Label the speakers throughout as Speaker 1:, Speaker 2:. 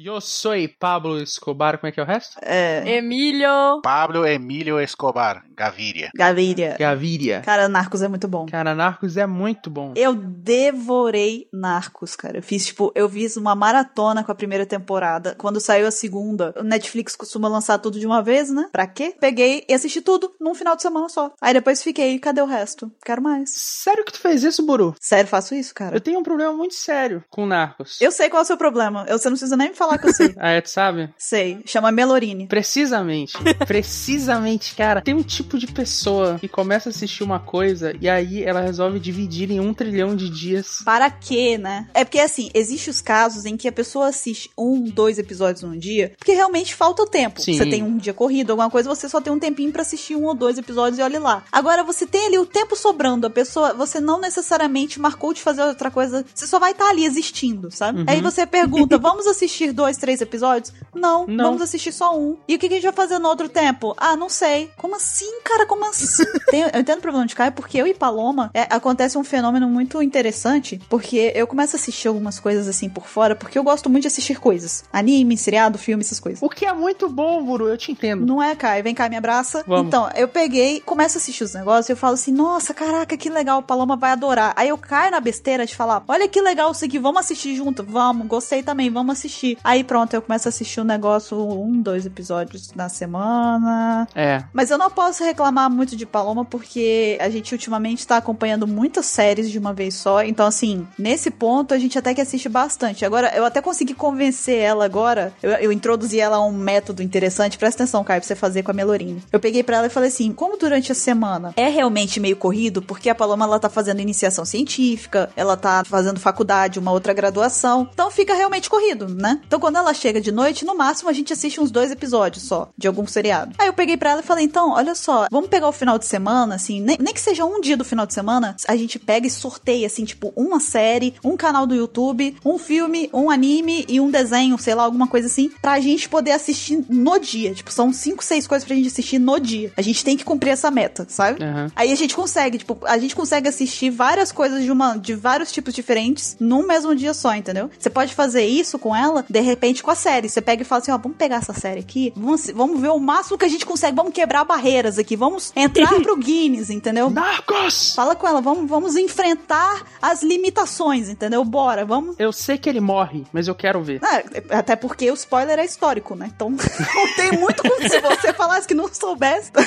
Speaker 1: Eu sou Pablo Escobar, como é que é o resto?
Speaker 2: É.
Speaker 3: Emílio.
Speaker 4: Pablo Emílio Escobar, Gaviria.
Speaker 2: Gaviria.
Speaker 1: Gaviria.
Speaker 2: Cara, Narcos é muito bom.
Speaker 1: Cara, Narcos é muito bom.
Speaker 2: Eu devorei Narcos, cara. Eu fiz, tipo, eu fiz uma maratona com a primeira temporada. Quando saiu a segunda, o Netflix costuma lançar tudo de uma vez, né? Pra quê? Peguei e assisti tudo num final de semana só. Aí depois fiquei, cadê o resto? Quero mais.
Speaker 1: Sério que tu fez isso, Buru?
Speaker 2: Sério, faço isso, cara.
Speaker 1: Eu tenho um problema muito sério com Narcos.
Speaker 2: Eu sei qual é o seu problema. Eu, você não precisa nem me falar que eu sei.
Speaker 1: Ah, é, tu sabe?
Speaker 2: sei. Chama Melorine.
Speaker 1: Precisamente. precisamente, cara. Tem um tipo de pessoa que começa a assistir uma coisa e aí ela resolve dividir em um trilhão de dias.
Speaker 2: Para quê, né? É porque, assim, existe os casos em que a pessoa assiste um, dois episódios num dia, porque realmente falta o tempo.
Speaker 1: Sim.
Speaker 2: Você tem um dia corrido, alguma coisa, você só tem um tempinho pra assistir um ou dois episódios e olha lá. Agora, você tem ali o tempo sobrando, a pessoa, você não necessariamente marcou de fazer outra coisa, você só vai estar ali existindo, sabe?
Speaker 1: Uhum.
Speaker 2: Aí você pergunta, vamos assistir dois, três episódios? Não,
Speaker 1: Não.
Speaker 2: vamos assistir só um. E o que que a gente vai fazer no outro tempo? Ah, não sei. Como assim, cara? Como assim? Tem- eu entendo o problema de Caio, porque eu e Paloma é, acontece um fenômeno muito interessante, porque eu começo a assistir algumas coisas assim por fora, porque eu gosto muito de assistir coisas. Anime, seriado, filme, essas coisas.
Speaker 1: O que é muito bom, Buru, eu te entendo.
Speaker 2: Não é, Caio? Vem cá, me abraça.
Speaker 1: Vamos.
Speaker 2: Então, eu peguei, começo a assistir os negócios e eu falo assim, nossa, caraca, que legal, o Paloma vai adorar. Aí eu caio na besteira de falar, olha que legal isso aqui, vamos assistir junto? Vamos, gostei também, vamos assistir. Aí pronto, eu começo a assistir o negócio um, dois episódios na semana.
Speaker 1: É.
Speaker 2: Mas eu não posso reclamar muito de Paloma, porque a gente ultimamente tá acompanhando muitas séries de uma vez só. Então, assim, nesse ponto a gente até que assiste bastante. Agora, eu até consegui convencer ela agora. Eu, eu introduzi ela a um método interessante. Presta atenção, Caio, pra você fazer com a Melorine. Eu peguei pra ela e falei assim: como durante a semana é realmente meio corrido, porque a Paloma ela tá fazendo iniciação científica, ela tá fazendo faculdade, uma outra graduação. Então fica realmente corrido, né? Então quando ela chega de noite, no máximo a gente assiste uns dois episódios só, de algum seriado. Aí eu peguei pra ela e falei, então, olha só, vamos pegar o final de semana, assim, nem, nem que seja um dia do final de semana, a gente pega e sorteia, assim, tipo, uma série, um canal do YouTube, um filme, um anime e um desenho, sei lá, alguma coisa assim, pra gente poder assistir no dia. Tipo, são cinco, seis coisas pra gente assistir no dia. A gente tem que cumprir essa meta, sabe?
Speaker 1: Aham.
Speaker 2: Aí a gente consegue, tipo, a gente consegue assistir várias coisas de uma de vários tipos diferentes num mesmo dia só, entendeu? Você pode fazer isso com ela, de repente com a série. Você pega e fala assim, ó, vamos pegar essa série aqui, vamos, assi- vamos ver o máximo que a gente consegue, vamos quebrar barreiras aqui, vamos entrar pro Guinness, entendeu?
Speaker 1: Narcos!
Speaker 2: Fala com ela, vamos, vamos enfrentar as limitações, entendeu? Bora, vamos.
Speaker 1: Eu sei que ele morre, mas eu quero ver.
Speaker 2: É, até porque o spoiler é histórico, né? Então não tem muito como se você falasse que não soubesse.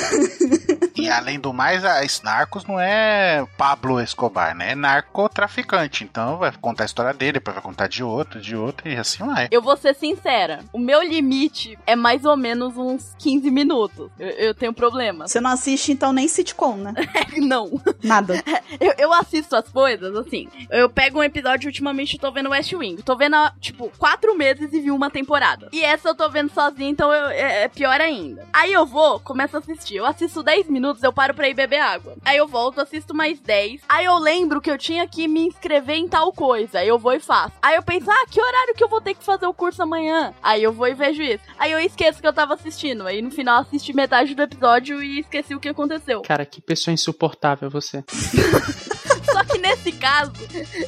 Speaker 4: E além do mais, a esse Narcos não é Pablo Escobar, né? É narcotraficante. Então vai contar a história dele, depois vai contar de outro, de outro, e assim vai.
Speaker 3: Eu vou ser sincera, o meu limite é mais ou menos uns 15 minutos. Eu, eu tenho problemas.
Speaker 2: Você não assiste, então, nem sitcom, né?
Speaker 3: Não.
Speaker 2: Nada.
Speaker 3: Eu, eu assisto as coisas, assim. Eu pego um episódio ultimamente, eu tô vendo West Wing. Tô vendo, há, tipo, quatro meses e vi uma temporada. E essa eu tô vendo sozinha, então eu- é, é pior ainda. Aí eu vou, começo a assistir. Eu assisto 10 minutos, eu paro pra ir beber água. Aí eu volto, assisto mais 10. Aí eu lembro que eu tinha que me inscrever em tal coisa. Aí eu vou e faço. Aí eu penso, ah, que horário que eu vou ter que fazer o curso amanhã? Aí eu vou e vejo isso. Aí eu esqueço que eu tava assistindo. Aí no final assisti metade do episódio e esqueci o que aconteceu.
Speaker 1: Cara, que pessoa insuportável você.
Speaker 3: Só que nesse caso,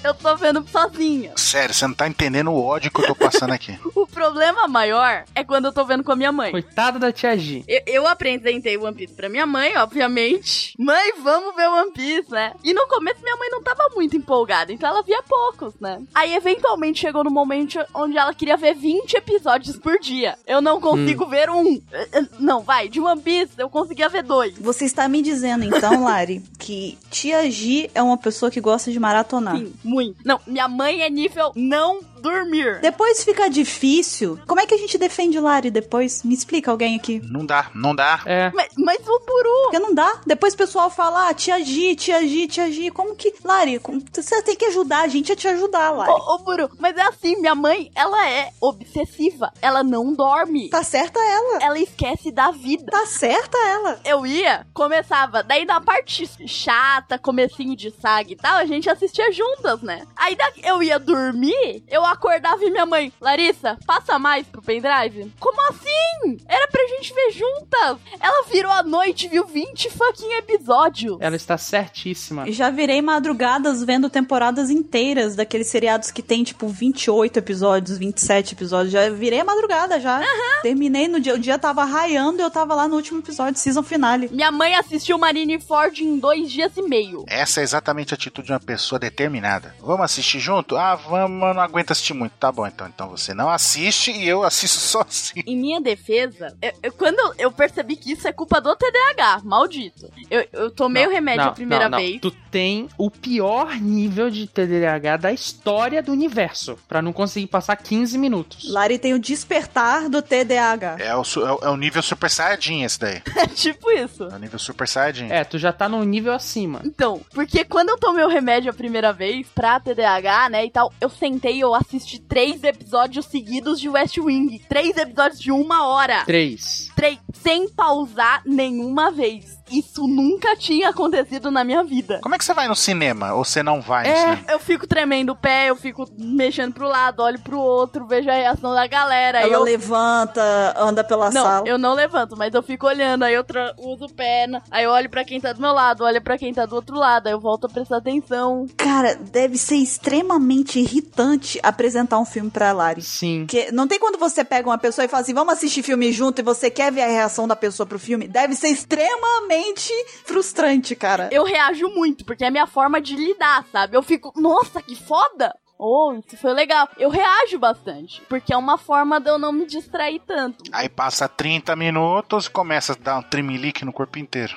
Speaker 3: eu tô vendo sozinha.
Speaker 4: Sério, você não tá entendendo o ódio que eu tô passando aqui.
Speaker 3: O problema maior é quando eu tô vendo com a minha mãe.
Speaker 1: Coitada da tia G.
Speaker 3: Eu, eu apresentei One Piece pra minha mãe, obviamente. Mãe, vamos ver One Piece, né? E no começo minha mãe não tava muito empolgada, então ela via poucos, né? Aí eventualmente chegou no momento onde ela queria ver 20 episódios por dia. Eu não consigo ver um. Eh, eh, Não, vai, de One Piece eu conseguia ver dois.
Speaker 2: Você está me dizendo, então, Lari, que Tia Gi é uma pessoa que gosta de maratonar.
Speaker 3: Sim, muito. Não, minha mãe é nível não dormir.
Speaker 2: Depois fica difícil. Como é que a gente defende Lari depois? Me explica alguém aqui.
Speaker 4: Não dá, não dá.
Speaker 1: É.
Speaker 3: Mas, mas o Buru,
Speaker 2: Porque não dá. Depois o pessoal fala, ah, Tia Gi, Tia Gi, Tia Gi. Como que... Lari, como- você tem que ajudar a gente a te ajudar, Lari.
Speaker 3: Ô, ô, Buru, mas é assim, minha mãe, ela é obsessiva. Ela não dorme.
Speaker 2: Tá certa ela.
Speaker 3: Ela esquece da vida.
Speaker 2: Tá certa ela.
Speaker 3: Eu ia, começava, daí na parte chata, comecinho de saga e tal, a gente assistia juntas, né? Aí da- eu ia dormir, eu acordava e minha mãe, Larissa, passa mais pro pendrive? Como assim? Era pra gente ver juntas! Ela virou a noite, viu 20 fucking episódios.
Speaker 1: Ela está certíssima.
Speaker 2: Já virei madrugadas vendo temporadas inteiras daqueles seriados que tem, tipo, 28 episódios, 27 episódios. Já virei a madrugada já. Terminei no dia, o dia tava raiando e eu tava lá no último episódio, season finale.
Speaker 3: Minha mãe assistiu Marineford em dois dias e meio.
Speaker 4: Essa é exatamente a atitude de uma pessoa determinada. Vamos assistir junto? Ah, vamos, mas não aguento assistir muito. Tá bom, então. Então você não assiste e eu assisto sozinho.
Speaker 3: Em minha defesa, eu- eu- quando eu percebi que isso é culpa do TDAH, maldito. Eu, eu tomei
Speaker 1: Não,
Speaker 3: o remédio
Speaker 1: não,
Speaker 3: a primeira
Speaker 1: não, não.
Speaker 3: vez.
Speaker 1: Tu tem o pior nível de TDAH da história do universo. Pra não conseguir passar 15 minutos.
Speaker 2: Lari tem o despertar do TDAH.
Speaker 4: É o, su- é o, é o nível Super Saiyajin esse daí.
Speaker 3: É tipo isso.
Speaker 4: É o nível Super Saiyajin.
Speaker 1: É, tu já tá num nível acima.
Speaker 3: Então, porque quando eu tomei o remédio a primeira vez pra TDAH, né, e tal, eu sentei e eu assisti três episódios seguidos de West Wing. Três episódios de uma hora.
Speaker 1: 3.
Speaker 3: Três. Sem pausar nenhuma vez. Isso nunca tinha acontecido na minha vida.
Speaker 4: Como é que você vai no cinema? Ou você não vai no
Speaker 1: É.
Speaker 4: cinema?
Speaker 3: Eu fico tremendo o pé, eu fico mexendo pro lado, olho pro outro, vejo a reação da galera. aí
Speaker 2: Ela
Speaker 3: É, eu...
Speaker 2: levanta, anda pela
Speaker 3: Não,
Speaker 2: sala.
Speaker 3: eu não levanto, mas eu fico olhando, aí eu tra- uso perna, aí eu olho pra quem tá do meu lado, olho pra quem tá do outro lado, aí eu volto a prestar atenção.
Speaker 2: Cara, deve ser extremamente irritante apresentar um filme pra Lari.
Speaker 1: Sim.
Speaker 2: Porque não tem quando você pega uma pessoa e fala assim, vamos assistir filme junto e você quer ver a reação da pessoa pro filme. Deve ser extremamente frustrante, cara.
Speaker 3: Eu reajo muito, porque é a minha forma de lidar, sabe? Eu fico, nossa, que foda! Oh, isso foi legal. Eu reajo bastante, porque é uma forma de eu não me distrair tanto.
Speaker 4: Aí passa 30 minutos e começa a dar um trimelique no corpo inteiro.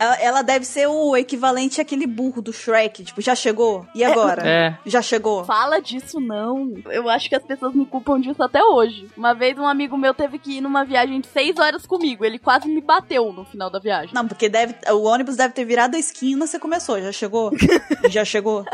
Speaker 2: Ela, ela deve ser o equivalente àquele burro do Shrek. Tipo, já chegou? E agora?
Speaker 1: É.
Speaker 2: Já chegou?
Speaker 3: Fala disso não. Eu acho que as pessoas me culpam disso até hoje. Uma vez um amigo meu teve que ir numa viagem de seis horas comigo. Ele quase me bateu no final da viagem.
Speaker 2: Não, porque deve, o ônibus deve ter virado a esquina, você começou. Já chegou? já chegou?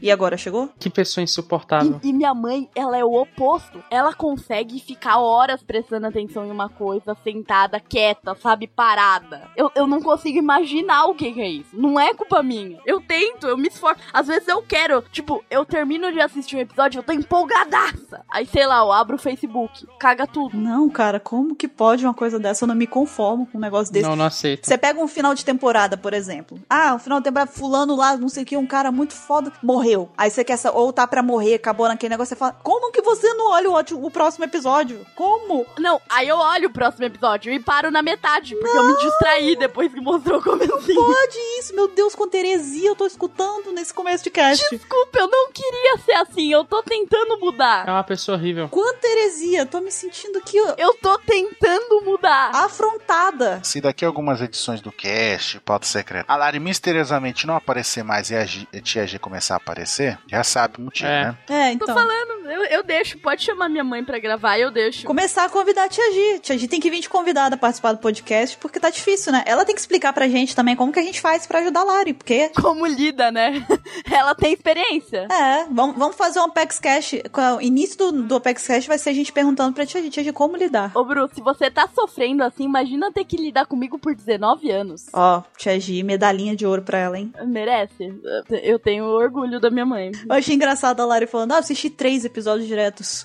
Speaker 2: E agora, chegou?
Speaker 1: É, Que pessoa insuportável.
Speaker 3: E, e minha mãe, ela é o oposto. Ela consegue ficar horas prestando atenção em uma coisa, sentada, quieta, sabe, parada. Eu, eu não consigo imaginar o que, que é isso. Não é culpa minha. Eu tento, eu me esforço. Às vezes eu quero, tipo, eu termino de assistir um episódio, eu tô empolgadaça. Aí, sei lá, eu abro o Facebook, caga tudo.
Speaker 2: Não, cara, como que pode uma coisa dessa? Eu não me conformo com um negócio desse.
Speaker 1: Não, não aceito.
Speaker 2: Você pega um final de temporada, por exemplo. Ah, um final de temporada, fulano lá, não sei o que, um cara muito foda, morreu. Aí você quer, sa- ou tá pra morrer, acabou naquele negócio, você fala, como que você não olha o, ótimo- o próximo episódio? Como?
Speaker 3: Não, aí eu olho o próximo episódio e paro na metade, porque eu me distraí depois que mostrou o comecinho.
Speaker 2: Pode isso, meu Deus, quanta heresia eu tô escutando nesse começo de cast.
Speaker 3: Desculpa, eu não queria ser assim, eu tô tentando mudar.
Speaker 1: É uma pessoa horrível.
Speaker 2: Quanta heresia, tô me sentindo aqui ó,
Speaker 3: Eu tô tentando mudar.
Speaker 2: afrontada.
Speaker 4: Se daqui a algumas edições do cast, pauta secreta, a Lari misteriosamente não aparecer mais e a, G, e a Tia G começar a aparecer, já sabe o motivo,
Speaker 1: É.
Speaker 4: né?
Speaker 2: É,
Speaker 3: Tô
Speaker 2: então.
Speaker 3: falando, eu, eu deixo. Pode chamar minha mãe pra gravar, eu deixo.
Speaker 2: Começar a convidar a Tia Gi. Tia Gi tem que vir de convidada a participar do podcast, porque tá difícil, né? Ela tem que explicar pra gente também como que a gente faz pra ajudar a Lari, porque
Speaker 3: Como lida, né? Ela tem experiência.
Speaker 2: É, vamos, vamos fazer um Apex Cash. O início do, do Apex Cash vai ser a gente perguntando pra tia, tia de como lidar.
Speaker 3: Ô, Bruce, se você tá sofrendo assim, imagina ter que lidar comigo por 19 anos.
Speaker 2: Ó, tia Gi, medalhinha de ouro pra ela, hein?
Speaker 3: Merece. Eu tenho orgulho da minha mãe.
Speaker 2: Eu achei engraçado a Lari falando, ah, eu assisti três episódios diretos.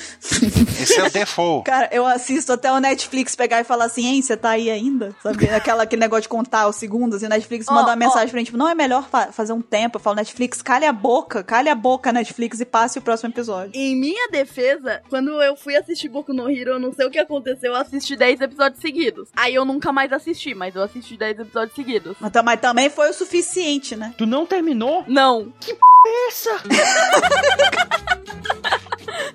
Speaker 4: Esse é o default.
Speaker 2: Cara, eu assisto até o Netflix pegar e falar assim, hein, você tá aí ainda? Sabe, aquela, aquele negócio de contar os segundos e o Netflix
Speaker 3: Ó,
Speaker 2: manda uma
Speaker 3: ó.
Speaker 2: mensagem pra gente, tipo, não é melhor fa- fazer um tempo? Eu falo, Netflix, calha a boca, calha a boca, Netflix, e passe o próximo episódio.
Speaker 3: Em minha defesa, quando eu fui assistir Boku no Hero, eu não sei o que aconteceu, eu assisti 10 episódios seguidos. Aí eu nunca mais assisti, mas eu assisti 10 episódios seguidos.
Speaker 2: Mas, tam- Então, mas também foi o suficiente, né?
Speaker 1: Tu não terminou?
Speaker 3: Não,
Speaker 1: Essa!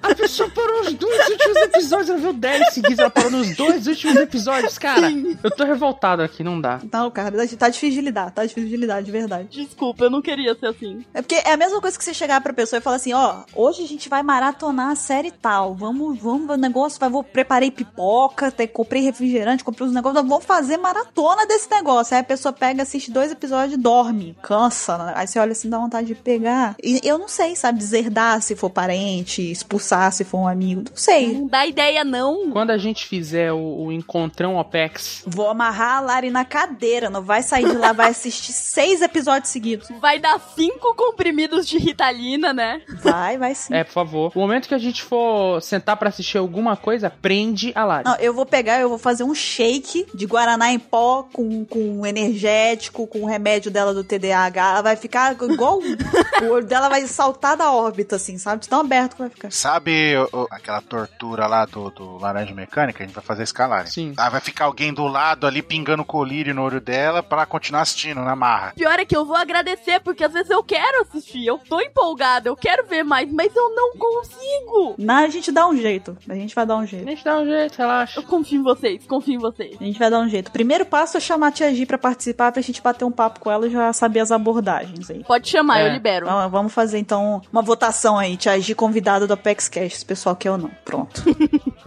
Speaker 1: A pessoa parou nos dois últimos episódios, ela viu 10 seguidos, ela parou nos dois últimos episódios, cara. Eu tô revoltado aqui, não dá.
Speaker 2: Então, cara, tá difícil de lidar, tá difícil de lidar, de verdade.
Speaker 3: desculpa, eu não queria ser assim.
Speaker 2: É porque é a mesma coisa que você chegar pra pessoa e falar assim, ó, hoje a gente vai maratonar a série tal, vamos, vamos, o negócio, vai, vou, preparei pipoca, te- comprei refrigerante, comprei os negócios, vamos fazer maratona desse negócio. Aí a pessoa pega, assiste dois episódios e dorme, cansa, né? aí você olha assim, dá vontade de pegar. E eu não sei, sabe, deserdar se for parente, expulsar se for um amigo, não sei.
Speaker 3: Não dá ideia ideia, não.
Speaker 1: Quando a gente fizer o, o Encontrão OPEX,
Speaker 2: Vou amarrar a Lari na cadeira, não vai sair de lá, vai assistir seis episódios seguidos.
Speaker 3: Vai dar cinco comprimidos de Ritalina, né?
Speaker 2: Vai, vai sim.
Speaker 1: é, por favor, o momento que a gente for sentar pra assistir alguma coisa, prende a Lari.
Speaker 2: Não, eu vou pegar, eu vou fazer um shake de Guaraná em pó com, com energético, com o remédio dela do TDAH. Ela vai ficar igual. o olho dela vai saltar da órbita, assim, sabe? De tão aberto que vai ficar.
Speaker 4: Sabe o- o- aquela tortura lá do, do Laranja Mecânica? A gente vai fazer escalar.
Speaker 1: Sim.
Speaker 4: Ah, vai ficar alguém do lado ali pingando colírio no olho dela pra continuar assistindo na marra.
Speaker 3: Pior é que eu vou agradecer, porque às vezes eu quero assistir, eu tô empolgada, eu quero ver mais, mas eu não consigo.
Speaker 2: Não, a gente dá um jeito. A gente vai dar um
Speaker 1: A
Speaker 2: jeito.
Speaker 1: gente dá um jeito, relaxa.
Speaker 3: Eu confio em vocês, confio em vocês.
Speaker 2: A gente vai dar um jeito. Primeiro passo é chamar a Tia Gi pra participar, pra gente bater um papo com ela e já saber as abordagens aí.
Speaker 3: Pode chamar,
Speaker 1: É.
Speaker 3: eu libero.
Speaker 2: Vamos- Vamos fazer então uma votação aí, Tia Gi convidada do Apex Cash, se o pessoal quer ou não. Pronto.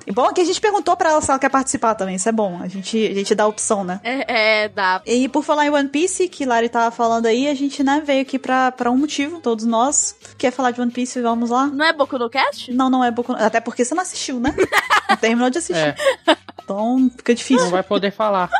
Speaker 2: e bom é que a gente perguntou pra ela se ela quer participar também, isso é bom. A gente, a gente dá a opção, né?
Speaker 3: É, é, dá.
Speaker 2: E por falar em One Piece, que Lari tava falando aí, a gente né, veio aqui pra, pra um motivo, todos nós. Quer falar de One Piece? Vamos lá?
Speaker 3: Não é Boku no Cast?
Speaker 2: Não, não é Boku. no- Até porque você não assistiu, né? Não terminou de assistir.
Speaker 1: É,
Speaker 2: Então fica
Speaker 1: não
Speaker 2: difícil.
Speaker 1: vai poder falar.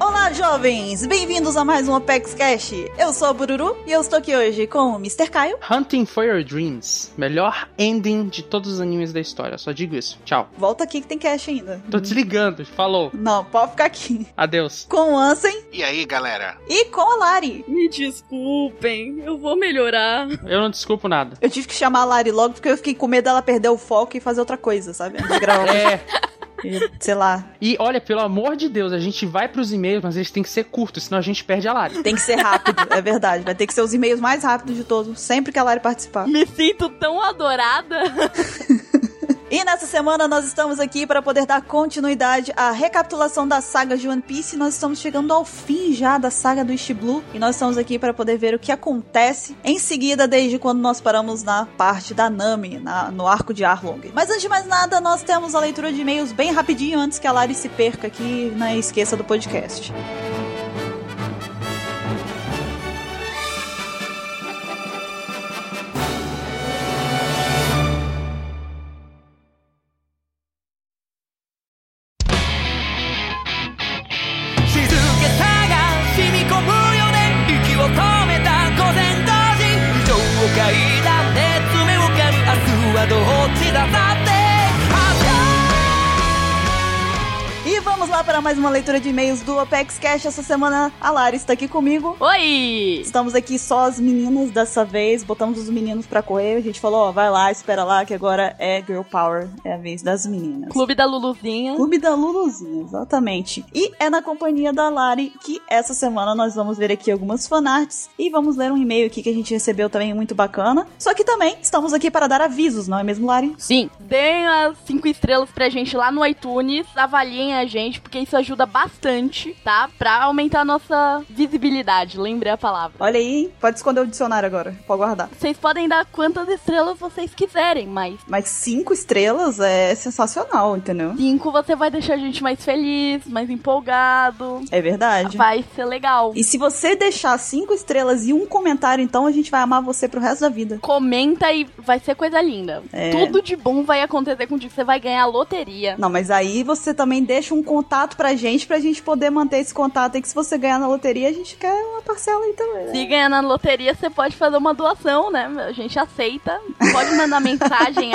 Speaker 2: Olá, jovens! Bem-vindos a mais um Apex Cash. Eu sou a Bururu e eu estou aqui hoje com o Mr. Caio.
Speaker 1: Hunting for Your Dreams, melhor ending de todos os animes da história, só digo isso. Tchau.
Speaker 2: Volta aqui que tem cash ainda.
Speaker 1: Tô desligando, falou,
Speaker 2: Não, pode ficar aqui.
Speaker 1: adeus.
Speaker 2: Com o Ansem
Speaker 4: E aí, galera?
Speaker 2: e com a Lari.
Speaker 3: Me desculpem, eu vou melhorar.
Speaker 1: Eu não desculpo nada.
Speaker 2: Eu tive que chamar a Lari logo porque eu fiquei com medo dela perder o foco e fazer outra coisa, sabe? Antes de gravar.
Speaker 1: É,
Speaker 2: E, Sei lá.
Speaker 1: e olha, pelo amor de Deus, a gente vai pros e-mails, mas eles têm que ser curtos, senão a gente perde a Lari.
Speaker 2: Tem que ser rápido, é verdade. Vai ter que ser os e-mails mais rápidos de todos, sempre que a Lari participar.
Speaker 3: Me sinto tão adorada.
Speaker 2: E nessa semana nós estamos aqui para poder dar continuidade à recapitulação das sagas de One Piece. Nós estamos chegando ao fim já da saga do East Blue e nós estamos aqui para poder ver o que acontece em seguida desde quando nós paramos na parte da Nami, na- no arco de Arlong. Mas antes de mais nada, nós temos a leitura de e-mails bem rapidinho antes que a Lari se perca aqui e né, esqueça do podcast. E vamos lá para mais uma leitura de e-mails do Apex Cash. Essa semana a Lari está aqui comigo.
Speaker 3: Oi!
Speaker 2: Estamos aqui só as meninas dessa vez, botamos os meninos pra correr. A gente falou, ó, vai lá, espera lá, que agora é Girl Power, é a vez das meninas.
Speaker 3: Clube da Luluzinha.
Speaker 2: Clube da Luluzinha, exatamente. E é na companhia da Lari que essa semana nós vamos ver aqui algumas fanarts e vamos ler um e-mail aqui que a gente recebeu também muito bacana. Só que também estamos aqui para dar avisos, não é mesmo, Lari?
Speaker 3: Sim. Deem as cinco estrelas pra gente lá no iTunes, avaliem a gente, porque isso ajuda bastante, tá? Pra aumentar a nossa visibilidade, lembrei a palavra.
Speaker 2: Olha aí, hein? pode esconder o dicionário agora, pode guardar.
Speaker 3: Vocês podem dar quantas estrelas vocês quiserem, mas
Speaker 2: Mas cinco estrelas é sensacional, entendeu?
Speaker 3: cinco você vai deixar a gente mais feliz, mais empolgado.
Speaker 2: É verdade.
Speaker 3: Vai ser legal.
Speaker 2: E se você deixar cinco estrelas e um comentário, então a gente vai amar você pro resto da vida.
Speaker 3: Comenta e vai ser coisa linda.
Speaker 2: É.
Speaker 3: Tudo de bom vai acontecer contigo. Você vai ganhar a loteria.
Speaker 2: Não, mas aí você também deixa um contato pra gente, pra gente poder manter esse contato aí, que se você ganhar na loteria, a gente quer uma parcela aí também. né?
Speaker 3: Se ganhar na loteria, você pode fazer uma doação, né? A gente aceita. Pode mandar mensagem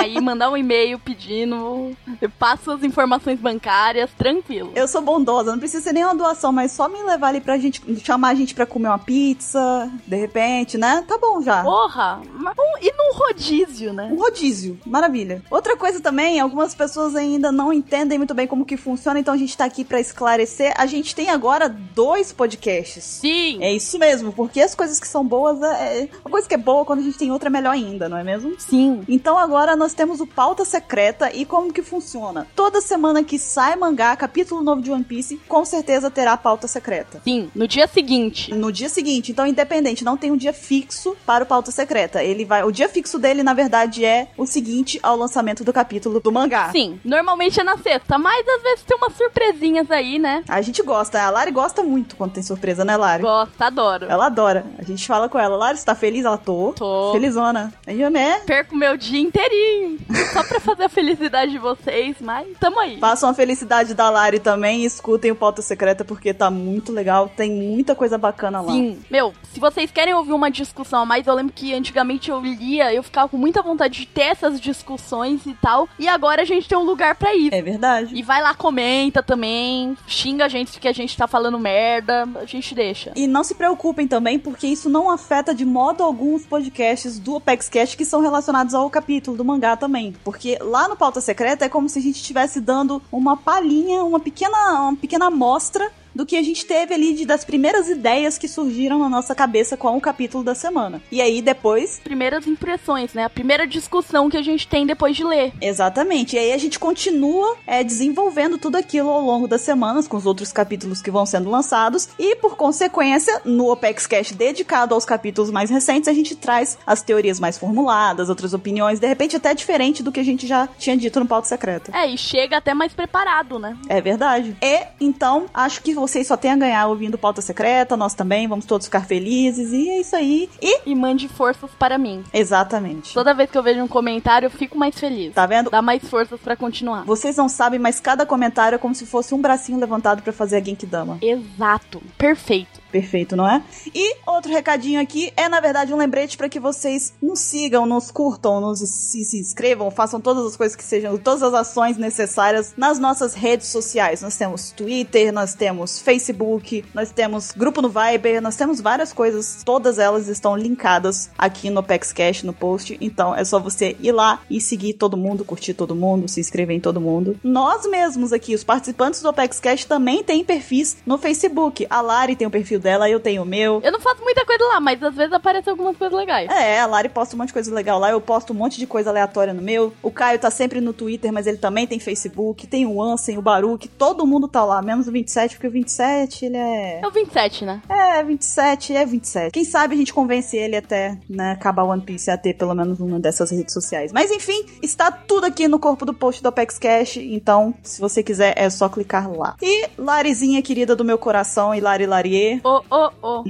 Speaker 3: aí, mandar um e-mail pedindo. Eu passo as informações bancárias, tranquilo.
Speaker 2: Eu sou bondosa, não precisa ser nenhuma doação, mas só me levar ali pra gente, chamar a gente pra comer uma pizza, de repente, né? Tá bom já.
Speaker 3: Porra! mas um- e num rodízio, né?
Speaker 2: Um rodízio, maravilha. Outra coisa também, algumas pessoas ainda não entendem muito bem como que funciona, então a gente tá aqui pra esclarecer. A gente tem agora dois podcasts.
Speaker 3: Sim!
Speaker 2: É isso mesmo, porque as coisas que são boas, é, é- a coisa que é boa quando a gente tem outra é melhor ainda, não é mesmo?
Speaker 3: Sim.
Speaker 2: Então agora nós temos o Pauta Secreta e como que funciona. Toda semana que sai mangá, capítulo novo de One Piece, com certeza terá pauta secreta.
Speaker 3: Sim. No dia seguinte.
Speaker 2: No dia seguinte, então independente, não tem um dia fixo para o pauta secreta. Ele vai, o dia fixo prefixo dele, na verdade, é o seguinte ao lançamento do capítulo do mangá.
Speaker 3: Sim, normalmente é na sexta, mas às vezes tem umas surpresinhas aí, né?
Speaker 2: A gente gosta, a Lari gosta muito quando tem surpresa, né, Lari?
Speaker 3: Gosto, adoro.
Speaker 2: Ela adora. A gente fala com ela, Lari, você tá feliz? Ela tô.
Speaker 3: Tô.
Speaker 2: Felizona. Aí, né?
Speaker 3: Perco meu dia inteirinho só pra fazer a felicidade de vocês, mas tamo aí.
Speaker 2: Façam a felicidade da Lari também e escutem o Pauta Secreta porque tá muito legal. Tem muita coisa bacana lá.
Speaker 3: Sim, meu, se vocês querem ouvir uma discussão a mais, eu lembro que antigamente eu lia, eu ficava com muita vontade de ter essas discussões e tal, e agora a gente tem um lugar pra ir.
Speaker 2: É verdade.
Speaker 3: E vai lá, comenta também, xinga a gente que a gente tá falando merda, a gente deixa.
Speaker 2: E não se preocupem também, porque isso não afeta de modo algum os podcasts do ApexCast que são relacionados ao capítulo do mangá também. Porque lá no Pauta Secreta é como se a gente estivesse dando uma palhinha, uma pequena, uma pequena amostra do que a gente teve ali de, das primeiras ideias que surgiram na nossa cabeça com o capítulo da semana. E aí depois.
Speaker 3: Primeiras impressões, né? A primeira discussão que a gente tem depois de ler.
Speaker 2: Exatamente. E aí a gente continua é, desenvolvendo tudo aquilo ao longo das semanas, com os outros capítulos que vão sendo lançados. E por consequência, no Opex Cash dedicado aos capítulos mais recentes, a gente traz as teorias mais formuladas, outras opiniões, de repente até diferente do que a gente já tinha dito no pauta secreta.
Speaker 3: É, e chega até mais preparado, né?
Speaker 2: É verdade. E então, acho que vocês só têm a ganhar ouvindo pauta secreta, nós também, vamos todos ficar felizes e é isso aí. E
Speaker 3: E mande forças para mim.
Speaker 2: exatamente.
Speaker 3: Toda vez que eu vejo um comentário, eu fico mais feliz.
Speaker 2: Tá vendo?
Speaker 3: Dá mais forças pra continuar.
Speaker 2: Vocês não sabem, mas cada comentário é como se fosse um bracinho levantado pra fazer a Genkidama.
Speaker 3: Exato. Perfeito.
Speaker 2: Perfeito, não é? E outro recadinho aqui é, na verdade, um lembrete pra que vocês nos sigam, nos curtam, nos se, se inscrevam, façam todas as coisas que sejam, todas as ações necessárias nas nossas redes sociais. Nós temos Twitter, nós temos Facebook, nós temos grupo no Viber, nós temos várias coisas, todas elas estão linkadas aqui no Apex Cash, no post. Então é só você ir lá e seguir todo mundo, curtir todo mundo, se inscrever em todo mundo. Nós mesmos aqui, os participantes do Apex Cash também têm perfis no Facebook. A Lari tem o perfil dela, eu tenho o meu.
Speaker 3: Eu não faço muita coisa lá, mas às vezes aparecem algumas coisas legais.
Speaker 2: É, a Lari posta um monte de coisa legal lá, eu posto um monte de coisa aleatória no meu. O Caio tá sempre no Twitter, mas ele também tem Facebook, tem o Ansem, o Baruque, todo mundo tá lá, menos o 27, porque o 27, ele é...
Speaker 3: É o 27, né?
Speaker 2: É, 27, é 27. Quem sabe a gente convence ele até, né, acabar One Piece a ter pelo menos uma dessas redes sociais. Mas enfim, está tudo aqui no corpo do post do Apex Cash, então se você quiser é só clicar lá. E Larizinha querida do meu coração e Lari Larier,
Speaker 3: Ô, ô, ô.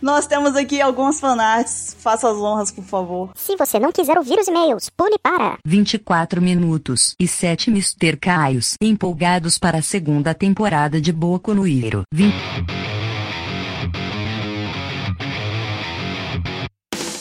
Speaker 2: nós temos aqui algumas fanarts, faça as honras, por favor.
Speaker 5: Se você não quiser ouvir os e-mails, pule para.
Speaker 6: 24 minutos e 7 Mr. Caios empolgados para a segunda temporada de Boku no Hero. 20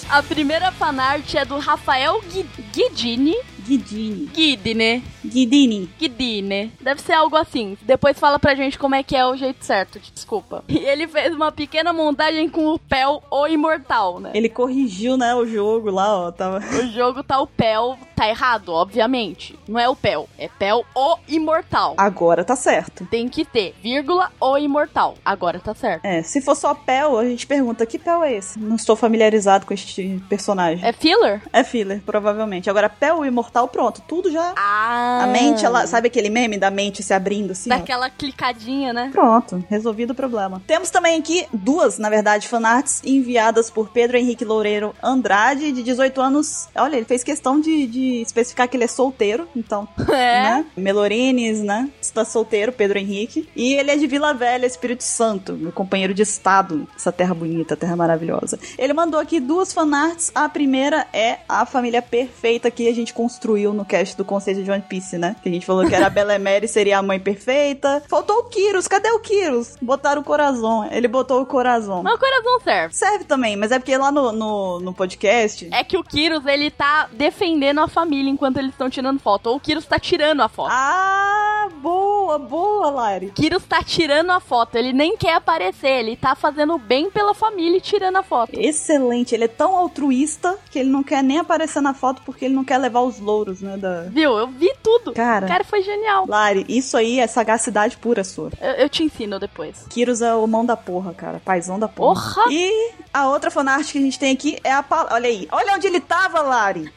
Speaker 3: A primeira fanart é do Rafael Gui- Guidini.
Speaker 2: Guidini.
Speaker 3: Guidine.
Speaker 2: Guidini.
Speaker 3: Guidine. Deve ser algo assim. Depois fala pra gente como é que é o jeito certo, desculpa. E ele fez uma pequena montagem com o Pel, o imortal, né?
Speaker 2: Ele corrigiu, né, o jogo lá, ó. Tava...
Speaker 3: O jogo tá o Pel, tá errado, obviamente. Não é o Pel, é Pel, o imortal.
Speaker 2: Agora tá certo.
Speaker 3: Tem que ter, vírgula, o imortal. Agora tá certo.
Speaker 2: É, se for só Pel, a gente pergunta, que Pel é esse? Não estou familiarizado com este personagem.
Speaker 3: É filler?
Speaker 2: É filler, provavelmente. Agora, Pel Imortal, pronto, tudo já.
Speaker 3: Ah.
Speaker 2: A mente, é ela. Sabe aquele meme da mente se abrindo assim? ó?
Speaker 3: Daquela clicadinha, né?
Speaker 2: Pronto, resolvido o problema. Temos também aqui duas, na verdade, fanarts enviadas por Pedro Henrique Loureiro Andrade, de 18 anos. Olha, ele fez questão de, de especificar que ele é solteiro, então,
Speaker 3: É.
Speaker 2: né? Melorines, né? Está solteiro, Pedro Henrique. E ele é de Vila Velha, Espírito Santo, meu companheiro de estado. Essa terra bonita, terra maravilhosa. Ele mandou aqui duas fanarts. A primeira é a família perfeita que a gente construiu no cast do Conceito de One Piece, né? Que a gente falou que era a Bela Emery seria a mãe perfeita. Faltou o Kyrus, cadê o Kyrus? Botaram o coração. Ele botou o coração.
Speaker 3: Mas o coração serve.
Speaker 2: Serve também, mas é porque lá no, no, no podcast.
Speaker 3: É que o Kyrus, ele tá defendendo a família enquanto eles estão tirando foto. Ou o Kyrus tá tirando a foto.
Speaker 2: Ah, boa, boa, Lari.
Speaker 3: O Kyrus tá tirando a foto, ele nem quer aparecer, ele tá fazendo bem pela família e tirando a foto.
Speaker 2: Excelente, ele é tão altruísta que ele não quer nem aparecer na foto porque ele não quer levar os louros, né? Da...
Speaker 3: Viu? Eu vi tudo. O
Speaker 2: Cara,
Speaker 3: cara foi genial.
Speaker 2: Lari, isso aí é sagacidade pura sua.
Speaker 3: Eu, eu te ensino depois.
Speaker 2: Kyrus é o mão da porra, cara. Paizão da porra.
Speaker 3: Porra!
Speaker 2: E a outra fanart que a gente tem aqui é a. pa- Olha aí. Olha onde ele tava,
Speaker 3: Ah!
Speaker 2: Lari.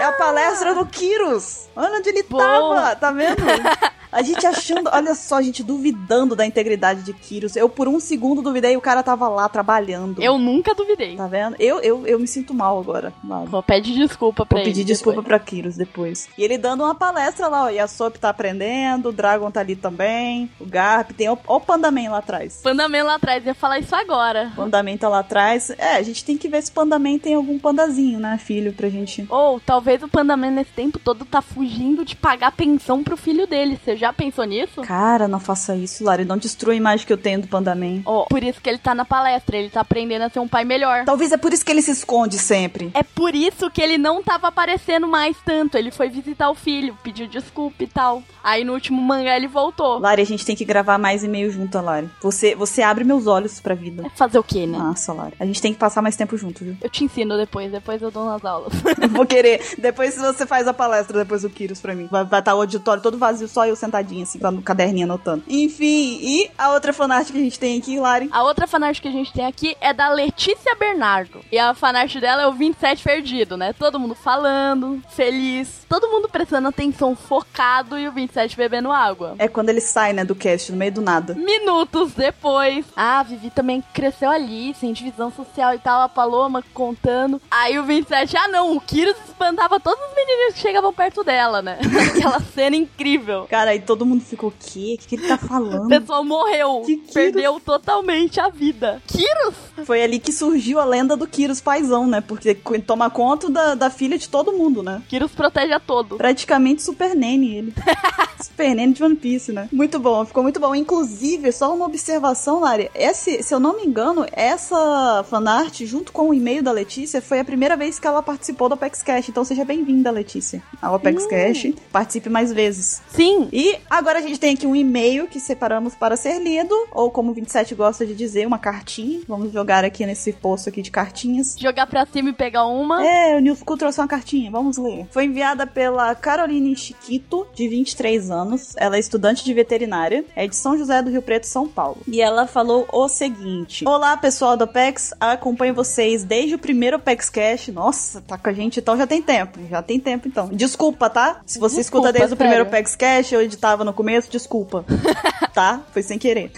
Speaker 2: É a palestra do Kyrus. Olha onde ele
Speaker 3: Boa.
Speaker 2: tava. Tá vendo? A gente achando, olha só, a gente duvidando da integridade de Kyrios. Eu por um segundo duvidei e o cara tava lá trabalhando.
Speaker 3: Eu nunca duvidei.
Speaker 2: Tá vendo? Eu, eu, eu me sinto mal agora. Mauro.
Speaker 3: Vou pedir desculpa pra
Speaker 2: Vou
Speaker 3: ele
Speaker 2: pedir desculpa
Speaker 3: depois.
Speaker 2: pra Kyrios depois. E ele dando uma palestra lá, ó. E a Sop tá aprendendo, o Dragon tá ali também, o Garp, tem o, ó o Pandaman lá atrás.
Speaker 3: Pandaman lá atrás ia falar isso agora.
Speaker 2: O Pandaman tá lá atrás. É, a gente tem que ver se o Pandaman tem algum pandazinho, né, filho, pra gente.
Speaker 3: Ou talvez o Pandaman nesse tempo todo tá fugindo de pagar pensão pro filho dele. Você já pensou nisso?
Speaker 2: Cara, não faça isso, Lari. Não destrua a imagem que eu tenho do Pandaman.
Speaker 3: Ó, por isso que ele tá na palestra, ele tá aprendendo a ser um pai melhor.
Speaker 2: Talvez é por isso que ele se esconde sempre.
Speaker 3: É por isso que ele não tava aparecendo mais tanto. Ele foi visitar o filho, pediu desculpa e tal. Aí no último mangá ele voltou.
Speaker 2: Lari, a gente tem que gravar mais e-mail junto, Lari. Você, você abre meus olhos pra vida.
Speaker 3: É fazer o quê, né?
Speaker 2: Nossa, Lari. A gente tem que passar mais tempo junto, viu?
Speaker 3: Eu te ensino depois, depois eu dou nas aulas.
Speaker 2: Vou querer. Depois você faz a palestra, depois o Kyrios pra mim. Vai estar o auditório todo vazio, só eu sentadinha, assim, com no caderninho anotando. Enfim, e a outra fanart que a gente tem aqui, Lari?
Speaker 3: A outra fanart que a gente tem aqui é da Letícia Bernardo. E a fanart dela é o 27 perdido, né? Todo mundo falando, feliz, todo mundo prestando atenção, focado e o 27 bebendo água.
Speaker 2: É quando ele sai, né, do cast, no meio do nada.
Speaker 3: Minutos depois, ah, a Vivi também cresceu ali, sem divisão social e tal, a Paloma contando. Aí o 27, ah não, o Kyrus espantava todos os menininhos que chegavam perto dela, né? Aquela cena incrível.
Speaker 2: Cara, aí todo mundo ficou, o quê? O que, que ele tá
Speaker 3: O
Speaker 2: falando?
Speaker 3: pessoal morreu,
Speaker 2: Que Kyrus?
Speaker 3: perdeu totalmente a vida. Kyrus?
Speaker 2: Foi ali que surgiu a lenda do Kyrios paizão, né? Porque co- toma conta da, da filha de todo mundo, né?
Speaker 3: Kyrus protege a todos.
Speaker 2: Praticamente Super Nene ele. Super Nene de One Piece, né? Muito bom, ficou muito bom. Inclusive, só uma observação, Lari. Esse, se eu não me engano, essa fanart, junto com o e-mail da Letícia, foi a primeira vez que ela participou do Apex Cash. Então seja bem-vinda, Letícia, ao Apex Cash. Participe mais vezes.
Speaker 3: Sim,
Speaker 2: E agora a gente tem aqui um e-mail que separamos para ser lido, ou como o 27 gosta de dizer, uma cartinha. Vamos jogar aqui nesse poço aqui de cartinhas.
Speaker 3: jogar pra cima e pegar uma.
Speaker 2: É, o Nilson Cu trouxe uma cartinha, vamos ler. Foi enviada pela Caroline Chiquito, de 23 anos. Ela é estudante de veterinária, é de São José do Rio Preto, São Paulo. E ela falou o seguinte: Olá, pessoal do Apex, acompanho vocês desde o primeiro Apex Cash. Nossa, tá com a gente então já tem tempo, já tem tempo então. Desculpa, tá? Se você
Speaker 3: Desculpa,
Speaker 2: escuta desde o primeiro
Speaker 3: sério.
Speaker 2: Apex Cash, eu editava no começo, desculpa. tá? Foi sem querer.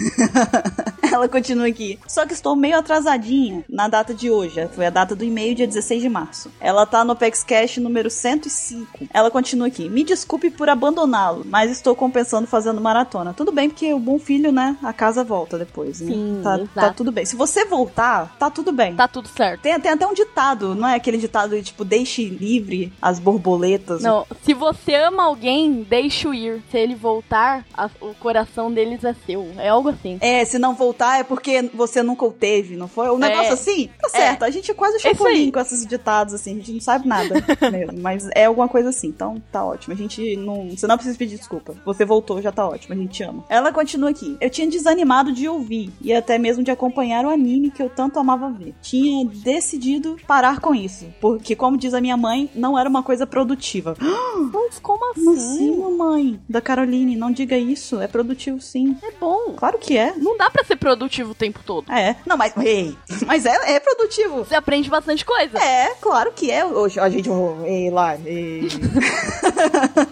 Speaker 2: Ela continua aqui. Só que estou meio atrasadinha na data de hoje. Foi a data do e-mail, dia 16 de março. Ela tá no Apex Cash número 105. Ela continua aqui. Me desculpe por abandoná-lo, mas estou compensando fazendo maratona. Tudo bem, porque o bom filho, né? A casa volta depois, né?
Speaker 3: Sim,
Speaker 2: tá,
Speaker 3: exato.
Speaker 2: tá tudo bem. Se você voltar, tá tudo bem.
Speaker 3: Tá tudo certo.
Speaker 2: Tem, tem até um ditado, não é aquele ditado de tipo, deixe livre as borboletas.
Speaker 3: Não, se você ama alguém, deixe-o ir. Se ele voltar, a- o coração deles é seu. É algo assim.
Speaker 2: É, se não voltar é porque você nunca o teve, não foi? Um negócio
Speaker 3: É.
Speaker 2: assim? Tá certo. A gente é quase chapulim
Speaker 3: aí.
Speaker 2: com esses ditados, assim. A gente não sabe nada mesmo. Mas é alguma coisa assim. Então tá ótimo. A gente não. Você não precisa pedir desculpa. Você voltou, já tá ótimo. A gente te ama. Ela continua aqui. Eu tinha desanimado de ouvir e até mesmo de acompanhar o anime que eu tanto amava ver. Tinha decidido parar com isso. Porque, como diz a minha mãe, não era uma coisa produtiva.
Speaker 3: Mas como assim?
Speaker 2: Como assim, mamãe? Da Caroline, não diga isso. É produtivo sim.
Speaker 3: É bom.
Speaker 2: Claro que é.
Speaker 3: Não dá pra ser produtivo o tempo todo.
Speaker 2: É. Não, mas. Ei, mas é, é produtivo.
Speaker 3: Você aprende bastante coisa.
Speaker 2: É, claro que é. Hoje a gente. oh, ei, lá. ei.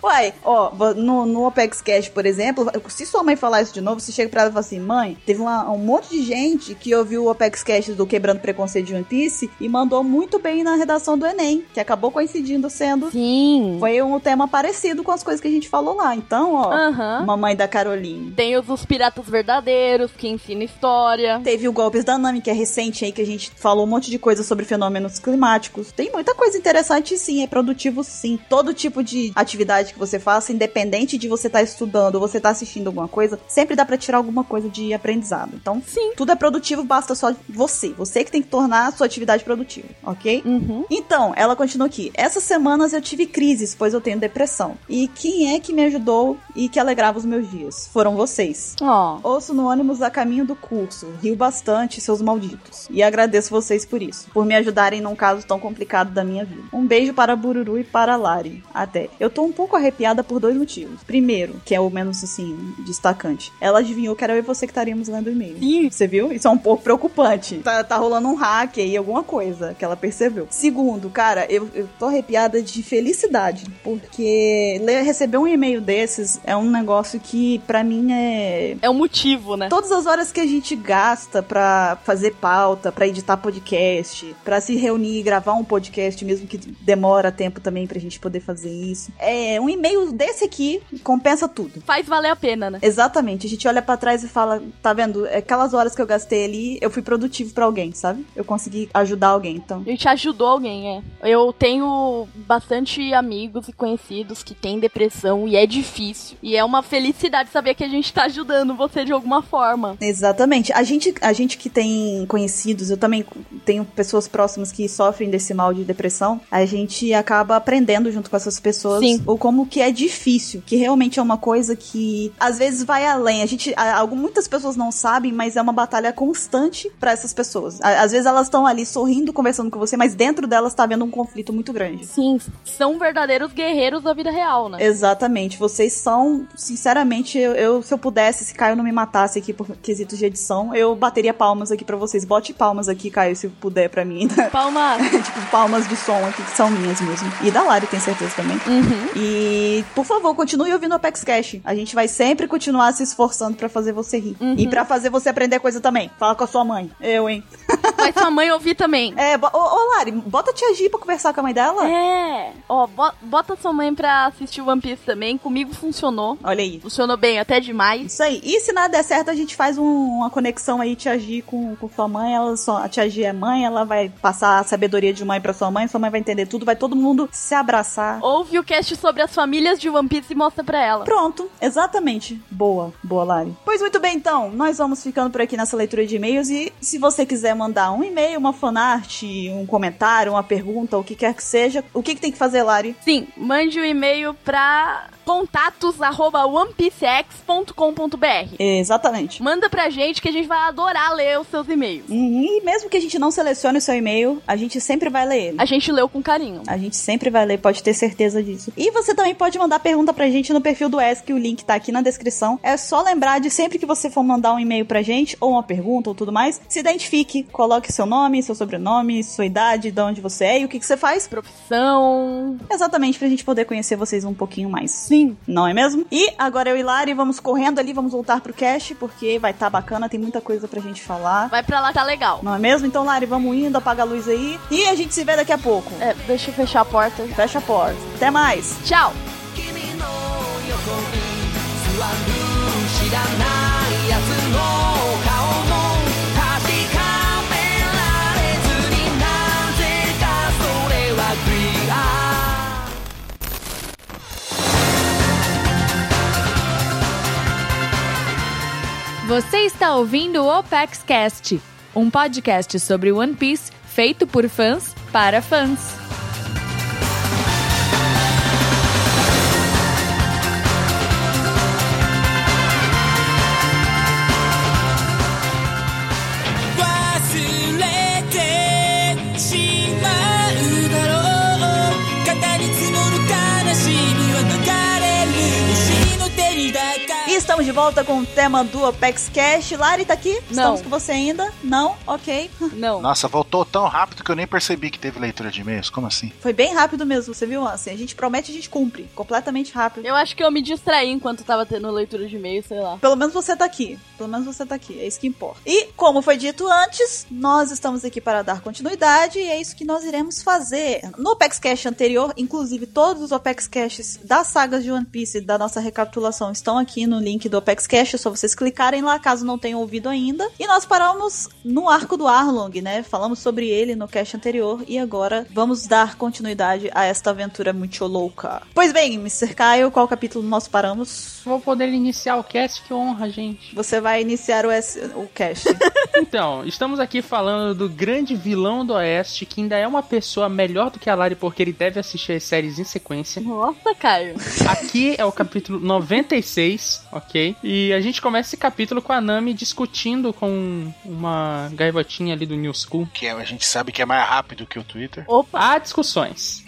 Speaker 2: Uai, ó, vo- no, no Apex Cash, por exemplo, se sua mãe falar isso de novo, você chega pra ela e fala assim: mãe, teve uma- um monte de gente que ouviu o Apex Cash do Quebrando Preconceito de One Piece e mandou muito bem na redação do Enem, que acabou coincidindo sendo.
Speaker 3: Sim.
Speaker 2: Foi um tema parecido com as coisas que a gente falou lá. Então, ó,
Speaker 3: Aham.
Speaker 2: mamãe da Caroline.
Speaker 3: Tem os, os piratas verdadeiros que ensinam história.
Speaker 2: Teve o Golpes da Nami, que é recente aí, que a gente falou um monte de coisa sobre fenômenos climáticos. Tem muita coisa interessante, sim. É produtivo, sim. Todo tipo de atividade que você faça, independente de você estar estudando ou você estar assistindo alguma coisa, sempre dá pra tirar alguma coisa de aprendizado. Então,
Speaker 3: Sim.
Speaker 2: tudo é produtivo, basta só você. Você que tem que tornar a sua atividade produtiva, ok?
Speaker 3: Uhum.
Speaker 2: Então, ela continua aqui. Essas semanas eu tive crises, pois eu tenho depressão. E quem é que me ajudou e que alegrava os meus dias? Foram vocês.
Speaker 3: Ó.
Speaker 2: Ouço no ônibus a caminho do curso, rio bastante, seus malditos. E agradeço vocês por isso, por me ajudarem num caso tão complicado da minha vida. Um beijo para Bururu e para Lari. Até. Eu eu tô um pouco arrepiada por dois motivos. Primeiro, que é o menos, assim, destacante. Ela adivinhou que era eu e você que estaríamos lendo o e-mail.
Speaker 3: Sim.
Speaker 2: Você viu? Isso é um pouco preocupante. Tá, tá rolando um hack aí, alguma coisa que ela percebeu. Segundo, cara, eu, eu tô arrepiada de felicidade, porque ler- receber um e-mail desses é um negócio que, pra mim, é
Speaker 3: É um motivo, né?
Speaker 2: Todas as horas que a gente gasta pra fazer pauta, pra editar podcast, pra se reunir e gravar um podcast, mesmo que demora tempo também pra gente poder fazer isso. É, um e-mail desse aqui compensa tudo.
Speaker 3: Faz valer a pena, né?
Speaker 2: Exatamente, a gente olha pra trás e fala, tá vendo? Aquelas horas que eu gastei ali, eu fui produtivo pra alguém, sabe? Eu consegui ajudar alguém, então.
Speaker 3: A gente ajudou alguém, é. Eu tenho bastante amigos e conhecidos que têm depressão e é difícil. E é uma felicidade saber que a gente tá ajudando você de alguma forma.
Speaker 2: Exatamente. A gente, a gente que tem conhecidos, eu também tenho pessoas próximas que sofrem desse mal de depressão, a gente acaba aprendendo junto com essas pessoas
Speaker 3: Sim.
Speaker 2: ou como que é difícil, que realmente é uma coisa que às vezes vai além. A gente, a- algu- muitas pessoas não sabem, mas é uma batalha constante pra essas pessoas. A- Às vezes elas estão ali sorrindo, conversando com você, mas dentro delas tá havendo um conflito muito grande.
Speaker 3: Sim, são verdadeiros guerreiros da vida real, né?
Speaker 2: Exatamente, vocês são, sinceramente, eu, eu- se eu pudesse, se Caio não me matasse aqui por quesitos de edição, eu bateria palmas aqui pra vocês. Bote palmas aqui, Caio, se puder pra mim.
Speaker 3: Palma.
Speaker 2: tipo, palmas de som aqui que são minhas mesmo. E da Lari, tenho certeza também.
Speaker 3: Uhum.
Speaker 2: E, por favor, continue ouvindo o Apex Cash. A gente vai sempre continuar se esforçando pra fazer você rir.
Speaker 3: Uhum.
Speaker 2: E pra fazer você aprender coisa também. Fala com a sua mãe. Eu, hein?
Speaker 3: Faz sua mãe ouvir também.
Speaker 2: É, bo- ô, ô, Lari, bota a tia Gi pra conversar com a mãe dela.
Speaker 3: É. Ó, bo- bota sua mãe pra assistir One Piece também. Comigo funcionou.
Speaker 2: Olha aí.
Speaker 3: Funcionou bem até demais.
Speaker 2: Isso aí. E se nada der certo, a gente faz um- uma conexão aí, Tia Gi, com, com sua mãe. Ela só, a Tia Gi é mãe, ela vai passar a sabedoria de mãe pra sua mãe, sua mãe vai entender tudo, vai todo mundo se abraçar.
Speaker 3: Ouve o cast sobre as famílias de One Piece e mostra pra ela.
Speaker 2: Pronto, exatamente. Boa, boa, Lari. Pois muito bem, então, nós vamos ficando por aqui nessa leitura de e-mails. E se você quiser mandar um e-mail, uma fanart, um comentário, uma pergunta, o que quer que seja, o que, que tem que fazer, Lari?
Speaker 3: Sim, mande um e-mail pra contatos@onepiecex.com.br.
Speaker 2: Exatamente.
Speaker 3: Manda pra gente que a gente vai adorar ler os seus e-mails.
Speaker 2: Uhum, E mesmo que a gente não selecione o seu e-mail, a gente sempre vai ler ele.
Speaker 3: A gente leu com carinho.
Speaker 2: A gente sempre vai ler, pode ter certeza disso. E você também pode mandar pergunta pra gente no perfil do ESC, o link tá aqui na descrição. É só lembrar de sempre que você for mandar um e-mail pra gente, ou uma pergunta, ou tudo mais, se identifique, coloque seu nome, seu sobrenome, sua idade, de onde você é e o que, que você faz.
Speaker 3: Profissão.
Speaker 2: Exatamente, pra gente poder conhecer vocês um pouquinho mais.
Speaker 3: Sim.
Speaker 2: Não é mesmo? E agora eu e Lari vamos correndo ali, vamos voltar pro cast, porque vai tá bacana, tem muita coisa pra gente falar.
Speaker 3: Vai pra lá, tá legal.
Speaker 2: Não é mesmo? Então, Lari, vamos indo, apaga a luz aí. E a gente se vê daqui a pouco.
Speaker 3: É, deixa eu fechar a porta.
Speaker 2: Fecha a porta. Até mais!
Speaker 3: Tchau.
Speaker 7: 1. Você está ouvindo o Opex Cast, um podcast sobre One Piece feito por fãs para fãs.
Speaker 2: E estamos de volta com o tema do Opex Cash. Lari tá aqui?
Speaker 3: Não.
Speaker 2: Estamos com você ainda? Não? Ok.
Speaker 3: Não.
Speaker 4: Nossa, voltou tão rápido que eu nem percebi que teve leitura de e-mails. Como assim?
Speaker 2: Foi bem rápido mesmo, você viu? Assim, a gente promete, a gente cumpre. Completamente rápido.
Speaker 3: Eu acho que eu me distraí enquanto tava tendo leitura de e-mail, sei lá.
Speaker 2: Pelo menos você tá aqui. Pelo menos você tá aqui. É isso que importa. E, como foi dito antes, nós estamos aqui para dar continuidade e é isso que nós iremos fazer. No Opex Cash anterior, inclusive todos os Opex Caches das sagas de One Piece e da nossa recapitulação estão aqui no link do Opex Cash. É só vocês clicarem lá caso não tenham ouvido ainda. E nós paramos no arco do Arlong, né? Falamos sobre ele no cast anterior e agora vamos dar continuidade a esta aventura muito louca. Pois bem, Mr. Caio, qual capítulo nós paramos?
Speaker 1: Vou poder iniciar o cast, que honra, gente.
Speaker 2: Você vai iniciar o, S o cast.
Speaker 1: Então, estamos aqui falando do grande vilão do Oeste, que ainda é uma pessoa melhor do que a Lari, porque ele deve assistir as séries em sequência.
Speaker 3: Nossa, Caio.
Speaker 1: Aqui é o capítulo 96, ok? E a gente começa esse capítulo com a Nami discutindo com uma gaivotinha ali do New School.
Speaker 4: é Que a gente sabe que é mais rápido que o Twitter.
Speaker 3: Opa.
Speaker 1: Há discussões.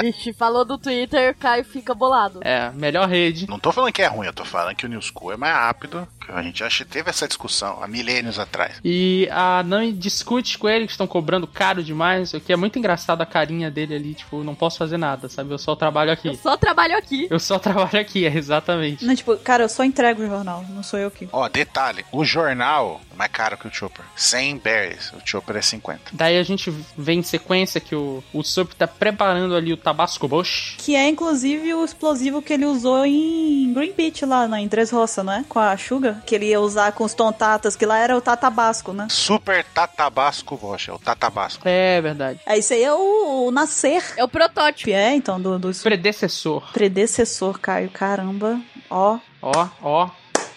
Speaker 3: Vixe, falou do Twitter, Caio fica bolado.
Speaker 1: É, melhor rede.
Speaker 4: Não tô falando que é ruim, eu tô falando que o New School é mais rápido. que a gente acha, teve essa discussão há milênios atrás.
Speaker 1: E a Nami discute com ele que estão cobrando caro demais, o que é muito engraçado a carinha dele ali, tipo, não posso fazer nada, sabe? Eu só trabalho
Speaker 3: Eu
Speaker 1: aqui.
Speaker 3: só trabalho aqui.
Speaker 1: Eu só trabalho aqui, é exatamente.
Speaker 2: Não, tipo, cara, eu só entrego o jornal, não sou eu que.
Speaker 4: Ó, detalhe, o jornal é mais caro que o Chopper. 100 berries, o Chopper é 50.
Speaker 1: Daí a gente vê em sequência que o, o Sup tá preparando ali o Tabasco Bosch.
Speaker 2: Que é inclusive o explosivo que ele usou em Green Beach lá na, em Três Roças, né? Com a Sugar. Que ele ia usar com os tontatas, que lá era o tatabasco, né?
Speaker 4: Super Tatabasco Rocha, é o Tatabasco.
Speaker 1: É verdade.
Speaker 2: É, isso aí é o, o nascer.
Speaker 3: É o protótipo.
Speaker 2: É, então, do, do
Speaker 1: Predecessor.
Speaker 2: predecessor, Caio. Caramba. Ó.
Speaker 1: Ó, ó.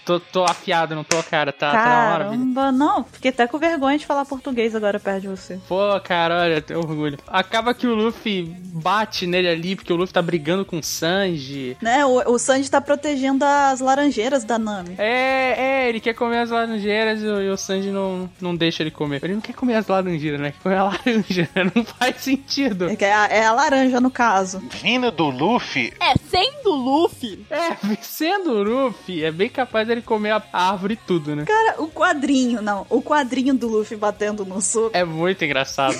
Speaker 1: Tô, tô afiado, não tô, cara. Tá, tá na hora, vida.
Speaker 2: Caramba, não. Fiquei até com vergonha de falar português agora perto de você.
Speaker 1: Pô, cara, olha, tenho orgulho. Acaba que o Luffy bate nele ali, porque o Luffy tá brigando com o Sanji.
Speaker 2: Né, o, o Sanji tá protegendo as laranjeiras da Nami.
Speaker 1: É, é, ele quer comer as laranjeiras e o, e o Sanji não, não deixa ele comer. Ele não quer comer as laranjeiras, né? Quer comer a laranja. Não faz sentido.
Speaker 2: É que É a, é a laranja, no caso.
Speaker 4: Vindo do Luffy,
Speaker 3: É, sendo Luffy.
Speaker 1: É, sendo o Luffy, é bem capaz dele comer a a árvore e tudo, né?
Speaker 2: Cara, o quadrinho, não. O quadrinho do Luffy batendo no suco
Speaker 1: É muito engraçado.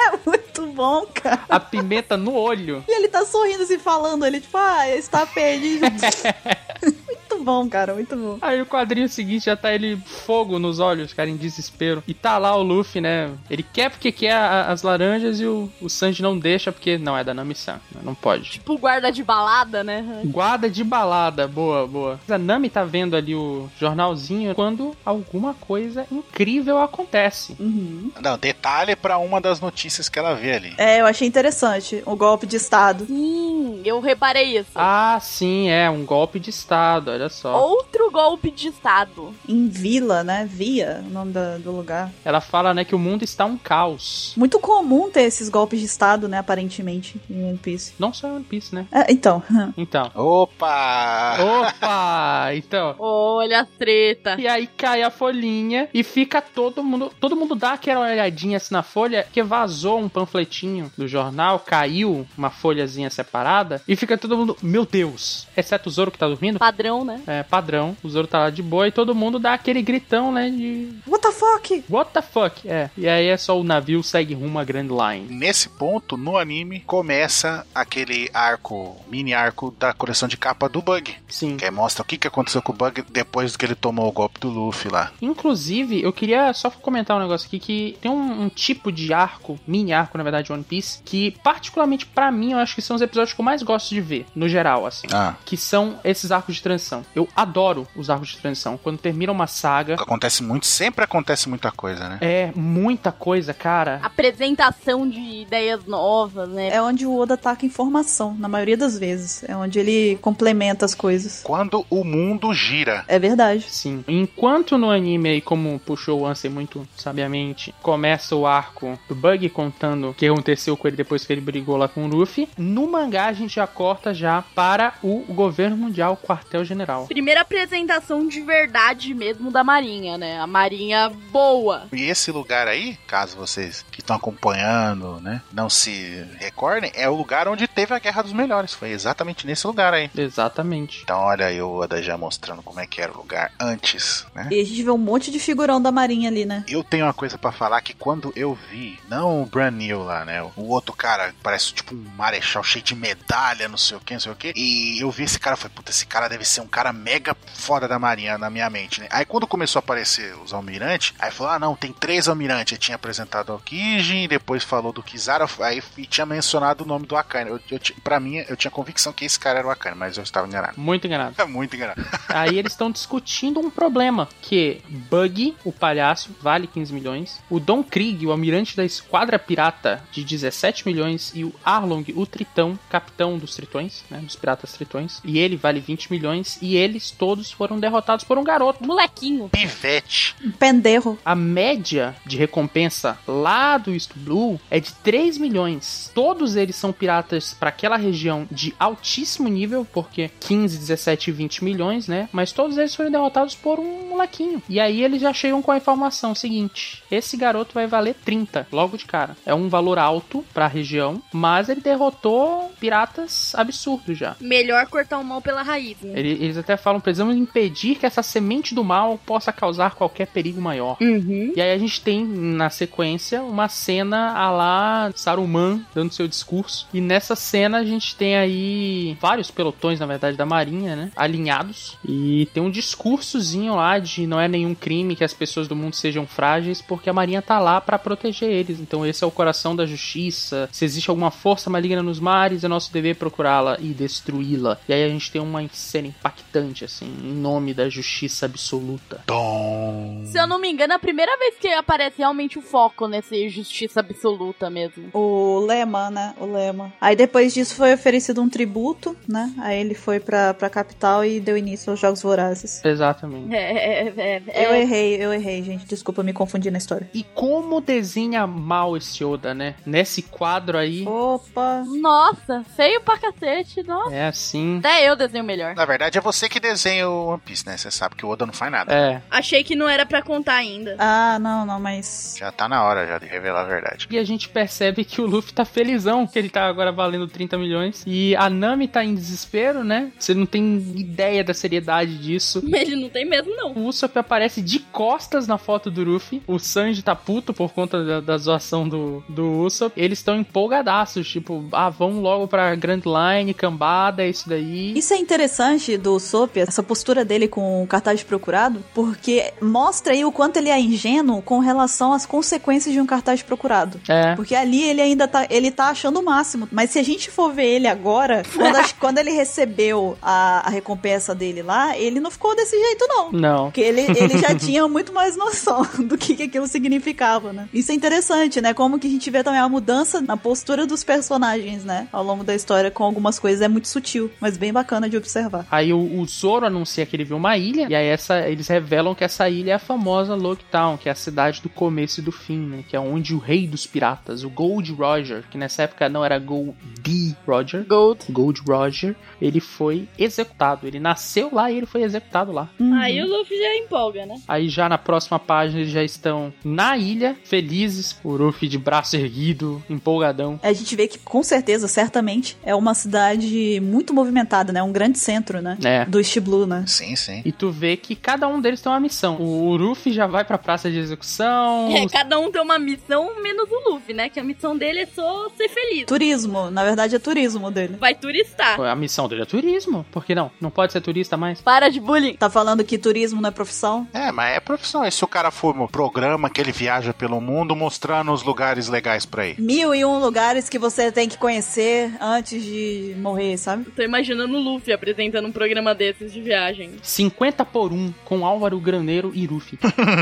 Speaker 2: é muito bom, cara.
Speaker 1: A pimenta no olho.
Speaker 2: E ele tá sorrindo assim, falando, ele tipo, ah, está perdido. muito bom, cara, muito bom.
Speaker 1: Aí o quadrinho seguinte já tá ele fogo nos olhos, cara, em desespero. E tá lá o Luffy, né? Ele quer porque quer a- as laranjas e o, o Sanji não deixa porque não é da Nami-san. né? Não pode.
Speaker 3: Tipo guarda de balada, né?
Speaker 1: Guarda de balada, boa, boa. A Nami tá vendo ali o jornalzinho quando alguma coisa incrível acontece.
Speaker 4: não, detalhe pra uma das notícias que ela vê ali.
Speaker 2: É, eu achei interessante o golpe de estado.
Speaker 3: Sim, eu reparei isso.
Speaker 1: Ah, sim, é um golpe de estado, olha só.
Speaker 3: Outro golpe de estado.
Speaker 2: Em Vila, né? Via, o nome da- do lugar.
Speaker 1: Ela fala, né, que o mundo está um caos.
Speaker 2: Muito comum ter esses golpes de estado, né? Aparentemente, em One Piece.
Speaker 1: Não só em One Piece, né?
Speaker 2: É, então,
Speaker 1: Então.
Speaker 4: Opa!
Speaker 1: Opa! Então,
Speaker 3: Olha a treta.
Speaker 1: E aí cai a folhinha e fica todo mundo. Todo mundo dá aquela olhadinha assim na folha, que vazou um panfletinho do jornal, caiu uma folhazinha separada, e fica todo mundo, meu Deus! Exceto o Zoro que tá dormindo.
Speaker 3: Padrão, né?
Speaker 1: É padrão, o Zoro tá lá de boa e todo mundo dá aquele gritão, né? De
Speaker 2: what the fuck?
Speaker 1: what the fuck? É. E aí é só o navio segue rumo à Grand Line.
Speaker 4: Nesse ponto, no anime, começa aquele arco, mini arco da coleção de capa do Bug.
Speaker 1: Sim.
Speaker 4: Que aí mostra o que, que aconteceu com o Bug depois que ele tomou o golpe do Luffy lá.
Speaker 1: Inclusive, eu queria só comentar um negócio aqui que tem um, um tipo de arco, mini arco, na verdade, de One Piece, que particularmente pra mim eu acho que são os episódios que eu mais gosto de ver, no geral, assim.
Speaker 4: Ah,
Speaker 1: Que são esses arcos de transição. Eu adoro os arcos de transição. Quando termina uma saga,
Speaker 4: acontece muito, sempre acontece muita coisa, né?
Speaker 1: é muita coisa, cara.
Speaker 3: Apresentação de ideias novas, né?
Speaker 2: É onde o Oda ataca informação, na maioria das vezes. É onde ele complementa as coisas.
Speaker 4: Quando o mundo gira.
Speaker 2: É verdade.
Speaker 1: Sim. Enquanto no anime, aí, como puxou o Ansem muito sabiamente, começa o arco do Bug contando o que aconteceu com ele depois que ele brigou lá com o Luffy, no mangá a gente já corta já para o governo mundial, quartel-general.
Speaker 3: Primeira apresentação de verdade mesmo da Marinha, né? A Marinha boa.
Speaker 4: E esse lugar aí, caso vocês que estão acompanhando, né, não se recordem, é o lugar onde teve a Guerra dos Melhores. Foi exatamente nesse lugar aí.
Speaker 1: Exatamente.
Speaker 4: Então olha aí o Oda já mostrando como é que era o lugar antes, né?
Speaker 2: E a gente vê um monte de figurão da marinha ali, né?
Speaker 4: Eu tenho uma coisa pra falar que quando eu vi, não o Brand New lá, né? O outro cara parece tipo um marechal cheio de medalha, não sei o que, não sei o que. E eu vi esse cara, eu falei, puta, esse cara deve ser um cara mega foda da marinha na minha mente, né? Aí quando começou a aparecer os almirantes, aí falou, ah não, tem três almirantes. Aí tinha apresentado o Kijin, depois falou do Kizaru, aí e tinha mencionado o nome do Akane. Eu, eu, ti- pra mim, eu tinha convicção que esse cara era o Akane, mas eu estava enganado.
Speaker 1: Muito enganado.
Speaker 4: É muito enganado.
Speaker 1: Aí eles estão discutindo um problema, que é Buggy, o palhaço, vale 15 milhões, o Don Krieg, o almirante da Esquadra Pirata, de 17 milhões, e o Arlong, o Tritão, capitão capitão dos tritões, né? Dos piratas tritões. E ele vale 20 milhões. E eles todos foram derrotados por um garoto.
Speaker 8: Molequinho.
Speaker 4: Pivete.
Speaker 2: Um penderro.
Speaker 1: A média de recompensa lá do East Blue é de 3 milhões. Todos eles são piratas para aquela região de altíssimo nível, porque 15, 17 e 20 milhões, né? Mas todos eles foram derrotados por um molequinho. E aí eles já chegam com a informação seguinte: esse garoto vai valer 30 logo de cara. É um valor alto para a região, mas ele derrotou piratas absurdos já.
Speaker 3: Melhor cortar o mal pela raiz, né?
Speaker 1: Ele- Eles até falam: precisamos impedir que essa semente do mal possa causar qualquer perigo maior.
Speaker 3: Uhum.
Speaker 1: E aí a gente tem na sequência uma cena a lá Saruman dando seu discurso. E nessa cena a gente tem aí vários pelotões, na verdade, da Marinha, né? Alinhados. E tem um discursozinho lá de não é nenhum crime que as pessoas do mundo sejam frágeis, porque a Marinha tá lá pra proteger eles. Então esse é o coração da justiça. Se existe alguma força maligna nos mares, é nosso dever procurá-la e destruí-la. E aí a gente tem uma cena impactante, assim, em nome da justiça absoluta.
Speaker 4: Tom.
Speaker 3: Se eu não me engano, é a primeira vez que aparece realmente o foco nesse justiça absoluta mesmo.
Speaker 2: O Lema, né? O Lema. Aí depois disso foi oferecido um tributo, né? Aí ele foi pra, pra capital e deu início aos Jogos Vorazes.
Speaker 1: Exatamente.
Speaker 3: É, é, é,
Speaker 2: Eu
Speaker 3: é,
Speaker 2: errei, eu errei, gente. Desculpa, eu me confundi na história.
Speaker 1: E como desenha mal esse Oda, né? Nesse quadro aí,
Speaker 2: Opa!
Speaker 3: Nossa, feio pra cacete, nossa.
Speaker 1: é assim.
Speaker 3: Até eu desenho melhor.
Speaker 4: Na verdade, é você que desenha o One Piece, né? Você sabe que o Oda não faz nada.
Speaker 1: É.
Speaker 3: Achei que não era pra contar ainda.
Speaker 2: Ah, não, não, mas.
Speaker 4: Já tá na hora já de revelar a verdade.
Speaker 1: E a gente percebe que o Luffy tá felizão, que ele tá agora valendo 30 milhões. E a Nami tá em desespero, né? Você não tem ideia da seriedade disso.
Speaker 3: Ele não tem mesmo, não.
Speaker 1: O Usopp aparece de costas na foto do Luffy. O Sanji tá puto por conta da, da zoação do, do Usopp. Eles estão empolgadaços, tipo, ah, vamos logo pra Grand Line, cambada, é isso daí.
Speaker 2: Isso é interessante do Sop, essa postura dele com o cartaz de procurado, porque mostra aí o quanto ele é ingênuo com relação às consequências de um cartaz de procurado.
Speaker 1: É.
Speaker 2: Porque ali ele ainda tá, ele tá achando o máximo. Mas se a gente for ver ele agora, quando, as- quando ele recebeu a, a recompensa dele lá, ele não ficou desse jeito, não.
Speaker 1: Não.
Speaker 2: Porque ele, ele já tinha muito mais noção do que, que aquilo significava, né? Isso é interessante, né? Como que a gente vê também a mudança na postura dos personagens, né? Ao longo da história, com algumas coisas é muito sutil, mas bem bacana de observar.
Speaker 1: Aí o, o Zoro anuncia que ele viu uma ilha, e aí essa, eles revelam que essa ilha é a famosa Logtown, que é a cidade do começo e do fim, né? Que é onde o rei dos piratas, o Gold Roger, que nessa época não era Gold D. Roger,
Speaker 3: Gold.
Speaker 1: Gold Roger, ele foi executado. Ele nasceu lá e ele foi executado lá.
Speaker 3: Aí o Luffy já empolga, né?
Speaker 1: Aí já na próxima página eles já estão na ilha, felizes, o Ruffy de braço erguido, empolgadão.
Speaker 2: A gente vê que, com certeza, certamente, é uma cidade muito movimentada, né? Um grande centro, né?
Speaker 1: É.
Speaker 2: Do East Blue, né?
Speaker 4: Sim, sim.
Speaker 1: E tu vê que cada um deles tem uma missão. O Ruffy já vai pra praça de execução.
Speaker 3: É, cada um tem uma missão, menos o Luffy, né? Que a missão dele é só ser feliz.
Speaker 2: Turismo, na verdade é turismo dele.
Speaker 3: Vai turistar.
Speaker 1: A missão dele é turismo. Por que não? Não pode ser turista mais?
Speaker 3: Para de bullying.
Speaker 2: Tá falando que turismo não é profissão?
Speaker 4: É, mas é profissão. E se o cara for no programa que ele viaja pelo mundo mostrando os lugares legais pra ir?
Speaker 2: Mil e um lugares que você tem que conhecer antes de morrer, sabe?
Speaker 3: Tô imaginando o Luffy apresentando um programa desses de viagem.
Speaker 1: 50 por 1 com Álvaro Graneiro e Ruffy.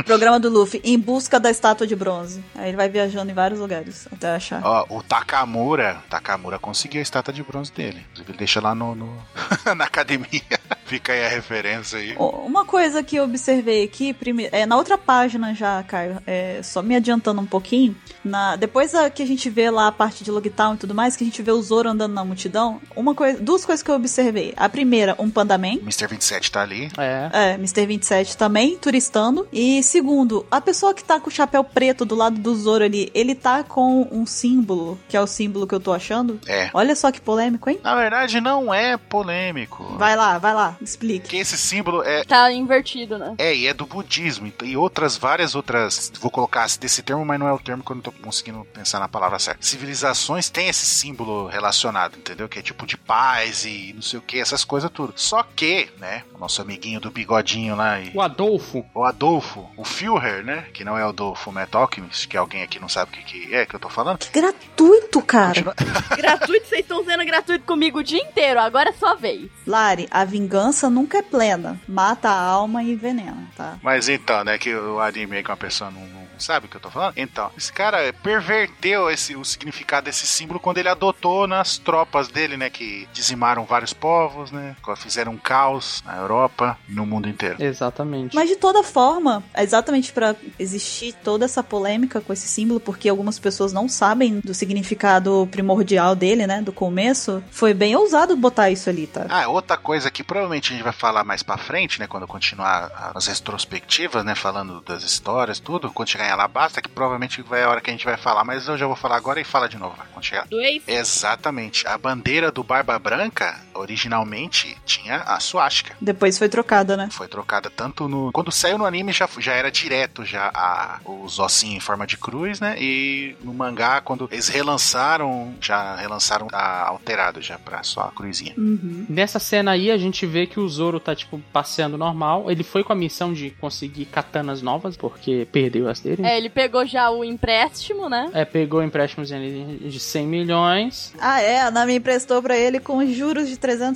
Speaker 2: Programa do Luffy, em busca da estátua de bronze. Aí ele vai viajando em vários lugares até achar.
Speaker 4: Ó, o Takamura. Takamura conseguiu a estátua de bronze dele. Inclusive, Ele deixa lá no, no- na academia. Fica aí a referência aí.
Speaker 2: Ó, Uma coisa que eu observei aqui, prime- é, na outra página já, Caio, é, só me adiantando um pouquinho, na- depois a- que a gente vê lá a parte de Logtown e tudo mais, que a gente vê o Zoro andando na multidão, uma coisa, duas coisas que eu observei. A primeira, um pandaman,
Speaker 4: O Mr. 27 tá ali.
Speaker 1: É.
Speaker 2: É, Mr. 27 também, turistando. E segundo, a pessoa que tá com o chapéu preto do lado do Zoro ali, ele tá com um símbolo, que é o símbolo que eu tô achando.
Speaker 4: É.
Speaker 2: Olha só que polêmico, hein?
Speaker 4: Na verdade, não é polêmico.
Speaker 2: Vai lá, vai lá, explique.
Speaker 4: Porque esse símbolo é,
Speaker 3: Tá invertido, né?
Speaker 4: É, e é do budismo então, e outras, várias outras. Vou colocar desse termo, mas não é o termo que eu não tô conseguindo pensar na palavra certa. Civilizações têm esse símbolo relacionado, entendeu? Que é tipo de paz e não sei o que, essas coisas tudo. Só que, né, o nosso amiguinho do bigodinho lá e.
Speaker 1: O Adolfo.
Speaker 4: O Adolfo, o Führer, né? Que não é o Adolfo Matt Alchemist, que alguém aqui não sabe o que, que é que eu tô falando.
Speaker 2: Que gratuito, cara.
Speaker 4: Continua-
Speaker 3: gratuito, vocês estão sendo gratuito comigo o dia inteiro, agora é sua vez.
Speaker 2: Lari, a vingança nunca é plena. Mata a alma e envenena, tá?
Speaker 4: Mas então, né, que o anime aí que uma pessoa não, não sabe o que eu tô falando? Então, esse cara perverteu esse, o significado desse símbolo quando ele adotou nas tropas dele, né? Que dizimaram vários povos, né? Fizeram um caos na Europa e no mundo
Speaker 1: É.
Speaker 4: inteiro.
Speaker 1: Exatamente.
Speaker 2: Mas de toda forma, é exatamente pra existir toda essa polêmica com esse símbolo, porque algumas pessoas não sabem do significado primordial dele, né, do começo, foi bem ousado botar isso ali, tá?
Speaker 4: Ah, outra coisa que provavelmente a gente vai falar mais pra frente, né? Quando continuar as retrospectivas, né? Falando das histórias, tudo. Quando chegar em Alabasta, que provavelmente vai a hora que a gente vai falar, mas eu já vou falar agora e fala de novo, vai, quando chegar.
Speaker 3: Do ex.
Speaker 4: Exatamente. A bandeira do Barba Branca, originalmente, tinha a suástica.
Speaker 2: Depois foi trocada, né?
Speaker 4: Foi trocada tanto no. Quando saiu no anime, já, já era direto já a, os ossinhos em forma de cruz, né? E no mangá, quando eles relançaram, já relançaram a alterado já pra só a cruzinha.
Speaker 2: Uhum.
Speaker 1: Nessa cena aí, a gente vê que o Zoro tá, tipo, passeando normal. Ele foi com a missão de conseguir katanas novas, porque perdeu as dele.
Speaker 3: É, ele pegou já o empréstimo, né?
Speaker 1: É, pegou empréstimos ali de 100 milhões.
Speaker 2: Ah, é, a Nami emprestou pra ele com juros de 300%.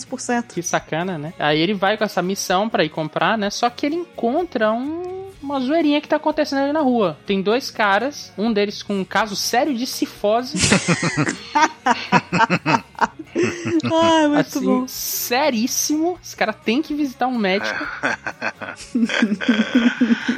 Speaker 1: Que sacana, né? Aí ele vai com essa missão pra ir comprar, né? Só que ele encontra um uma zoeirinha que tá acontecendo ali na rua. Tem dois caras, um deles com um caso sério de cifose.
Speaker 2: Ai, muito
Speaker 1: assim,
Speaker 2: bom.
Speaker 1: seríssimo. Esse cara tem que visitar um médico.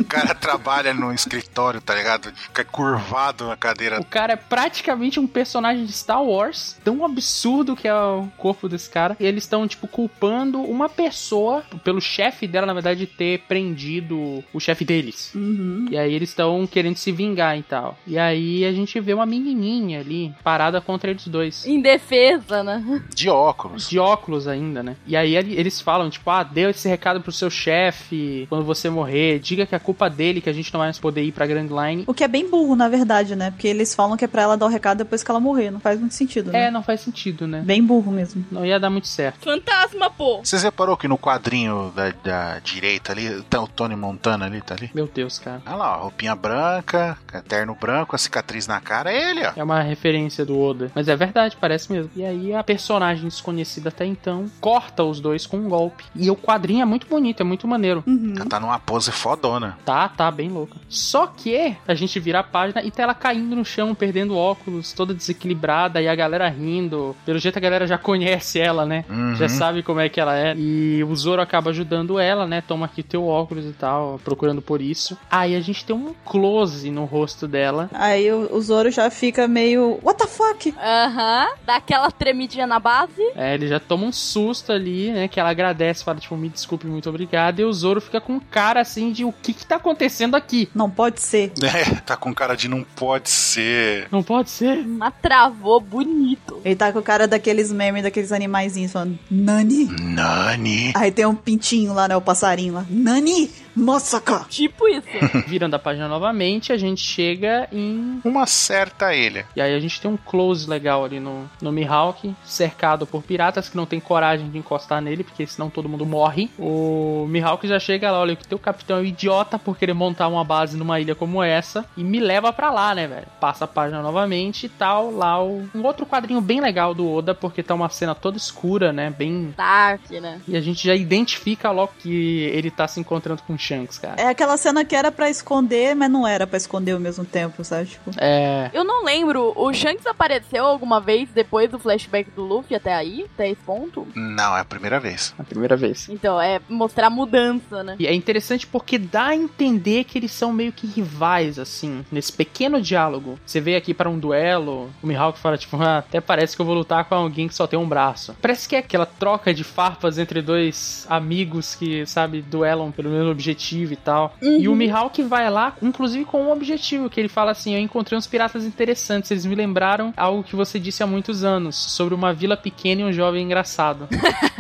Speaker 4: O cara trabalha num escritório, tá ligado? Fica curvado na cadeira.
Speaker 1: O cara é praticamente um personagem de Star Wars. Tão absurdo que é o corpo desse cara. E eles estão, tipo, culpando uma pessoa pelo chefe dela, na verdade, ter prendido o chefe deles.
Speaker 2: Uhum.
Speaker 1: E aí eles estão querendo se vingar e tal. E aí a gente vê uma menininha ali parada contra eles dois.
Speaker 3: Indefesa, né?
Speaker 4: De óculos.
Speaker 1: De óculos ainda, né? E aí ele- eles falam, tipo, ah, deu esse recado pro seu chefe quando você morrer, diga que é culpa dele que a gente não vai mais poder ir pra Grand Line.
Speaker 2: O que é bem burro, na verdade, né? Porque eles falam que é pra ela dar o recado depois que ela morrer. Não faz muito sentido, né?
Speaker 1: É, não faz sentido, né?
Speaker 2: Bem burro mesmo.
Speaker 1: Não ia dar muito certo.
Speaker 3: Fantasma, pô.
Speaker 4: Vocês reparou que no quadrinho da, da direita ali, tá o Tony Montana ali, tá ali?
Speaker 1: Meu Deus, cara.
Speaker 4: Olha lá, ó, roupinha branca, terno branco, a cicatriz na cara, é ele, ó.
Speaker 1: É uma referência do Oda. Mas é verdade, parece mesmo. E aí a personagem desconhecida até então corta os dois com um golpe. E o quadrinho é muito bonito, é muito maneiro.
Speaker 2: Uhum.
Speaker 4: Ela tá numa pose fodona.
Speaker 1: Tá, tá, bem louca. Só que a gente vira a página e tá ela caindo no chão, perdendo óculos, toda desequilibrada, e a galera rindo. Pelo jeito a galera já conhece ela, né?
Speaker 4: Uhum.
Speaker 1: Já sabe como é que ela é. E o Zoro acaba ajudando ela, né? Toma aqui teu óculos e tal, procurando por isso. Aí a gente tem um close no rosto dela.
Speaker 2: Aí o, o Zoro já fica meio. What the fuck?
Speaker 3: Aham. Dá aquela tremidinha na base.
Speaker 1: É, ele já toma um susto ali, né? Que ela agradece, fala, tipo, me desculpe, muito obrigado. E o Zoro fica com cara assim de o que que tá acontecendo aqui?
Speaker 2: Não pode ser.
Speaker 4: É, tá com cara de não pode ser.
Speaker 1: Não pode ser.
Speaker 3: Uma travou bonito.
Speaker 2: Ele tá com o cara daqueles memes, daqueles animaizinhos falando, Nani?
Speaker 4: Nani.
Speaker 2: Aí tem um pintinho lá, né? O passarinho lá. Nani! Masaka!
Speaker 3: Tipo isso.
Speaker 1: Virando a página novamente, a gente chega em
Speaker 4: Uma certa ilha.
Speaker 1: E aí a gente tem um close legal ali no, no Mihawk, cercado por piratas que não tem coragem de encostar nele, porque senão todo mundo morre. O Mihawk já chega lá, olha, o teu capitão é um idiota por querer montar uma base numa ilha como essa, e me leva pra lá, né, velho? Passa a página novamente e tal, lá o... Um outro quadrinho bem legal do Oda, porque tá uma cena toda escura, né, bem...
Speaker 3: Dark, né?
Speaker 1: E a gente já identifica logo que ele tá se encontrando com o Shanks, cara.
Speaker 2: É aquela cena que era pra esconder, mas não era pra esconder ao mesmo tempo, sabe? Tipo,
Speaker 1: É...
Speaker 3: Eu não lembro, o Shanks apareceu alguma vez depois do flashback do Luffy até aí? Até esse ponto?
Speaker 4: Não, é a primeira vez.
Speaker 1: A primeira vez.
Speaker 3: Então, é mostrar a mudança, né?
Speaker 1: E é interessante porque dá a entender que eles são meio que rivais, assim, nesse pequeno diálogo. Você veio aqui para um duelo, o Mihawk fala, tipo, "Ah, até parece que eu vou lutar com alguém que só tem um braço. Parece que é aquela troca de farpas entre dois amigos que, sabe, duelam pelo mesmo objetivo e tal. E o Mihawk vai lá, inclusive com um objetivo, que ele fala assim: Eu encontrei uns piratas interessantes, eles me lembraram algo que você disse há muitos anos, sobre uma vila pequena e um jovem engraçado.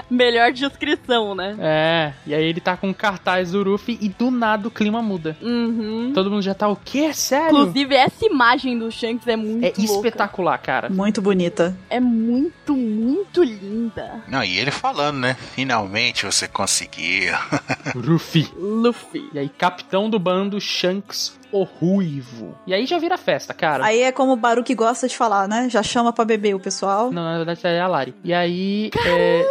Speaker 3: Melhor descrição, né?
Speaker 1: É, e aí ele tá com um cartaz do Ruffy e do nada o clima muda.
Speaker 3: Uhum.
Speaker 1: Todo mundo já tá o quê? Sério?
Speaker 3: Inclusive, essa imagem do Shanks é muito
Speaker 1: É
Speaker 3: louca.
Speaker 1: espetacular, cara.
Speaker 2: muito bonita.
Speaker 3: É muito, muito linda.
Speaker 4: Não, e ele falando, né? Finalmente você conseguiu.
Speaker 1: Ruffy.
Speaker 3: Luffy.
Speaker 1: E aí, capitão do bando, Shanks, o ruivo. E aí já vira festa, cara.
Speaker 2: Aí é como o Baruque gosta de falar, né? Já chama pra beber o pessoal.
Speaker 1: Não, na verdade é a Lari. E aí. É...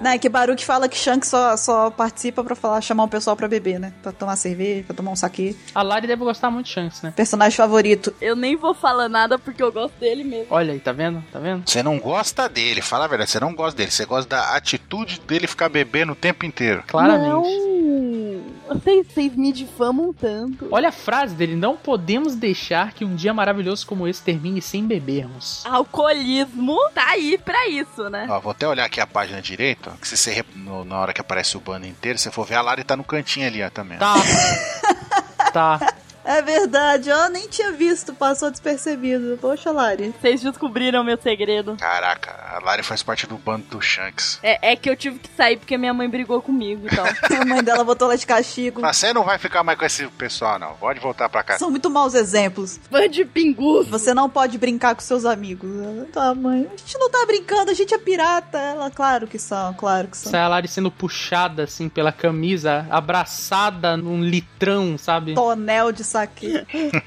Speaker 2: Não, é que Baruch fala que Shanks só, só participa pra falar, chamar o pessoal pra beber, né? Pra tomar cerveja, pra tomar um saque.
Speaker 1: A Lari deve gostar muito de chance, né?
Speaker 2: Personagem favorito.
Speaker 3: Eu nem vou falar nada porque eu gosto dele mesmo.
Speaker 1: Olha aí, tá vendo? Tá vendo?
Speaker 4: Você não gosta dele, fala a verdade, você não gosta dele, você gosta da atitude dele ficar bebendo o tempo inteiro.
Speaker 1: Claramente.
Speaker 3: Não. Então, Vocês, vocês me difamam tanto.
Speaker 1: Olha a frase dele: não podemos deixar que um dia maravilhoso como esse termine sem bebermos.
Speaker 3: Alcoolismo tá aí pra isso, né?
Speaker 4: Ó, vou até olhar aqui a página direita, ó, que se você rep- no- na hora que aparece o bando inteiro, se você for ver, a Lari tá no cantinho ali, ó, também. ó.
Speaker 3: Ah.
Speaker 1: Tá. tá.
Speaker 2: É verdade, ó, nem tinha visto, passou despercebido. Poxa, Lari.
Speaker 3: Vocês descobriram meu segredo.
Speaker 4: Caraca, a Lari faz parte do bando do Shanks.
Speaker 3: É, é que eu tive que sair porque minha mãe brigou comigo então. e tal.
Speaker 2: A mãe dela botou ela de castigo.
Speaker 4: Mas Ah, você não vai ficar mais com esse pessoal, não. Pode voltar pra cá.
Speaker 2: São muito maus exemplos.
Speaker 3: Fã de pingu.
Speaker 2: Você não pode brincar com seus amigos. Tá, mãe. A gente não tá brincando, a gente é pirata. Ela, claro que são, claro que são.
Speaker 1: Sai a Lari sendo puxada assim pela camisa, abraçada num litrão, sabe?
Speaker 2: Tonel de saque.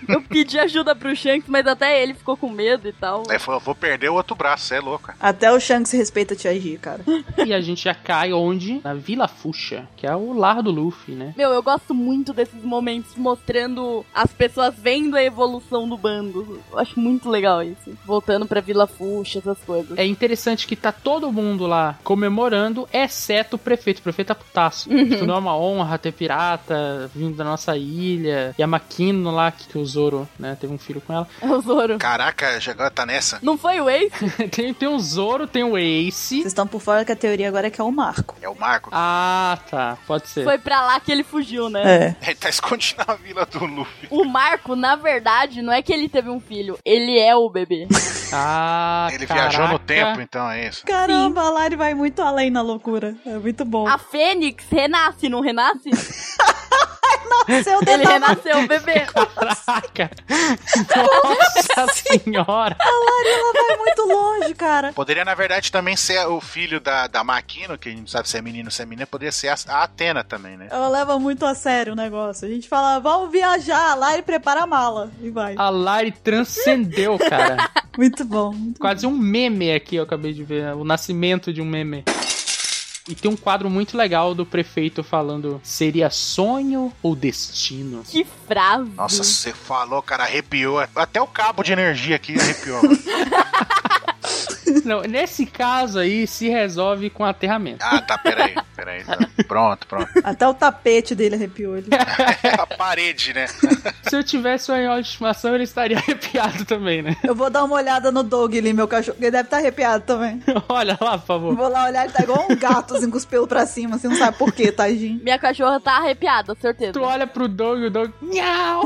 Speaker 3: Eu pedi ajuda pro Shanks, mas até ele ficou com medo e tal.
Speaker 4: Aí falou, É, vou perder o outro braço, você é louca.
Speaker 2: Até o Shanks respeita a Tia G, cara.
Speaker 1: E a gente já cai onde? Na Vila Fuxa, que é o lar do Luffy, né?
Speaker 3: Meu, eu gosto muito desses momentos mostrando as pessoas vendo a evolução do bando. Eu acho muito legal isso. Voltando pra Vila Fuxa, essas coisas.
Speaker 1: É interessante que tá todo mundo lá comemorando, exceto o prefeito. O prefeito tá putaço. Isso não é uma honra ter pirata vindo da nossa ilha. E a Makino lá, que o Zoro, né, teve um filho com ela.
Speaker 3: É o Zoro.
Speaker 4: Caraca, já agora tá nessa.
Speaker 3: Não foi o Ace?
Speaker 1: tem, tem o Zoro, tem o Ace.
Speaker 2: Vocês estão por fora que a teoria agora é que é o Marco.
Speaker 4: É o Marco.
Speaker 1: Ah, tá. Pode ser.
Speaker 3: Foi pra lá que ele fugiu, né?
Speaker 2: É.
Speaker 4: Ele tá escondido na vila do Luffy.
Speaker 3: O Marco, na verdade, não é que ele teve um filho. Ele é o bebê.
Speaker 1: Ah,
Speaker 4: Ele
Speaker 1: caraca.
Speaker 4: viajou no tempo, então é isso.
Speaker 2: Caramba, a Lari vai muito além na loucura. É muito bom.
Speaker 3: A Fênix renasce, não renasce?
Speaker 2: Seu
Speaker 3: Ele
Speaker 2: dedão
Speaker 3: renasceu o bebê.
Speaker 1: Caraca! Nossa senhora!
Speaker 2: ela vai muito longe, cara.
Speaker 4: Poderia, na verdade, também ser o filho da, da Makino, que a gente não sabe se é menino ou se é menina, poderia ser a, a Atena também, né?
Speaker 2: Ela leva muito a sério o negócio. A gente fala, vamos viajar, a Lari prepara a mala. E vai.
Speaker 1: A Lari transcendeu, cara.
Speaker 2: Muito bom. muito
Speaker 1: Quase um meme aqui, eu acabei de ver. O nascimento de um meme. E tem um quadro muito legal do prefeito falando: seria sonho ou destino?
Speaker 3: Que frase.
Speaker 1: Uhum.
Speaker 4: Nossa, você falou, cara, arrepiou. Até o cabo de energia aqui arrepiou. mano.
Speaker 1: Não, nesse caso aí se resolve com aterramento.
Speaker 4: ah, tá, peraí, peraí. Tá. Pronto, pronto.
Speaker 2: bom. Até o tapete dele arrepiou ele.
Speaker 4: A parede, né?
Speaker 1: Se eu tivesse um animal de estimação, ele estaria arrepiado também, né?
Speaker 2: Eu vou dar uma olhada no Doug ali, meu cachorro. Ele deve estar arrepiado também.
Speaker 1: Olha lá, por favor.
Speaker 2: Vou lá olhar, ele tá igual um gato, assim, com os pelos pra cima, assim, não sabe por quê, tadinho.
Speaker 3: Minha cachorra tá arrepiada, certeza.
Speaker 1: Tu olha pro Doug, o Doug. Nhau!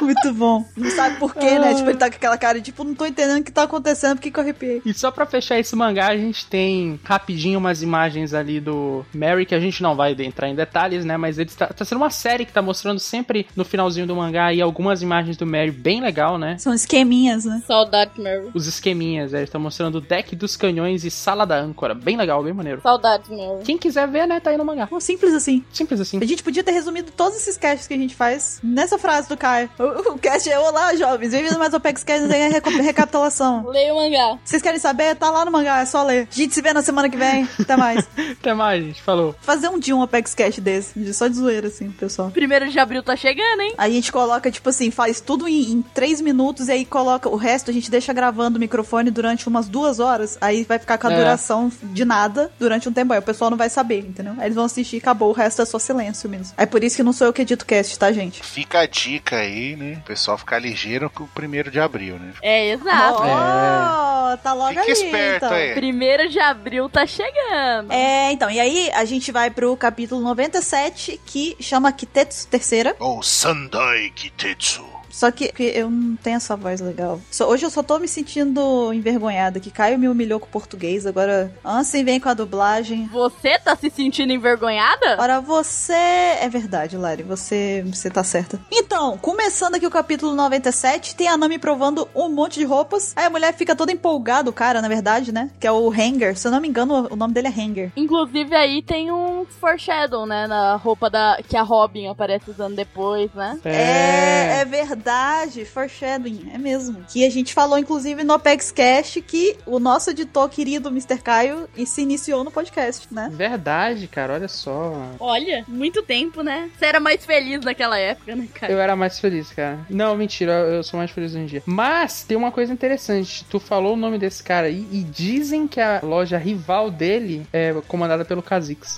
Speaker 2: Muito bom. Não sabe por quê, né? Tipo, ele tá com aquela cara, tipo, não tô entendendo o que tá acontecendo, por que, que eu arrepiei?
Speaker 1: E só pra fechar esse mangá, a gente tem rapidinho umas imagens ali do Mary, que a gente não vai entrar em detalhes, né? Mas ele tá, tá sendo uma série que tá mostrando sempre no finalzinho do mangá aí algumas imagens do Mary bem legal, né?
Speaker 2: São esqueminhas, né?
Speaker 3: Saudade, Mary.
Speaker 1: Os esqueminhas, né? Eles estão mostrando o deck dos canhões e sala da âncora. Bem legal, bem maneiro.
Speaker 3: Saudade, Mary.
Speaker 1: Quem quiser ver, né? Tá aí no mangá.
Speaker 2: Bom, Simples assim.
Speaker 1: Simples assim.
Speaker 2: A gente podia ter resumido todos esses casts que a gente faz nessa frase do Caio. O, o cast é Olá, jovens, bem-vindos mais ao PEX Cast, aí é reco- recapitulação.
Speaker 3: Leia o mangá.
Speaker 2: Vocês querem saber? Tá lá no mangá, é só ler. A gente se vê na semana que vem. Até mais.
Speaker 1: Até mais, gente. Falou.
Speaker 2: Fazer um dia um Apex Cash desse, de- só de zoeira, assim, pessoal.
Speaker 3: Primeiro de abril tá chegando, hein?
Speaker 2: Aí a gente coloca, tipo assim, faz tudo em, em três minutos e aí coloca o resto, a gente deixa gravando o microfone durante umas duas horas. Aí vai ficar com a
Speaker 1: É.
Speaker 2: duração de nada durante um tempo. Aí o pessoal não vai saber, entendeu? Aí eles vão assistir e acabou, o resto é só silêncio mesmo. Aí por isso que não sou eu que edito cast, tá, gente?
Speaker 4: Fica a dica aí, né? O pessoal ficar ligeiro com o primeiro de abril, né?
Speaker 3: É, exato.
Speaker 2: Ó, tá logo
Speaker 4: Fica
Speaker 2: ali,
Speaker 4: esperto
Speaker 2: então.
Speaker 3: É.
Speaker 4: aí.
Speaker 3: Primeiro de abril tá chegando.
Speaker 2: É, então, e aí a gente vai pro capítulo 97, que chama Kitetsu Terceira.
Speaker 4: Ou Sandai Kitetsu.
Speaker 2: Só que, que eu não tenho essa voz legal. Só- hoje eu só tô me sentindo envergonhada, que Caio me humilhou com o português, agora Ansem vem com a dublagem.
Speaker 3: Você tá se sentindo envergonhada?
Speaker 2: Ora, você. É verdade, Lari, você, você tá certa. Então, começando aqui o capítulo 97, tem a Nami provando um monte de roupas. Aí a mulher fica toda empolgada, o cara, na verdade, né? Que é o Hanger. Se eu não me engano, o nome dele é Hanger.
Speaker 3: Inclusive aí tem um foreshadow, né? Na roupa da que a Robin aparece usando depois, né?
Speaker 2: É, é Verdade, foreshadowing, é mesmo. Que a gente falou, inclusive, no Apex Cash, que o nosso editor querido, Mr. Caio, e se iniciou no podcast, né?
Speaker 1: Verdade, cara, olha só.
Speaker 3: Olha, muito tempo, né? Você era mais feliz naquela época, né, cara?
Speaker 1: Eu era mais feliz, cara. Não, mentira, eu eu sou mais feliz hoje em dia. Mas tem uma coisa interessante. Tu falou o nome desse cara aí e dizem que a loja rival dele é comandada pelo Kha'Zix.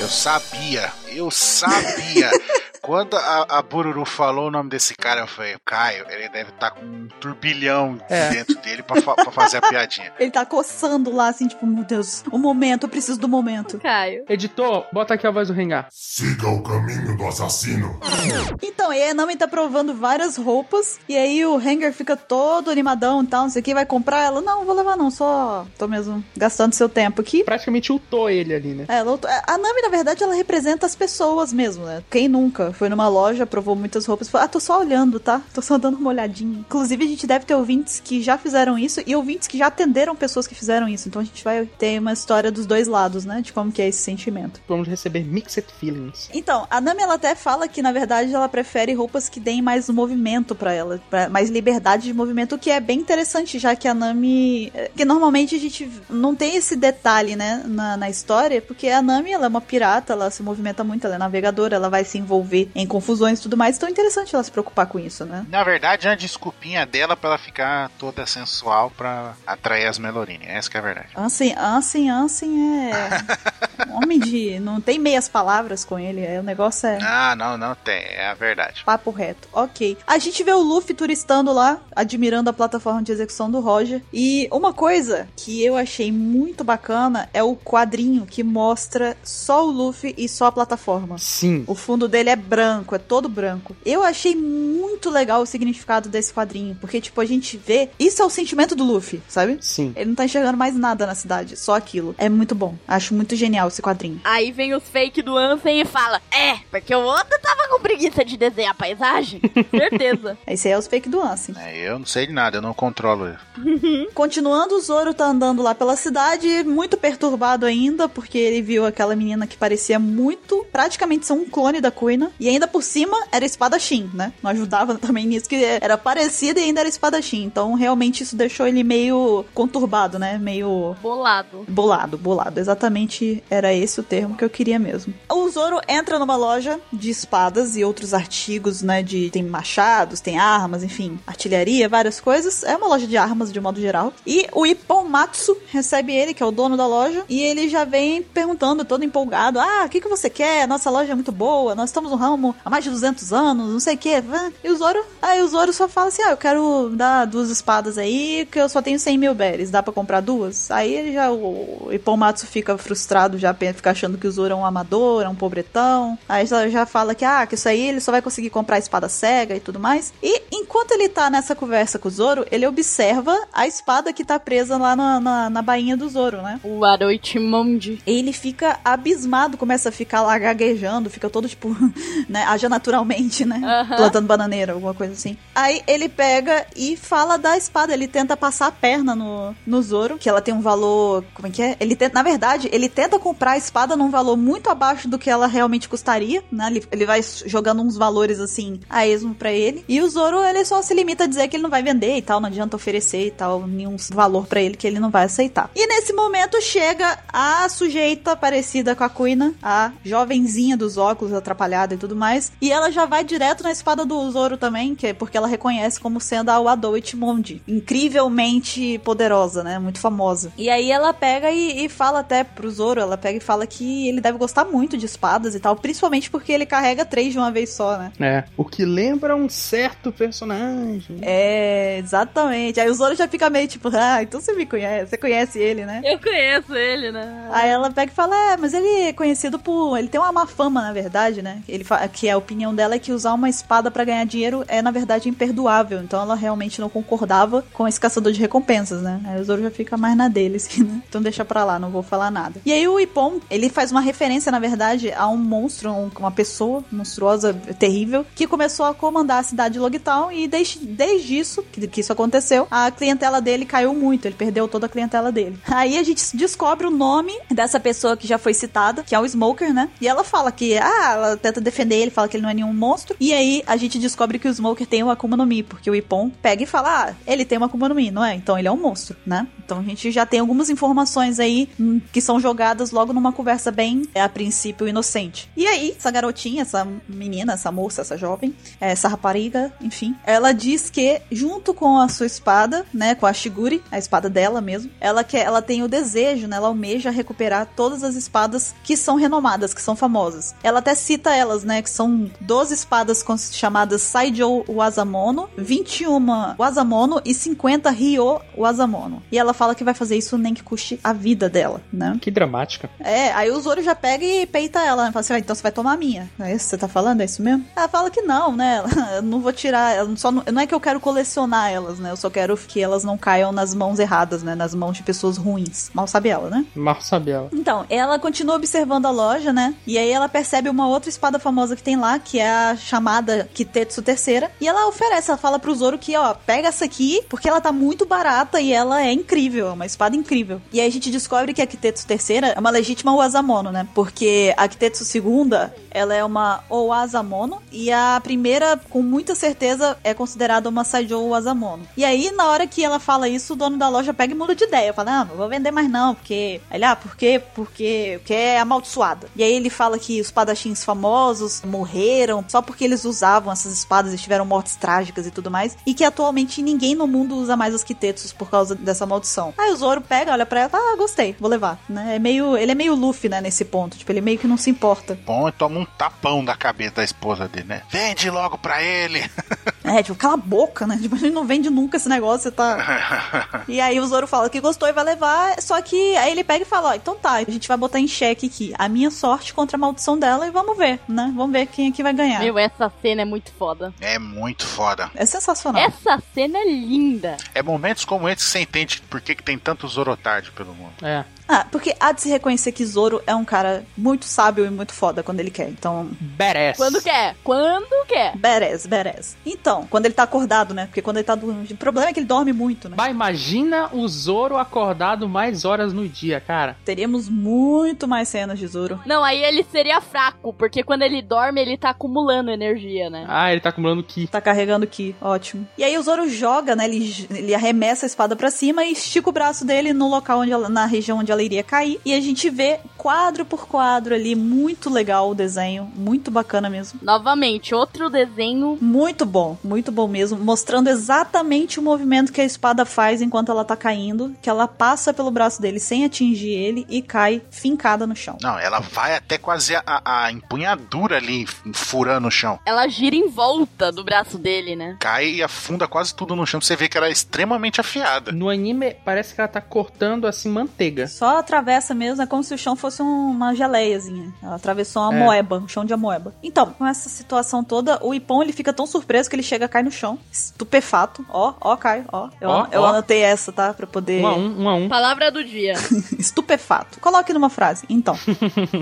Speaker 4: Eu sabia, eu sabia. Quando a, a Bururu falou o nome desse cara, eu falei, Caio, ele deve estar com um turbilhão
Speaker 1: É.
Speaker 4: dentro dele pra, fa- pra fazer a piadinha.
Speaker 2: Ele tá coçando lá, assim, tipo, meu Deus, o momento, eu preciso do momento.
Speaker 3: Caio.
Speaker 1: Editor, bota aqui a voz do Rengar.
Speaker 8: Siga o caminho do assassino.
Speaker 2: Então, e a Nami tá provando várias roupas, e aí o Hanger fica todo animadão e tal, não sei o que, vai comprar ela. Não, vou levar não, só tô mesmo gastando seu tempo aqui.
Speaker 1: Praticamente ultou ele ali, né?
Speaker 2: Ela, outra- é, a Nami, na verdade, ela representa as pessoas mesmo, né? Quem nunca foi numa loja, provou muitas roupas, falou, ah, tô só olhando, tá? Tô só dando uma olhadinha. Inclusive, a gente deve ter ouvintes que já fizeram isso e ouvintes que já atenderam pessoas que fizeram isso. Então a gente vai ter uma história dos dois lados, né? De como que é esse sentimento.
Speaker 1: Vamos receber mixed feelings.
Speaker 2: Então, a Nami ela até fala que na verdade ela prefere roupas que deem mais movimento pra ela, pra- mais liberdade de movimento, o que é bem interessante, já que a Nami, é, que normalmente a gente não tem esse detalhe, né, na, na história, porque a Nami ela é uma pirata, ela se movimenta muito, ela é navegadora, ela vai se envolver em confusões e tudo mais, então é interessante ela se preocupar com isso, né?
Speaker 4: Na verdade, é uma desculpinha dela pra ela ficar toda sensual pra atrair as Melorine. Essa que é a verdade.
Speaker 2: Ansem, Ansem, Ansem é um homem de, não tem meias palavras com ele, é, o negócio é
Speaker 4: Ah, não, não tem. É a verdade.
Speaker 2: Papo reto, ok. A gente vê o Luffy turistando lá, admirando a plataforma de execução do Roger. E uma coisa que eu achei muito bacana é o quadrinho que mostra só o Luffy e só a plataforma.
Speaker 1: Sim.
Speaker 2: O fundo dele é branco, é todo branco. Eu achei muito legal o significado desse quadrinho, porque, tipo, a gente vê. Isso é o sentimento do Luffy, sabe?
Speaker 1: Sim.
Speaker 2: Ele não tá enxergando mais nada na cidade, só aquilo. É muito bom. Acho muito genial esse quadrinho.
Speaker 3: Aí vem os fake do Ansem e fala: É, porque o outro tava com preguiça de desenhar a paisagem. Certeza.
Speaker 2: Esse aí é os fake do Ansem.
Speaker 4: É, eu não sei de nada, eu não controlo ele.
Speaker 2: Continuando, o Zoro tá andando lá pela cidade, muito perturbado ainda, porque ele viu aquela menina que parecia muito, praticamente ser um clone da Kuina, e ainda por cima era espadachim, né? Não ajudava também nisso, que era parecida e ainda era espadachim, então realmente isso deixou ele meio conturbado, né? Meio
Speaker 3: Bolado.
Speaker 2: Bolado, bolado. Exatamente era esse o termo que eu queria mesmo. O Zoro entra numa loja de espadas e outros artigos, né? De tem machados, tem armas, enfim, artilharia, várias coisas. É uma loja de armas de modo geral. E o Ippon Matsu recebe ele, que é o dono da loja, e ele já vem perguntando, todo empolgado: Ah, o que, que você quer? Nossa loja é muito boa, nós estamos no ramo há mais de 200 anos, não sei o quê. Vã. E o Zoro, aí o Zoro só fala assim: Ah, eu quero dar duas espadas aí, que eu só tenho 100 mil berries, dá pra comprar duas? Aí ele já, o Ipomatsu fica frustrado, já pe- fica achando que o Zoro é um amador, é um pobretão. Aí já, já fala que, ah, que isso aí ele só vai conseguir comprar a espada cega e tudo mais. E enquanto ele tá nessa conversa com o Zoro, ele observa a espada que tá presa lá na, na, na bainha do Zoro, né?
Speaker 3: O Aroitimundi.
Speaker 2: ele fica abismado, começa a ficar lá gaguejando, fica todo tipo, né, haja naturalmente, né?
Speaker 3: Aham.
Speaker 2: Plantando bananeira, alguma coisa assim. Aí ele pega e fala da espada, ele tenta passar a perna no, no Zoro, que ela tem um valor, como é que é? Ele tenta, na verdade, ele tenta comprar a espada num valor muito abaixo do que ela realmente custaria, né? Ele, ele vai jogando uns valores assim a esmo pra ele. E o Zoro, ele só se limita a dizer que ele não vai vender e tal, não adianta oferecer e tal, nenhum valor pra ele que ele não vai aceitar. E nesse momento chega a sujeita parecida com a Kuina, a jovenzinha dos óculos atrapalhada e tudo mais, e ela já vai direto na espada do Zoro também, que é porque ela reconhece como sendo a Wado Ichimonde, incrivelmente poderosa, né? Muito famosa. E aí ela pega e, e fala até pro Zoro, ela pega e fala que ele deve gostar muito de espadas e tal, principalmente porque ele carrega três de uma vez só, né?
Speaker 1: É. O que lembra um certo personagem.
Speaker 2: É, exatamente. Aí o Zoro já fica meio tipo, ah, então você me conhece, você conhece ele, né?
Speaker 3: Eu conheço ele, né?
Speaker 2: Aí ela pega e fala: É, mas ele é conhecido por. Ele tem uma má fama, na verdade, né? Ele fa- Que a opinião dela é que usar uma espada pra ganhar dinheiro é, na verdade, imperdoável. Então ela realmente não concordava com esse caçador de recompensas, né? Aí o Zoro já fica mais na dele, assim, né? Então deixa pra lá, não vou falar nada. E aí o Nippon, ele faz uma referência, na verdade, a um monstro, um- uma pessoa monstruosa, terrível, que começou a comandar a cidade de Logtown e desde, desde isso, que, que isso aconteceu, a clientela dele caiu muito, ele perdeu toda a clientela dele. Aí a gente descobre o nome dessa pessoa que já foi citada, que é o Smoker, né? E ela fala que, ah, ela tenta defender ele, fala que ele não é nenhum monstro, e aí a gente descobre que o Smoker tem uma Akuma no Mi, porque o Ippon pega e fala, ah, ele tem uma Akuma no Mi, não é? Então ele é um monstro, né? Então a gente já tem algumas informações aí hum, que são jogadas logo numa conversa bem, é, a princípio, inocente. E aí, essa garotinha, essa menina, essa moça, essa jovem, é, essa rapariga, enfim, ela diz que junto com a sua espada, né, com a Shiguri, a espada dela mesmo, ela quer, ela tem o desejo, né, ela almeja recuperar todas as espadas que são renomadas, que são famosas. Ela até cita elas, né, que são 12 espadas cons- chamadas Saijou Wazamono, 21 Wazamono e 50 Ryo Wazamono. E ela fala que vai fazer isso nem que custe a vida dela, né?
Speaker 1: Que dramática.
Speaker 2: É, aí o Zoro já pega e peita ela, né? Fala assim, ah, então você vai tomar a minha. Não É isso que você tá falando? É isso mesmo? Ela fala que não, né? Eu não vou tirar, eu só não, não é que eu quero colecionar elas, né? Eu só quero que elas não caiam nas mãos erradas, né? Nas mãos de pessoas ruins. Mal sabe ela, né?
Speaker 1: Mal sabe ela.
Speaker 2: Então, ela continua observando a loja, né? E aí ela percebe uma outra espada famosa que tem lá, que é a chamada Kitetsu terceira, e ela oferece, ela fala pro Zoro que, ó, pega essa aqui, porque ela tá muito barata e ela é incrível, é uma espada incrível. E aí a gente descobre que a Kitetsu terceira é uma legítima Wazamono, né? Porque a Kitetsu segunda, ela é uma Owazamono e a primeira, com muita certeza, é considerada uma Saijou Wazamono. E aí, na hora que ela fala isso, o dono da loja pega e muda de ideia. Fala, "Ah, não, não vou vender mais não, porque... Aí Ele, ah, por quê? Porque, porque é amaldiçoada. E aí ele fala que os padachins famosos morreram só porque eles usavam essas espadas e tiveram mortes trágicas e tudo mais. E que atualmente ninguém no mundo usa mais os quitetsus por causa dessa maldição. Aí o Zoro pega, olha pra ela e fala, ah, gostei, vou levar. Né? É meio, ele é meio Luffy, né, nesse ponto. Tipo, ele meio que não se importa.
Speaker 4: Bom, e toma um tapão da cabeça da esposa dele, né? Vende logo pra ele!
Speaker 2: É, tipo, cala a boca, né? Tipo, a gente não vende nunca esse negócio, você tá... E aí o Zoro fala que gostou e vai levar, só que aí ele pega e fala, ó, então tá, a gente vai botar em xeque aqui a minha sorte contra a maldição dela e vamos ver, né? Vamos ver quem aqui vai ganhar.
Speaker 3: Meu, essa cena é muito foda.
Speaker 4: é muito foda.
Speaker 2: É sensacional.
Speaker 3: Essa cena é linda.
Speaker 4: É momentos como esse que você entende por que, que tem tanto Zorotard pelo mundo.
Speaker 1: É.
Speaker 2: Ah, porque há de se reconhecer que Zoro é um cara muito sábio e muito foda quando ele quer, então...
Speaker 1: Badass.
Speaker 3: Quando é? quer? Quando é? quer?
Speaker 2: Badass, badass. Então, quando ele tá acordado, né? Porque quando ele tá dormindo... O problema é que ele dorme muito, né?
Speaker 1: Bah, imagina o Zoro acordado mais horas no dia, cara.
Speaker 2: Teremos muito mais cenas de Zoro.
Speaker 3: Não, aí ele seria fraco, porque quando ele dorme, ele tá acumulando energia, né?
Speaker 1: Ah, ele tá acumulando ki.
Speaker 2: Tá carregando Ki, ótimo. E aí o Zoro joga, né? Ele, ele arremessa a espada pra cima e estica o braço dele no local onde ela, na região onde ela iria cair. E a gente vê quadro por quadro ali, muito legal o desenho, muito bacana mesmo.
Speaker 3: Novamente, outro desenho.
Speaker 2: Muito bom, muito bom mesmo, mostrando exatamente o movimento que a espada faz enquanto ela tá caindo, que ela passa pelo braço dele sem atingir ele e cai fincada no chão.
Speaker 4: Não, ela vai até quase a, a empunhadura ali, furando o chão.
Speaker 3: Ela gira em volta do braço dele, né?
Speaker 4: Cai e afunda quase tudo no chão. Você vê que ela é extremamente afiada.
Speaker 1: No anime, parece que ela tá cortando assim manteiga.
Speaker 2: Só atravessa mesmo, é como se o chão fosse um- uma geleiazinha. Ela atravessou uma
Speaker 1: É.
Speaker 2: moeba, um chão de amoeba. Então, com essa situação toda, o Ipon ele fica tão surpreso que ele chega, cai no chão, estupefato. Ó, ó, cai, ó. Eu,
Speaker 1: Ó,
Speaker 2: eu
Speaker 1: ó.
Speaker 2: anotei essa, tá? Pra poder.
Speaker 1: Um a um, um a um.
Speaker 3: Palavra do dia.
Speaker 2: Estupefato. Coloque numa frase. Então.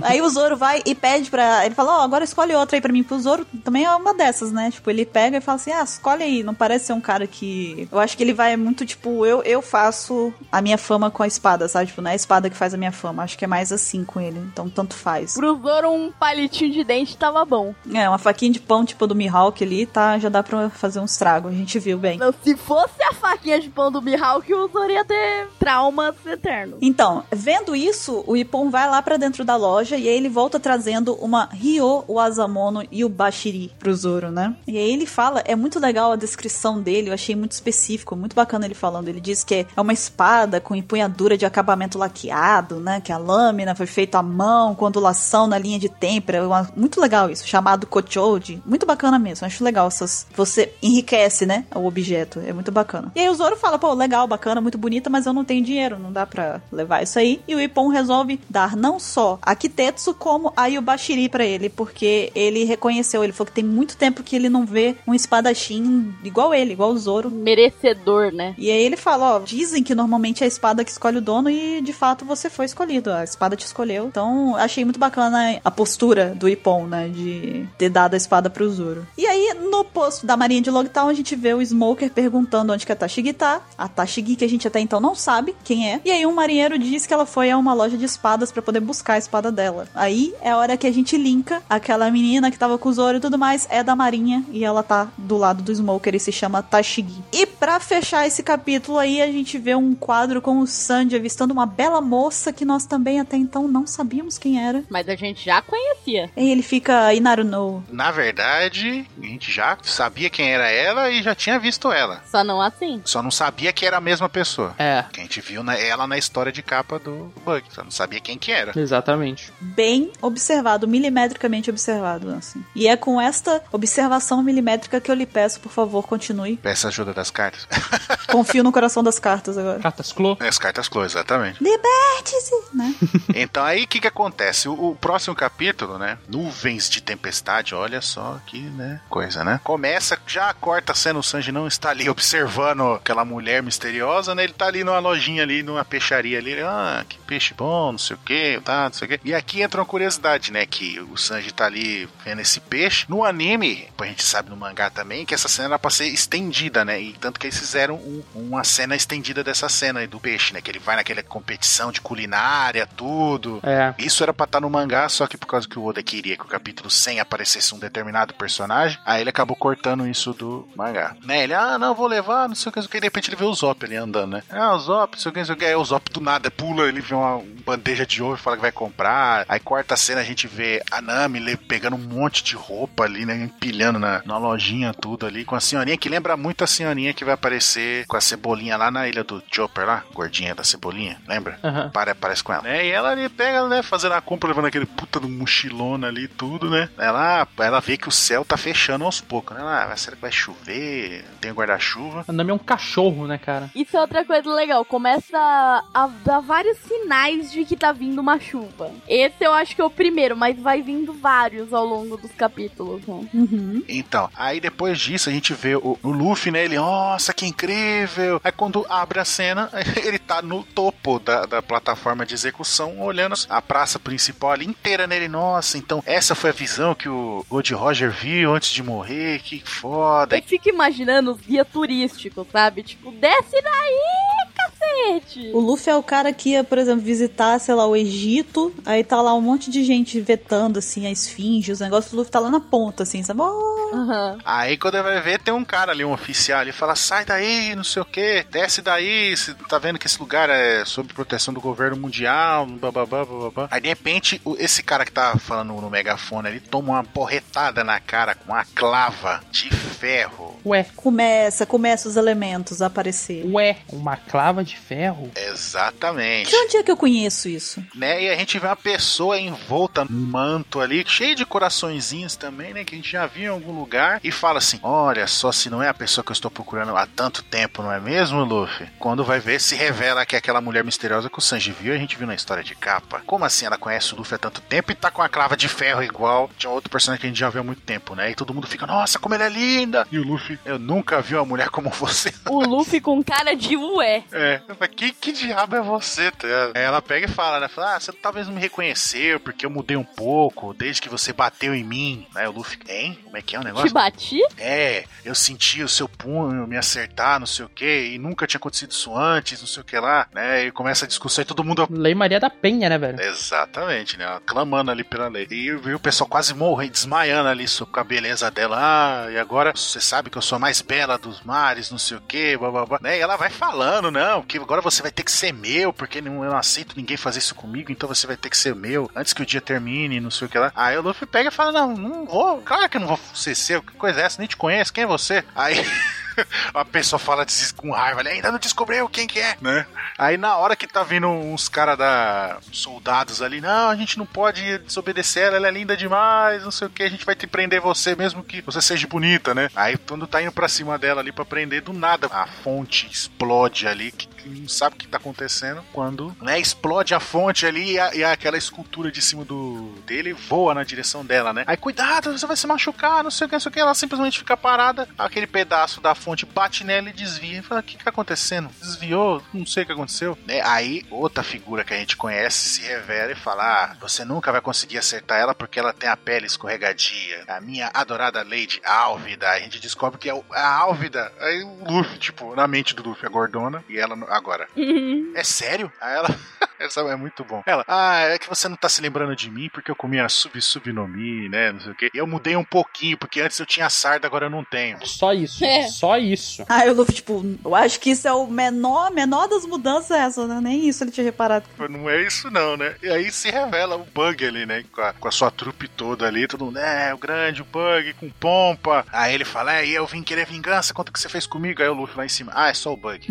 Speaker 2: aí o Zoro vai e pede pra. Ele fala: Ó, agora escolhe outra aí pra mim. Pro Zoro também é uma dessas, né? Tipo, ele pega e fala assim: Ah, escolhe aí. Não parece ser um cara que. Eu acho que ele vai muito tipo: Eu, eu faço a minha fama com a espada, sabe? Tipo, não é a espada que faz a minha fama. Acho que é mais assim com ele. Então, tanto faz.
Speaker 3: Pro Zoro, um palitinho de dente tava bom.
Speaker 2: É, uma faquinha de pão, tipo do Mihawk ali, tá? Já dá pra fazer um estrago. A gente viu bem.
Speaker 3: Não, se fosse a faquinha de pão do Mihawk, o Zoro ia ter traumas eternos.
Speaker 2: Então, vendo isso, o Ippon vai lá pra dentro da loja e aí ele volta trazendo uma Ryo, o Asamono e o Bashiri pro Zoro, né? E aí ele fala, é muito legal a descrição dele, eu achei muito específico, muito bacana ele falando. Ele diz que é uma espada com empunhadura de acabamento laqueado, né? Que a lâmina foi feita à mão, com ondulação na linha de têmpera. uma- Muito legal isso, chamado Kochouji. Muito bacana mesmo, acho legal essas... Você enriquece, né? O objeto, é muito bacana. E aí o Zoro fala, pô, legal, bacana, muito bonita, mas eu não tenho dinheiro, não dá pra levar isso aí. E o Ippon resolve dar não só a Kitetsu, como a Yubashiri pra ele, porque ele reconheceu, ele falou que tem muito tempo que ele não vê um espadachim igual ele, igual o Zoro,
Speaker 3: Merecedor, né?
Speaker 2: e aí ele fala, ó, dizem que normalmente é a espada que escolhe o dono e de fato fato você foi escolhido, a espada te escolheu. Então, achei muito bacana a postura do Ippon, né, de ter dado a espada pro Zoro. E aí, no posto da Marinha de Logtown, a gente vê o Smoker perguntando onde que a Tashigi tá. A Tashigi, que a gente até então não sabe quem é. E aí, um marinheiro diz que ela foi a uma loja de espadas pra poder buscar a espada dela. Aí, é a hora que a gente linka aquela menina que tava com o Zoro e tudo mais, é da Marinha, e ela tá do lado do Smoker e se chama Tashigi. E pra fechar esse capítulo aí, a gente vê um quadro com o Sanji avistando uma bela moça que nós também até então não sabíamos quem era.
Speaker 3: Mas a gente já conhecia.
Speaker 2: E ele fica Inaru no.
Speaker 4: Na verdade, a gente já sabia quem era ela e já tinha visto ela.
Speaker 3: Só não assim.
Speaker 4: Só não sabia que era a mesma pessoa.
Speaker 1: É,
Speaker 4: Que a gente viu na- ela na história de capa do Bug. Só não sabia quem que era.
Speaker 1: exatamente.
Speaker 2: Bem observado, milimetricamente observado, assim. E é com esta observação milimétrica que eu lhe peço, por favor, continue.
Speaker 4: Peça ajuda das cartas. É,
Speaker 2: Confio no coração das cartas agora.
Speaker 1: Cartas Clô.
Speaker 4: As cartas Clô, exatamente.
Speaker 2: Liberte-se, né?
Speaker 4: Então aí o que, que acontece? O, o próximo capítulo, né? Nuvens de tempestade, olha só que, né? Coisa, né? Começa, já corta a cena, o Sanji não está ali observando aquela mulher misteriosa, né? Ele tá ali numa lojinha ali, numa peixaria ali. ele, Ah, que peixe bom, não sei o que, tá, não sei o que. E aqui entra uma curiosidade, né? Que o Sanji tá ali vendo esse peixe. No anime, a gente sabe no mangá também, que essa cena era pra ser estendida, né? E tanto que eles fizeram um- uma cena estendida dessa cena aí do peixe, né? Que ele vai naquela competição de culinária, tudo.
Speaker 1: É.
Speaker 4: Isso era pra estar no mangá, só que por causa que o Oda queria que o capítulo 100 aparecesse um determinado personagem, aí ele acabou cortando isso do mangá. Né? Ele, ah, não, vou levar, não sei o que, não sei o que. E de repente ele vê o Zop ali andando, né? Ah, o Zop, não sei o que, não sei o que. Aí o Zop do nada pula, ele vê uma bandeja de ovo e fala que vai comprar. Aí quarta cena a gente vê a Nami le- pegando um monte de roupa ali, né? Empilhando na, na lojinha, tudo ali, com a senhorinha que lembra muito a senhorinha que vai aparecer com a cebolinha lá na ilha do Chopper lá, gordinha da cebolinha, lembra?
Speaker 1: Aham.
Speaker 4: para, parece com ela. Né? E ela ali pega, né, fazendo a compra, levando aquele puta do mochilona ali e tudo, né? Ela, ela vê que o céu tá fechando aos poucos, né? Ela, "Ah, será que vai chover? Tem guarda-chuva?
Speaker 1: A Nami é um cachorro, né, cara?
Speaker 3: Isso é outra coisa legal. Começa a dar vários sinais de que tá vindo uma chuva. Esse eu acho que é o primeiro, mas vai vindo vários ao longo dos capítulos. né?
Speaker 2: Uhum.
Speaker 4: Então, aí depois disso a gente vê o, o Luffy, né? Ele, nossa, que incrível! Aí quando abre a cena, ele tá no topo da, da plataforma de execução, olhando a praça principal ali inteira nele. Nossa, então essa foi a visão que o Gold Roger viu antes de morrer, que foda.
Speaker 3: Eu fico imaginando os guia turísticos, sabe? Tipo, desce daí, cacete!
Speaker 2: O Luffy é o cara que ia, por exemplo, visitar, sei lá, o Egito. Aí tá lá um monte de gente vetando, assim, a esfinge, os negócios. O Luffy tá lá na ponta, assim, sabe? Oh,
Speaker 3: Aham.
Speaker 4: Aí quando ele vai ver, tem um cara ali, um oficial ali, fala: sai daí, não sei o que, desce daí, você tá vendo que esse lugar é sob proteção do governo mundial, bababá, bababá. Aí de repente, o- esse cara que tá falando no megafone ali toma uma porretada na cara com uma clava de ferro.
Speaker 1: Ué,
Speaker 2: começa, começa os elementos a aparecer.
Speaker 1: ué, uma clava de ferro?
Speaker 4: Exatamente.
Speaker 2: De onde é que eu conheço isso?
Speaker 4: né? E a gente vê uma pessoa envolta num manto ali, cheio de coraçõezinhos também, né? Que a gente já viu em algum lugar. E fala assim: Olha só, se não é a pessoa que eu estou procurando há tanto tempo, não é mesmo, Luffy? Quando vai ver, se revela que é aquela mulher misteriosa que o Sanji viu, a gente viu na história de capa. Como assim ela conhece o Luffy há tanto tempo e tá com a clava de ferro igual? Tinha outro personagem que a gente já viu há muito tempo, né? E todo mundo fica: Nossa, como ela é linda! E o Luffy: Eu nunca vi uma mulher como você.
Speaker 3: O Luffy com cara de ué.
Speaker 4: É, eu falei, que, que diabo é você? tá ligado? Aí Ela pega e fala, né? Fala, ah, você talvez não me reconheceu, porque eu mudei um pouco, desde que você bateu em mim. Aí o Luffy, hein? Como é que é o negócio?
Speaker 3: Te bati?
Speaker 4: É, eu senti o seu punho me acertar, não sei o que, e nunca tinha acontecido isso antes, não sei o que lá, né? E começa a discussão e todo mundo
Speaker 1: Lei Maria da Penha, né, velho?
Speaker 4: Exatamente, né? Ela clamando ali pela lei. E eu vi o pessoal quase morrendo, desmaiando ali sobre com a beleza dela. Ah, e agora você sabe que eu sou a mais bela dos mares, não sei o quê, blá blá blá. Né? E ela vai falando, não, que agora você vai ter que ser meu, porque não- eu não aceito ninguém fazer isso comigo, então você vai ter que ser meu antes que o dia termine, não sei o que lá. Aí o Luffy pega e fala: Não, não vou, claro que eu não vou ser seu, que coisa é essa, nem te conheço, quem é você? Aí. A pessoa fala disso com raiva, né? ainda não descobriu quem que é, né? Aí na hora que tá vindo uns caras da. soldados ali, não, a gente não pode desobedecer ela, ela é linda demais, não sei o que, a gente vai te prender você, mesmo que você seja bonita, né? Aí quando tá indo pra cima dela ali pra prender, do nada a fonte explode ali, que que não sabe o que tá acontecendo, quando né, explode a fonte ali e, a- e aquela escultura de cima do dele voa na direção dela, né? Aí cuidado, você vai se machucar, não sei o que, não sei o que, ela simplesmente fica parada, aquele pedaço da fonte fonte, bate nela e desvia. E fala, o que que tá acontecendo? Desviou? Não sei o que aconteceu. Né? Aí, outra figura que a gente conhece se revela e fala, ah, você nunca vai conseguir acertar ela porque ela tem a pele escorregadia. A minha adorada Lady Álvida. Aí A gente descobre que é o- a Álvida. Aí o Luffy, tipo, na mente do Luffy, a Gordona. E ela, no- agora, é sério? Aí ela... Essa é muito bom. Ela, ah, é que você não tá se lembrando de mim porque eu comia sub-subnomi, né? Não sei o quê. Eu mudei um pouquinho, porque antes eu tinha sarda, agora eu não tenho.
Speaker 1: Só isso.
Speaker 3: É.
Speaker 1: Só isso.
Speaker 2: Aí o Luffy, tipo, eu acho que isso é o menor, a menor das mudanças essa, né? Nem isso ele tinha reparado.
Speaker 4: Pô, Não é isso não, né? E aí se revela o Bug ali, né? Com a, com a sua trupe toda ali, todo mundo, é, o grande Bug com pompa. Aí ele fala, é, e eu vim querer vingança, quanto que você fez comigo? Aí o Luffy lá em cima, ah, é só o Bug.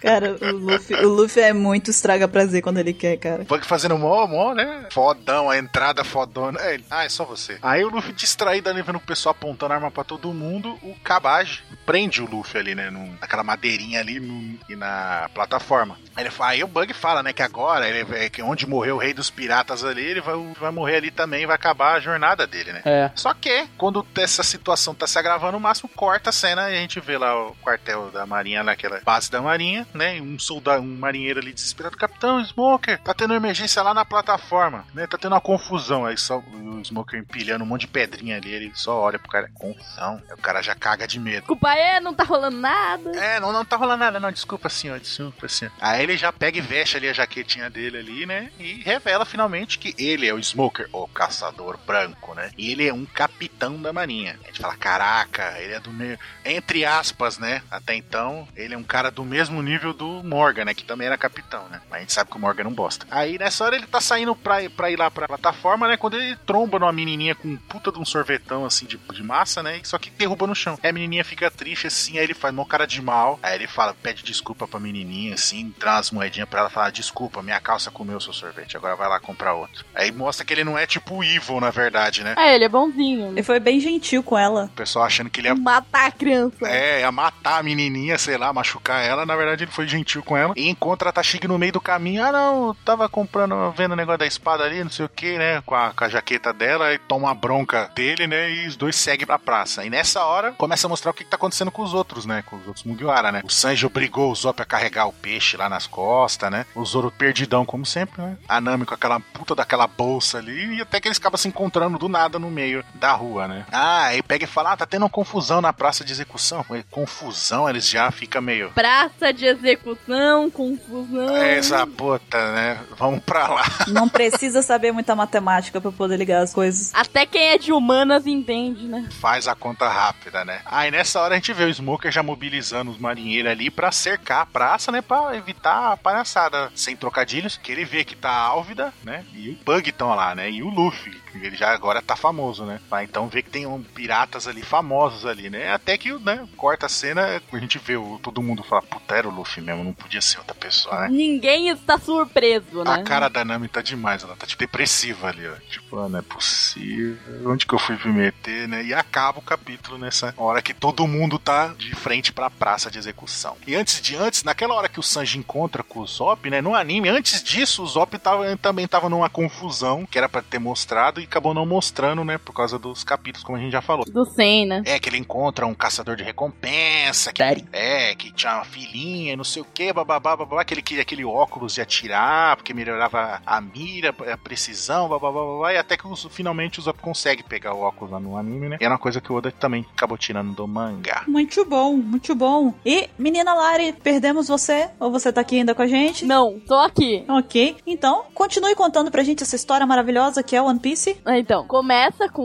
Speaker 2: Cara, o Luffy, o Luffy é muito estraga prazer quando ele quer, cara.
Speaker 4: O Bug Um fazendo mó, mó, né? Fodão, a entrada fodona. Aí ele, ah, é só você. Aí o Luffy distraído ali, vendo o pessoal apontando arma pra todo mundo, o Kabage prende o Luffy ali, né? num- naquela madeirinha ali num- e na plataforma. Aí ele fala, aí o Bug fala, né, que agora, ele, é que onde morreu o rei dos piratas ali, ele vai, vai morrer ali também, vai acabar a jornada dele, né?
Speaker 1: É.
Speaker 4: Só que, quando essa situação tá se agravando, o máximo corta a cena e a gente vê lá o quartel da marinha, naquela base da marinha, né? E Um soldado, um marinheiro ali desesperado. Capitão, Smoker, tá tendo uma emergência lá na plataforma, né? Tá tendo uma confusão. Aí só o Smoker empilhando um monte de pedrinha ali, ele só olha pro cara. Confusão. Aí o cara já caga de medo.
Speaker 3: Culpa é, não tá rolando nada.
Speaker 4: É, não, não tá rolando nada, não. Desculpa, senhor. Desculpa, senhor. Aí ele já pega e veste ali a jaquetinha dele ali, né? E revela finalmente que ele é o Smoker, o caçador branco, né? E ele é um capitão da marinha. A gente fala, caraca, ele é do meio. Entre aspas, né? Até então, ele é um cara do mesmo nível do Morgan, né? Que também era capitão, né? Mas a gente sabe que o Morgan não bosta. Aí nessa hora ele tá saindo pra, ir- pra ir lá pra plataforma, né? Quando ele tromba numa menininha com um puta de um sorvetão assim de, de massa, né? Só que derruba no chão. Aí a menininha fica triste assim, aí ele faz mó cara de mal. Aí ele fala, pede desculpa pra menininha assim, traz umas moedinhas pra ela falar: desculpa, minha calça comeu seu sorvete, agora vai lá comprar outro. Aí mostra que ele não é tipo evil na verdade, né?
Speaker 3: Ah, ele é bonzinho.
Speaker 2: Ele foi bem gentil com ela.
Speaker 4: O pessoal achando que ele é
Speaker 3: Matar a criança.
Speaker 4: É, ia matar a menininha, sei lá, machucar ela. Na verdade, ele foi gentil com ela. E encontra a Tashig no meio do caminho. Ah, não, eu tava comprando, vendo o negócio da espada ali, não sei o que, né? Com a, com a jaqueta dela. E toma uma bronca dele, né? E os dois seguem pra praça. E nessa hora, começa a mostrar o que, que tá acontecendo com os outros, né? Com os outros Mugiwara, né? O Sanji obrigou o Zop a carregar o peixe lá nas costas, né? O Zoro perdidão, como sempre, né? A Nami com aquela puta daquela bolsa ali. E até que eles acabam se encontrando do nada no meio da rua, né? Ah, aí pega e fala, ah, tá tendo uma confusão na praça de execução. Falei, Confusão, eles já ficam meio... "É,
Speaker 3: Praça de execução, confusão.
Speaker 4: Essa puta, né? Vamos pra lá.
Speaker 2: Não precisa saber muita matemática pra poder ligar as coisas.
Speaker 3: Até quem é de humanas entende, né?
Speaker 4: Faz a conta rápida, né? Aí nessa hora a gente vê o Smoker já mobilizando os marinheiros ali pra cercar a praça, né? Pra evitar a palhaçada sem trocadilhos. Que ele vê que tá a Álvida, né? E o Bug estão lá, né? E o Luffy, que ele já agora tá famoso, né? Vai então ver que tem um piratas ali famosos ali, né? Até que, né? Corta a cena, a gente vê o, todo mundo fala, puta, era o Luffy mesmo, não podia ser outra pessoa, né?
Speaker 3: Ninguém está surpreso, né?
Speaker 4: A cara da Nami tá demais, ela tá tipo depressiva ali, ó. Tipo, ah, não é possível. Onde que eu fui me meter, né? E acaba o capítulo nessa hora que todo mundo tá de frente pra praça de execução. E antes de antes, naquela hora que o Sanji encontra com o Zop, né? No anime, antes disso, o Zop tava, também tava numa confusão que era pra ter mostrado e acabou não mostrando, né? Por causa dos capítulos, como a gente já falou.
Speaker 3: Do Sen, né?
Speaker 4: É, que ele encontra um caçador de recompensa, que
Speaker 1: Daddy.
Speaker 4: é, que tinha uma filhinha, não sei o que, bababá, bababá, que ele queria aquele óculos de atirar, porque melhorava a mira, a precisão, bababá, babá, e até que os- finalmente o Zop consegue pegar o óculos lá no anime, né? E era uma coisa que o Oda também acabou tirando do mangá.
Speaker 2: Muito bom, muito bom. E, menina Lari, perdemos você? Ou você tá aqui ainda com a gente?
Speaker 3: Não, tô aqui.
Speaker 2: Ok, então continue contando pra gente essa história maravilhosa que é One Piece.
Speaker 3: Ah, Então, começa com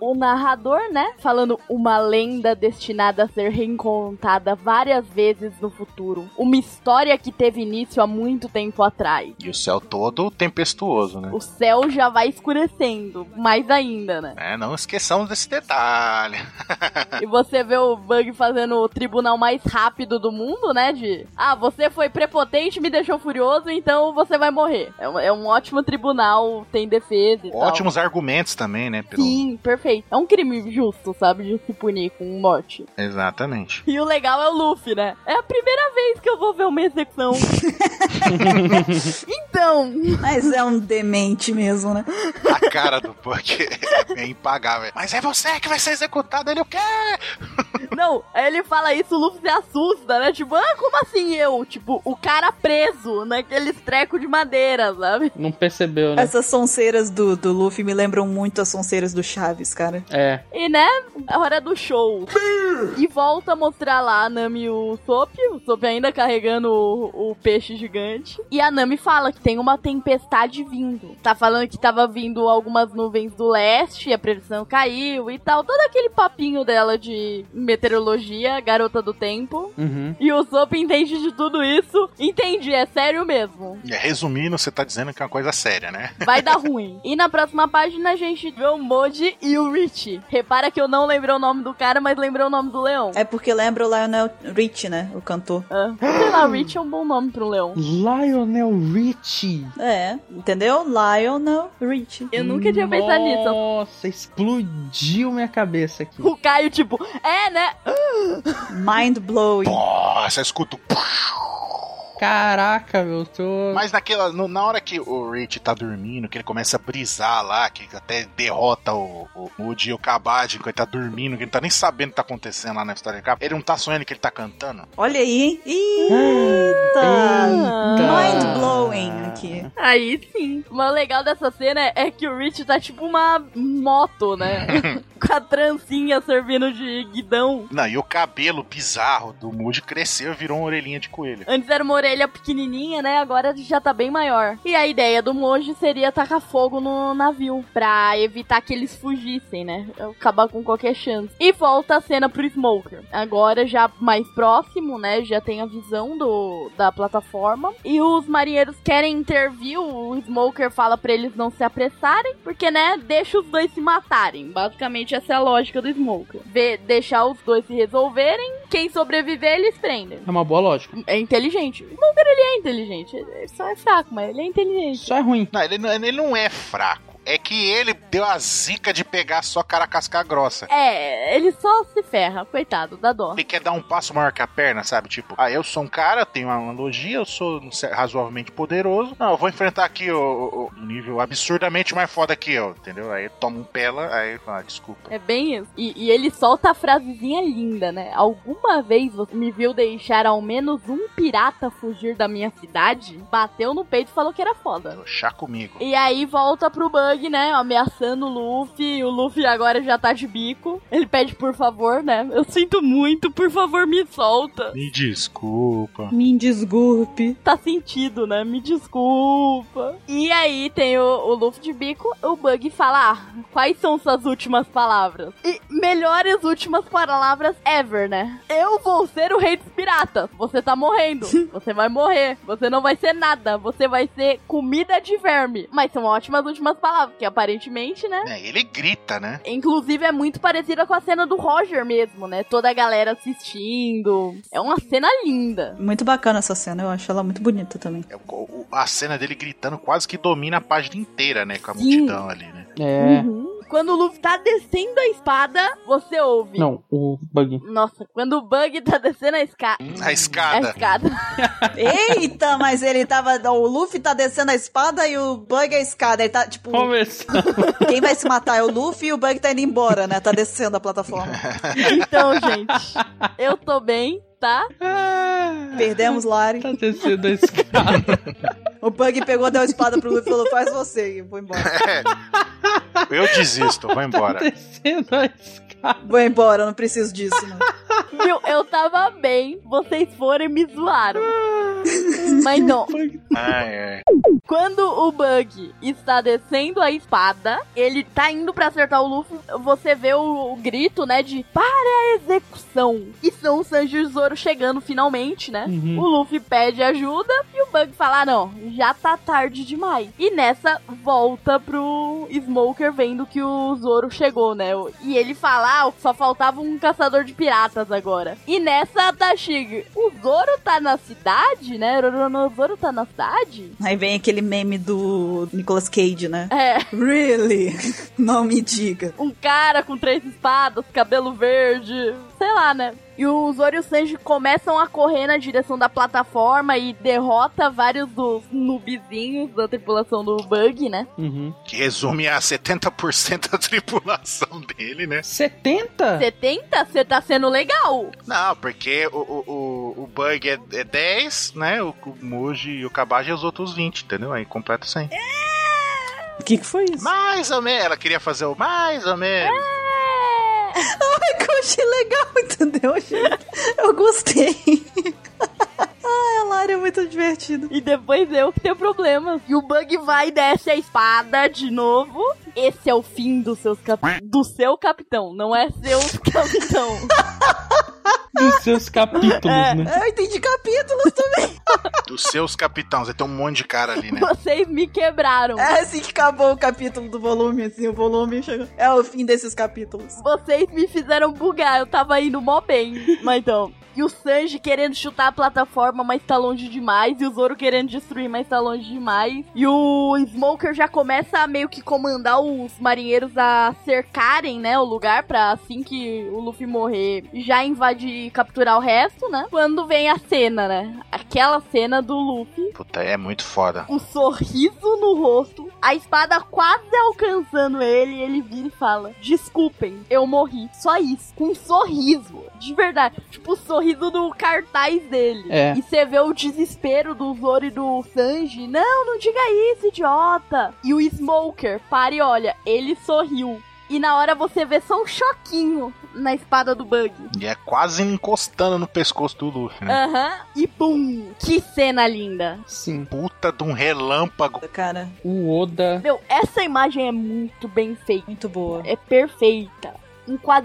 Speaker 3: o narrador, né? Falando uma lenda destinada a ser reencontrada várias vezes no futuro. Uma história que teve início há muito tempo atrás.
Speaker 4: E o céu todo tempestuoso, né?
Speaker 3: O céu já vai escurecendo, mais ainda, né?
Speaker 4: É, não esqueçamos desse detalhe.
Speaker 3: E você vê o Bug fazendo o tribunal mais rápido do mundo, né? De ah, você foi prepotente, me deixou furioso, então você vai morrer. É um, é um ótimo tribunal, tem defesa e tal.
Speaker 4: Ótimos argumentos também, né? Pelo...
Speaker 3: Sim, perfeito. É um crime justo, sabe? De se punir com morte.
Speaker 4: Exatamente.
Speaker 3: E o legal é o Luffy, né? É a primeira vez que eu vou ver uma execução. então,
Speaker 2: Mas é um demente mesmo, né?
Speaker 4: A cara do Buck é impagável. Mas é você que vai ser executado, ele o quê?
Speaker 3: Não, aí ele fala isso, o Luffy se assusta, né? Tipo, ah, como assim eu? Tipo, o cara preso naqueles trecos de madeira, sabe?
Speaker 1: Não percebeu,
Speaker 3: Assim.
Speaker 1: né?
Speaker 2: Essas sonceiras do, do Luffy me lembram muito as sonceiras do Chaves, cara.
Speaker 1: É.
Speaker 3: E né, a hora do show. E volta a mostrar lá a Nami e o Sop, o Sop ainda carregando o, o peixe gigante. E a Nami fala que tem uma tempestade vindo. Tá falando que tava vindo algumas nuvens do leste, a previsão caiu e tal. Todo aquele papinho dela de meteorologia, garota do tempo.
Speaker 1: Uhum.
Speaker 3: E o Sop entende de tudo isso. Entendi, é sério mesmo.
Speaker 4: E, Resumindo, você tá dizendo que é uma coisa séria, né?
Speaker 3: Vai dar ruim. E na próxima página a gente vê o Moji e o Richie. Repara que eu não lembrei o nome do cara, mas lembrei o nome do leão.
Speaker 2: É porque lembra o Lionel Rich, né? O cantor.
Speaker 3: Ah, Sei lá, Richie é um bom nome pro leão.
Speaker 1: Lionel Richie.
Speaker 2: É, entendeu? Lionel Rich.
Speaker 3: Eu nunca tinha pensado nisso.
Speaker 1: Nossa, explodiu minha cabeça aqui.
Speaker 3: O Caio, tipo, é, né?
Speaker 2: Mind blowing.
Speaker 4: Pô, você escuta o...
Speaker 1: Caraca, meu, tô.
Speaker 4: Mas naquela, no- na hora que o Rich tá dormindo, que ele começa a brisar lá, que ele até derrota o, o Moody e o Kabaddi, que ele tá dormindo, que ele não tá nem sabendo o que tá acontecendo lá na história de capa. Ele não tá sonhando que ele tá cantando?
Speaker 2: Olha aí, hein? Eita! Mind blowing aqui.
Speaker 3: Aí sim. Mas o legal dessa cena é- é que o Rich tá tipo uma moto, né? Com a trancinha servindo de guidão.
Speaker 4: Não, e o cabelo bizarro do Moody cresceu e virou uma orelhinha de coelho.
Speaker 3: Antes era uma orelha pequenininha, né? Agora já tá bem maior. E a ideia do Moji seria tacar fogo no navio pra evitar que eles fugissem, né? Acabar com qualquer chance. E volta a cena pro Smoker. Agora já mais próximo, né? Já tem a visão do da plataforma. E os marinheiros querem intervir. O Smoker fala pra eles não se apressarem, porque, né? Deixa os dois se matarem. Basicamente essa é a lógica do Smoker. Vê, deixar os dois se resolverem. Quem sobreviver, eles prendem.
Speaker 1: É uma boa lógica.
Speaker 3: É inteligente. O Smoker, ele é inteligente. Ele só é fraco, mas ele é inteligente.
Speaker 1: Só é ruim.
Speaker 4: Não, ele, não- ele não é fraco. É que ele deu a zica de pegar só cara casca grossa.
Speaker 3: É, ele só se ferra. Coitado, dá dó.
Speaker 4: Ele quer dar um passo maior que a perna, sabe? Tipo, ah, eu sou um cara, eu tenho uma analogia, eu sou não sei, razoavelmente poderoso. Não, eu vou enfrentar aqui o, o- o nível absurdamente mais foda que eu, entendeu? Aí toma um pela, aí fala, ah, desculpa.
Speaker 3: É bem isso. E, e ele solta a frasezinha linda, né? Alguma vez você me viu deixar ao menos um pirata fugir da minha cidade? Bateu no peito e falou que era foda.
Speaker 4: Chá comigo.
Speaker 3: E aí volta pro Bug, né? Ameaçando o Luffy. O Luffy agora já tá de bico. Ele pede por favor, né? Eu sinto muito, por favor, me solta.
Speaker 4: Me desculpa.
Speaker 2: Me desculpe.
Speaker 3: tá sentido, né? Me desculpa. E aí tem o, o Luffy de bico, o Bug fala: ah, quais são suas últimas palavras? E melhores últimas palavras ever, né? Eu vou ser o rei dos piratas. Você tá morrendo. Você vai morrer. Você não vai ser nada. Você vai ser comida de verme. Mas são ótimas últimas palavras, que aparentemente, né?
Speaker 4: É, ele grita, né?
Speaker 3: Inclusive é muito parecida com a cena do Roger mesmo, né? Toda a galera assistindo. É uma cena linda.
Speaker 2: Muito bacana essa cena, eu acho ela muito bonita também.
Speaker 4: É, o- o- a cena dele gritando quase que domina a página inteira, né? Com a
Speaker 3: Sim.
Speaker 4: multidão ali, né?
Speaker 1: É.
Speaker 3: Quando o Luffy tá descendo a espada, você ouve.
Speaker 1: Não, o bug.
Speaker 3: Nossa, quando o Bug tá descendo a, esca
Speaker 4: A
Speaker 3: a
Speaker 4: escada.
Speaker 3: escada.
Speaker 2: Eita, mas ele tava. O Luffy tá descendo a espada e o Bug a escada. Ele tá, tipo,
Speaker 1: Começando.
Speaker 2: quem vai se matar é o Luffy e o Bug tá indo embora, né? Tá descendo a plataforma.
Speaker 3: Então, gente, eu tô bem, tá?
Speaker 2: Perdemos Lari.
Speaker 1: Tá descendo a escada.
Speaker 2: O Bug pegou, deu a espada pro Luffy e falou: faz você, e vou embora.
Speaker 4: Eu desisto, vou
Speaker 1: Tá
Speaker 4: embora.
Speaker 1: descendo a escada.
Speaker 2: Vou embora, eu não preciso disso, né. não.
Speaker 3: Viu? Eu tava bem, vocês foram e me zoaram. Mas não,
Speaker 4: Ai, ai.
Speaker 3: quando o Bug está descendo a espada, ele tá indo pra acertar o Luffy, você vê o, o grito, né, de para a execução. E são o Sanji e o Zoro chegando finalmente, né?
Speaker 1: Uhum.
Speaker 3: O Luffy pede ajuda e o Bug fala: "Ah, não, já tá tarde demais. E nessa volta pro Smoker vendo que o Zoro chegou, né? E ele fala: ah, só faltava um caçador de piratas agora. E nessa a Tashig, o Zoro tá na cidade, né? O Zoro tá na cidade?
Speaker 2: Aí vem aquele meme do Nicolas Cage, né?
Speaker 3: É,
Speaker 2: Really? Não me diga.
Speaker 3: um cara com três espadas, cabelo verde, sei lá, né? E o Zoro e o Sanji começam a correr na direção da plataforma e derrota vários dos nubizinhos da tripulação do Bug, né?
Speaker 1: Uhum.
Speaker 4: Que resume a 70% da tripulação dele, né?
Speaker 1: 70?
Speaker 3: 70? Você tá sendo legal.
Speaker 4: Não, porque o, o, o, o Bug é, é 10, né? O, o Moji e o Kabaji é os outros 20, entendeu? Aí completa 100.
Speaker 2: O que, que foi isso?
Speaker 4: Mais ou menos, ela queria fazer o mais ou menos.
Speaker 2: Ai, que eu achei legal, entendeu, gente? Eu gostei. Ai, a Lara é muito divertida.
Speaker 3: E depois eu que tenho problemas. E o Bug vai e desce a espada de novo. Esse é o fim do, seus cap... do seu capitão, não é seu capitão.
Speaker 1: Dos seus capítulos, né?
Speaker 2: Eu entendi capítulos também.
Speaker 4: Dos seus capitãos, tem um monte de cara ali, né?
Speaker 3: Vocês me quebraram.
Speaker 2: É assim que acabou o capítulo do volume, assim, o volume chegou. É o fim desses capítulos.
Speaker 3: Vocês me fizeram bugar, eu tava indo mó bem. Mas então. E o Sanji querendo chutar a plataforma, mas tá longe demais. E o Zoro querendo destruir, mas tá longe demais. E o Smoker já começa a meio que comandar os marinheiros a cercarem, né, o lugar pra assim que o Luffy morrer, já invadir e capturar o resto, né? Quando vem a cena, né? Aquela cena do Luffy.
Speaker 4: Puta, é muito foda.
Speaker 3: Um sorriso no rosto, a espada quase alcançando ele, e ele vira e fala: Desculpem, eu morri. Só isso. Com um sorriso. De verdade. Tipo, o sorriso no cartaz dele.
Speaker 1: É.
Speaker 3: E você vê o desespero do Zoro e do Sanji. Não, não diga isso, idiota. E o Smoker, para e olha, ele sorriu. E na hora você vê só um choquinho na espada do Bug.
Speaker 4: E é quase encostando no pescoço do Luffy, né?
Speaker 3: Aham. E bum! Que cena linda.
Speaker 1: Sim.
Speaker 4: Puta de um relâmpago.
Speaker 2: Cara,
Speaker 1: O Oda.
Speaker 3: Meu, essa imagem é muito bem feita.
Speaker 2: muito boa.
Speaker 3: É perfeita.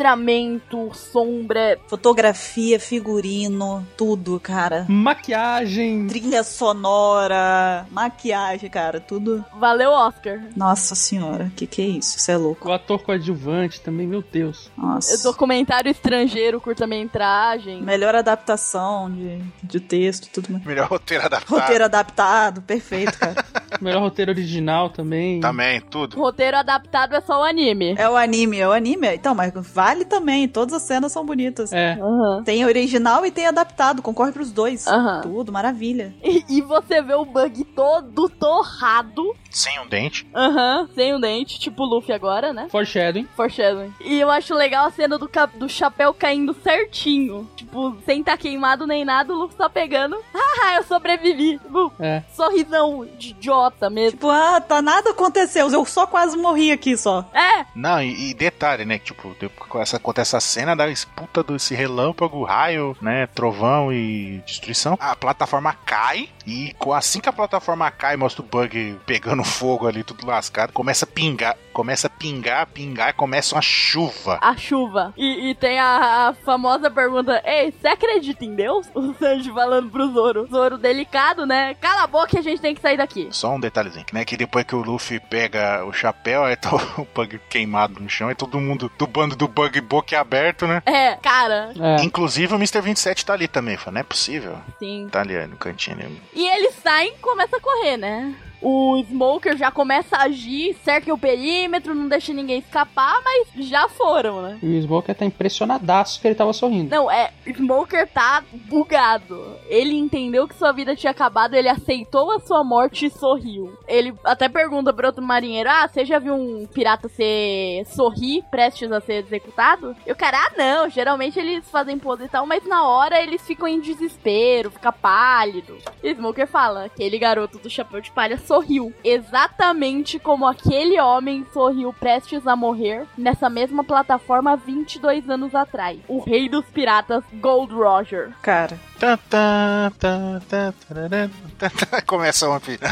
Speaker 3: Enquadramento, sombra.
Speaker 2: Fotografia, figurino, tudo, cara.
Speaker 1: Maquiagem.
Speaker 2: Trilha sonora, maquiagem, cara, tudo.
Speaker 3: Valeu, Oscar.
Speaker 2: Nossa senhora, que que é isso? Você é louco.
Speaker 1: O ator coadjuvante também, meu Deus.
Speaker 2: Nossa.
Speaker 3: É Documentário estrangeiro, curta-metragem.
Speaker 2: Melhor adaptação de, de texto, tudo mais.
Speaker 4: Melhor roteiro adaptado.
Speaker 2: Roteiro adaptado, perfeito, cara.
Speaker 1: Melhor roteiro original também.
Speaker 4: Também, tudo.
Speaker 3: Roteiro adaptado é só o anime.
Speaker 2: é o anime, é o anime. Então, mas vale também, todas as cenas são bonitas.
Speaker 1: É.
Speaker 3: Aham.
Speaker 2: Tem original e tem adaptado, concorre pros dois.
Speaker 3: Aham.
Speaker 2: Tudo, maravilha.
Speaker 3: E, e você vê o bug todo torrado.
Speaker 4: Sem um dente.
Speaker 3: Aham. Sem o dente, tipo o Luffy agora, né?
Speaker 1: Foreshadowing.
Speaker 3: Foreshadowing. E eu acho legal a cena do, cap- do chapéu caindo certinho. Tipo, sem tá queimado nem nada, o Luffy só pegando. Haha, eu sobrevivi. Tipo,
Speaker 1: É.
Speaker 3: sorrisão de idiota mesmo.
Speaker 2: Tipo, ah, tá, nada aconteceu, eu só quase morri aqui só.
Speaker 3: É,
Speaker 4: Não, e, e detalhe, né? Tipo, depois que essa, acontece essa cena da puta desse relâmpago, raio, né? Trovão e destruição. A plataforma cai. E co- assim que a plataforma cai, mostra o bug pegando fogo ali, tudo lascado. Começa a pingar. Começa a pingar, pingar e começa uma chuva.
Speaker 3: a chuva. E, e tem a, a famosa pergunta: Ei, você acredita em Deus? O Sanji falando pro Zoro. Zoro delicado, né? Cala a boca que a gente tem que sair daqui.
Speaker 4: Só um detalhezinho, né? Que depois que o Luffy pega o chapéu, aí tá o bug queimado no chão e todo mundo do bando do bug boca aberto, né?
Speaker 3: É, cara,
Speaker 1: É.
Speaker 4: Inclusive o Mr. 27 tá ali também, fala, não é possível.
Speaker 3: sim.
Speaker 4: Tá ali ó, no cantinho. né?
Speaker 3: E eles saem e começam a correr, né? O Smoker já começa a agir, cerca o perímetro, não deixa ninguém escapar, mas já foram, né?
Speaker 1: E o Smoker tá impressionadaço que ele tava sorrindo.
Speaker 3: Não, é, Smoker tá bugado. Ele entendeu que sua vida tinha acabado, ele aceitou a sua morte e sorriu. Ele até pergunta pro outro marinheiro: Ah, você já viu um pirata ser sorrir prestes a ser executado? E o cara, ah, não. Geralmente eles fazem pose e tal, mas na hora eles ficam em desespero, fica pálido. E Smoker fala: Aquele garoto do chapéu de palha sorriu. Exatamente como aquele homem sorriu prestes a morrer nessa mesma plataforma 22 anos atrás. O rei dos piratas, Gold Roger.
Speaker 2: Cara,
Speaker 4: Tan, tan, tan, tan, tararã, tan, tan. Começa uma filha.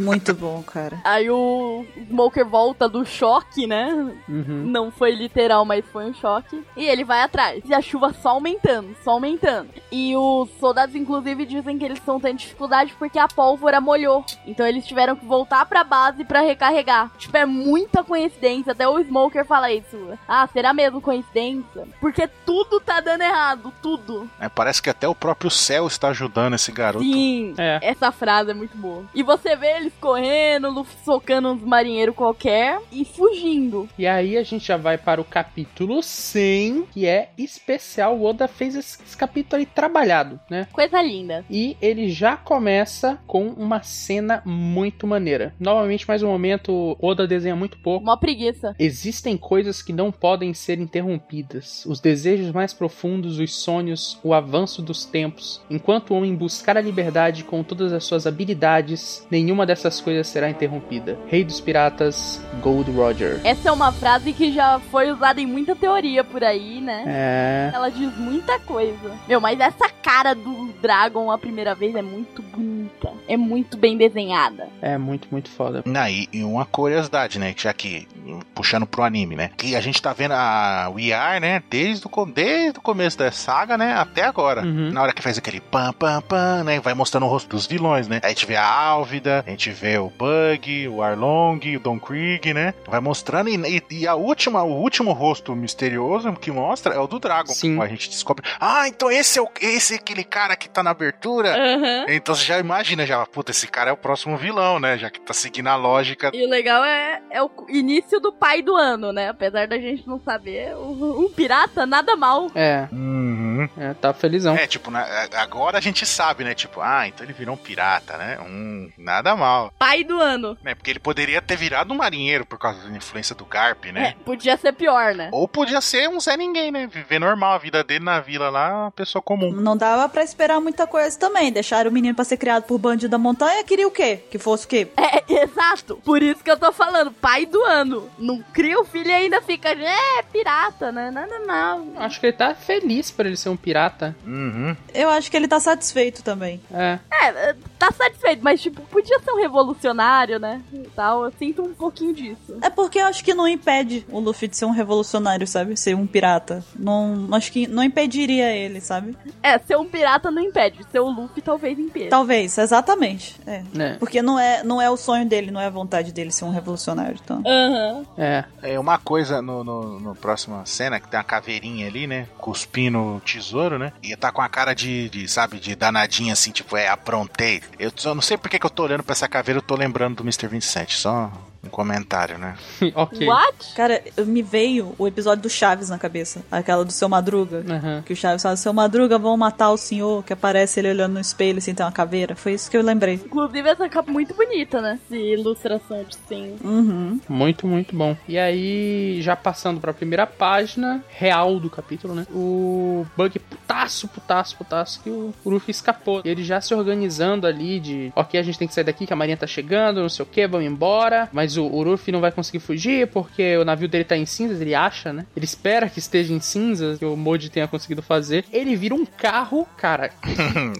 Speaker 2: muito bom, cara.
Speaker 3: Aí o Smoker volta do choque, né?
Speaker 1: Uhum.
Speaker 3: Não foi literal, mas foi um choque. E ele vai atrás. E a chuva só aumentando, só aumentando. E os soldados, inclusive, dizem que eles estão tendo dificuldade porque a pólvora molhou. Então eles tiveram que voltar pra base pra recarregar. Tipo, é muita coincidência. Até o Smoker fala isso. Ah, será mesmo coincidência? Porque tudo tá dando errado, tudo.
Speaker 4: É, parece que até o próprio o céu está ajudando esse garoto.
Speaker 3: Sim,
Speaker 1: É.
Speaker 3: essa frase é muito boa. E você vê eles correndo, Luffy socando uns marinheiros qualquer e fugindo.
Speaker 1: E aí a gente já vai para o capítulo 100, que é especial. O Oda fez esse, esse capítulo aí trabalhado, né?
Speaker 3: Coisa linda.
Speaker 1: E ele já começa com uma cena muito maneira. Novamente, mais um momento, Oda desenha muito pouco.
Speaker 3: Mó preguiça.
Speaker 1: Existem coisas que não podem ser interrompidas. Os desejos mais profundos, os sonhos, o avanço dos tempos. Enquanto o homem buscar a liberdade com todas as suas habilidades, nenhuma dessas coisas será interrompida. Rei dos Piratas, Gold Roger.
Speaker 3: Essa é uma frase que já foi usada em muita teoria por aí, né?
Speaker 1: É.
Speaker 3: Ela diz muita coisa. Meu, mas essa cara do Dragon a primeira vez é muito bonita. É muito bem desenhada.
Speaker 1: É muito, muito foda.
Speaker 4: Ah, e, e uma curiosidade, né? Já que puxando pro anime, né? Que a gente tá vendo a We Are, né? Desde o, co- desde o começo da saga, né? Até agora.
Speaker 1: Uhum.
Speaker 4: Na hora que faz aquele pam, pam, pam, né? Vai mostrando o rosto dos vilões, né? Aí a gente vê a Álvida, a gente vê o Bug, o Arlong, o Don Krieg, né? Vai mostrando e, e- e a última, o último rosto misterioso que mostra é o do Dragon.
Speaker 1: Sim.
Speaker 4: A gente descobre, ah, então esse é, o, esse é aquele cara que tá na abertura.
Speaker 3: Aham.
Speaker 4: Então você já imagina, já, puta, esse cara é o próximo vilão, né? Já que tá seguindo a lógica.
Speaker 3: E o legal é, é o início do pai do ano, né? Apesar da gente não saber, o- um pirata nada mal.
Speaker 1: É,
Speaker 4: Uhum.
Speaker 1: é tá felizão.
Speaker 4: É, tipo, na- a- agora a gente sabe, né? Tipo, ah, então ele virou um pirata, né? Hum, nada mal.
Speaker 3: Pai do ano.
Speaker 4: Né? Porque ele poderia ter virado um marinheiro por causa da influência do Garp, né?
Speaker 3: É, podia ser pior, né?
Speaker 4: Ou podia ser um Zé Ninguém, né? Viver normal a vida dele na vila lá, uma pessoa comum.
Speaker 2: Não dava pra esperar muita coisa também. Deixaram o menino pra ser criado por bandido da montanha, queria o quê? Que fosse o quê?
Speaker 3: É, exato. Por isso que eu tô falando, pai do ano. Não cria o filho e ainda fica, é, pirata, né? Nada mal.
Speaker 1: Acho que ele tá feliz por ele ser um pirata.
Speaker 4: Uhum.
Speaker 2: Eu acho que ele tá satisfeito também.
Speaker 1: É.
Speaker 3: É, tá satisfeito, mas tipo, podia ser um revolucionário, né? E tal, eu sinto um pouquinho disso.
Speaker 2: É porque eu acho que não impede o Luffy de ser um revolucionário, sabe? Ser um pirata. Não, acho que não impediria ele, sabe?
Speaker 3: É, ser um pirata não impede, ser o Luffy talvez impede.
Speaker 2: Talvez, exatamente. É.
Speaker 1: né?
Speaker 2: Porque não é, não é o sonho dele, não é a vontade dele ser um revolucionário. Então.
Speaker 3: Aham.
Speaker 1: É.
Speaker 4: É uma coisa no, no, no próxima cena, que tem uma caveirinha ali, né? Cuspindo o tesouro, né? E tá com a cara de, de, sabe, de danadinha, assim, tipo, é, aprontei. Eu só não sei porque que eu tô olhando pra essa caveira, eu tô lembrando do Mr. 27. Só um comentário, né?
Speaker 1: ok.
Speaker 3: What?
Speaker 2: Cara, eu- me veio o episódio do Chaves na cabeça. Aquela do seu Madruga.
Speaker 1: Aham.
Speaker 2: Que o Chaves fala, seu Madruga, vão matar o senhor, que aparece ele olhando no espelho, assim, tem uma caveira. Foi isso que eu lembrei.
Speaker 3: Inclusive, essa capa é muito bonita, né? Essa ilustração de sim.
Speaker 2: Uhum.
Speaker 1: Muito, muito bom. E aí, já passando pra primeira página, real do capítulo, né? O Bug putaço, putaço, putaço, que o Luffy escapou. E ele já se organizando ali de, ok, a gente tem que sair daqui, que a marinha tá chegando, não sei o que, vamos embora. Mas o, o Luffy não vai conseguir fugir, porque o navio dele tá em cinzas, ele acha, né? Ele espera que esteja em cinzas, que o Moji tenha conseguido fazer. Ele vira um carro, cara,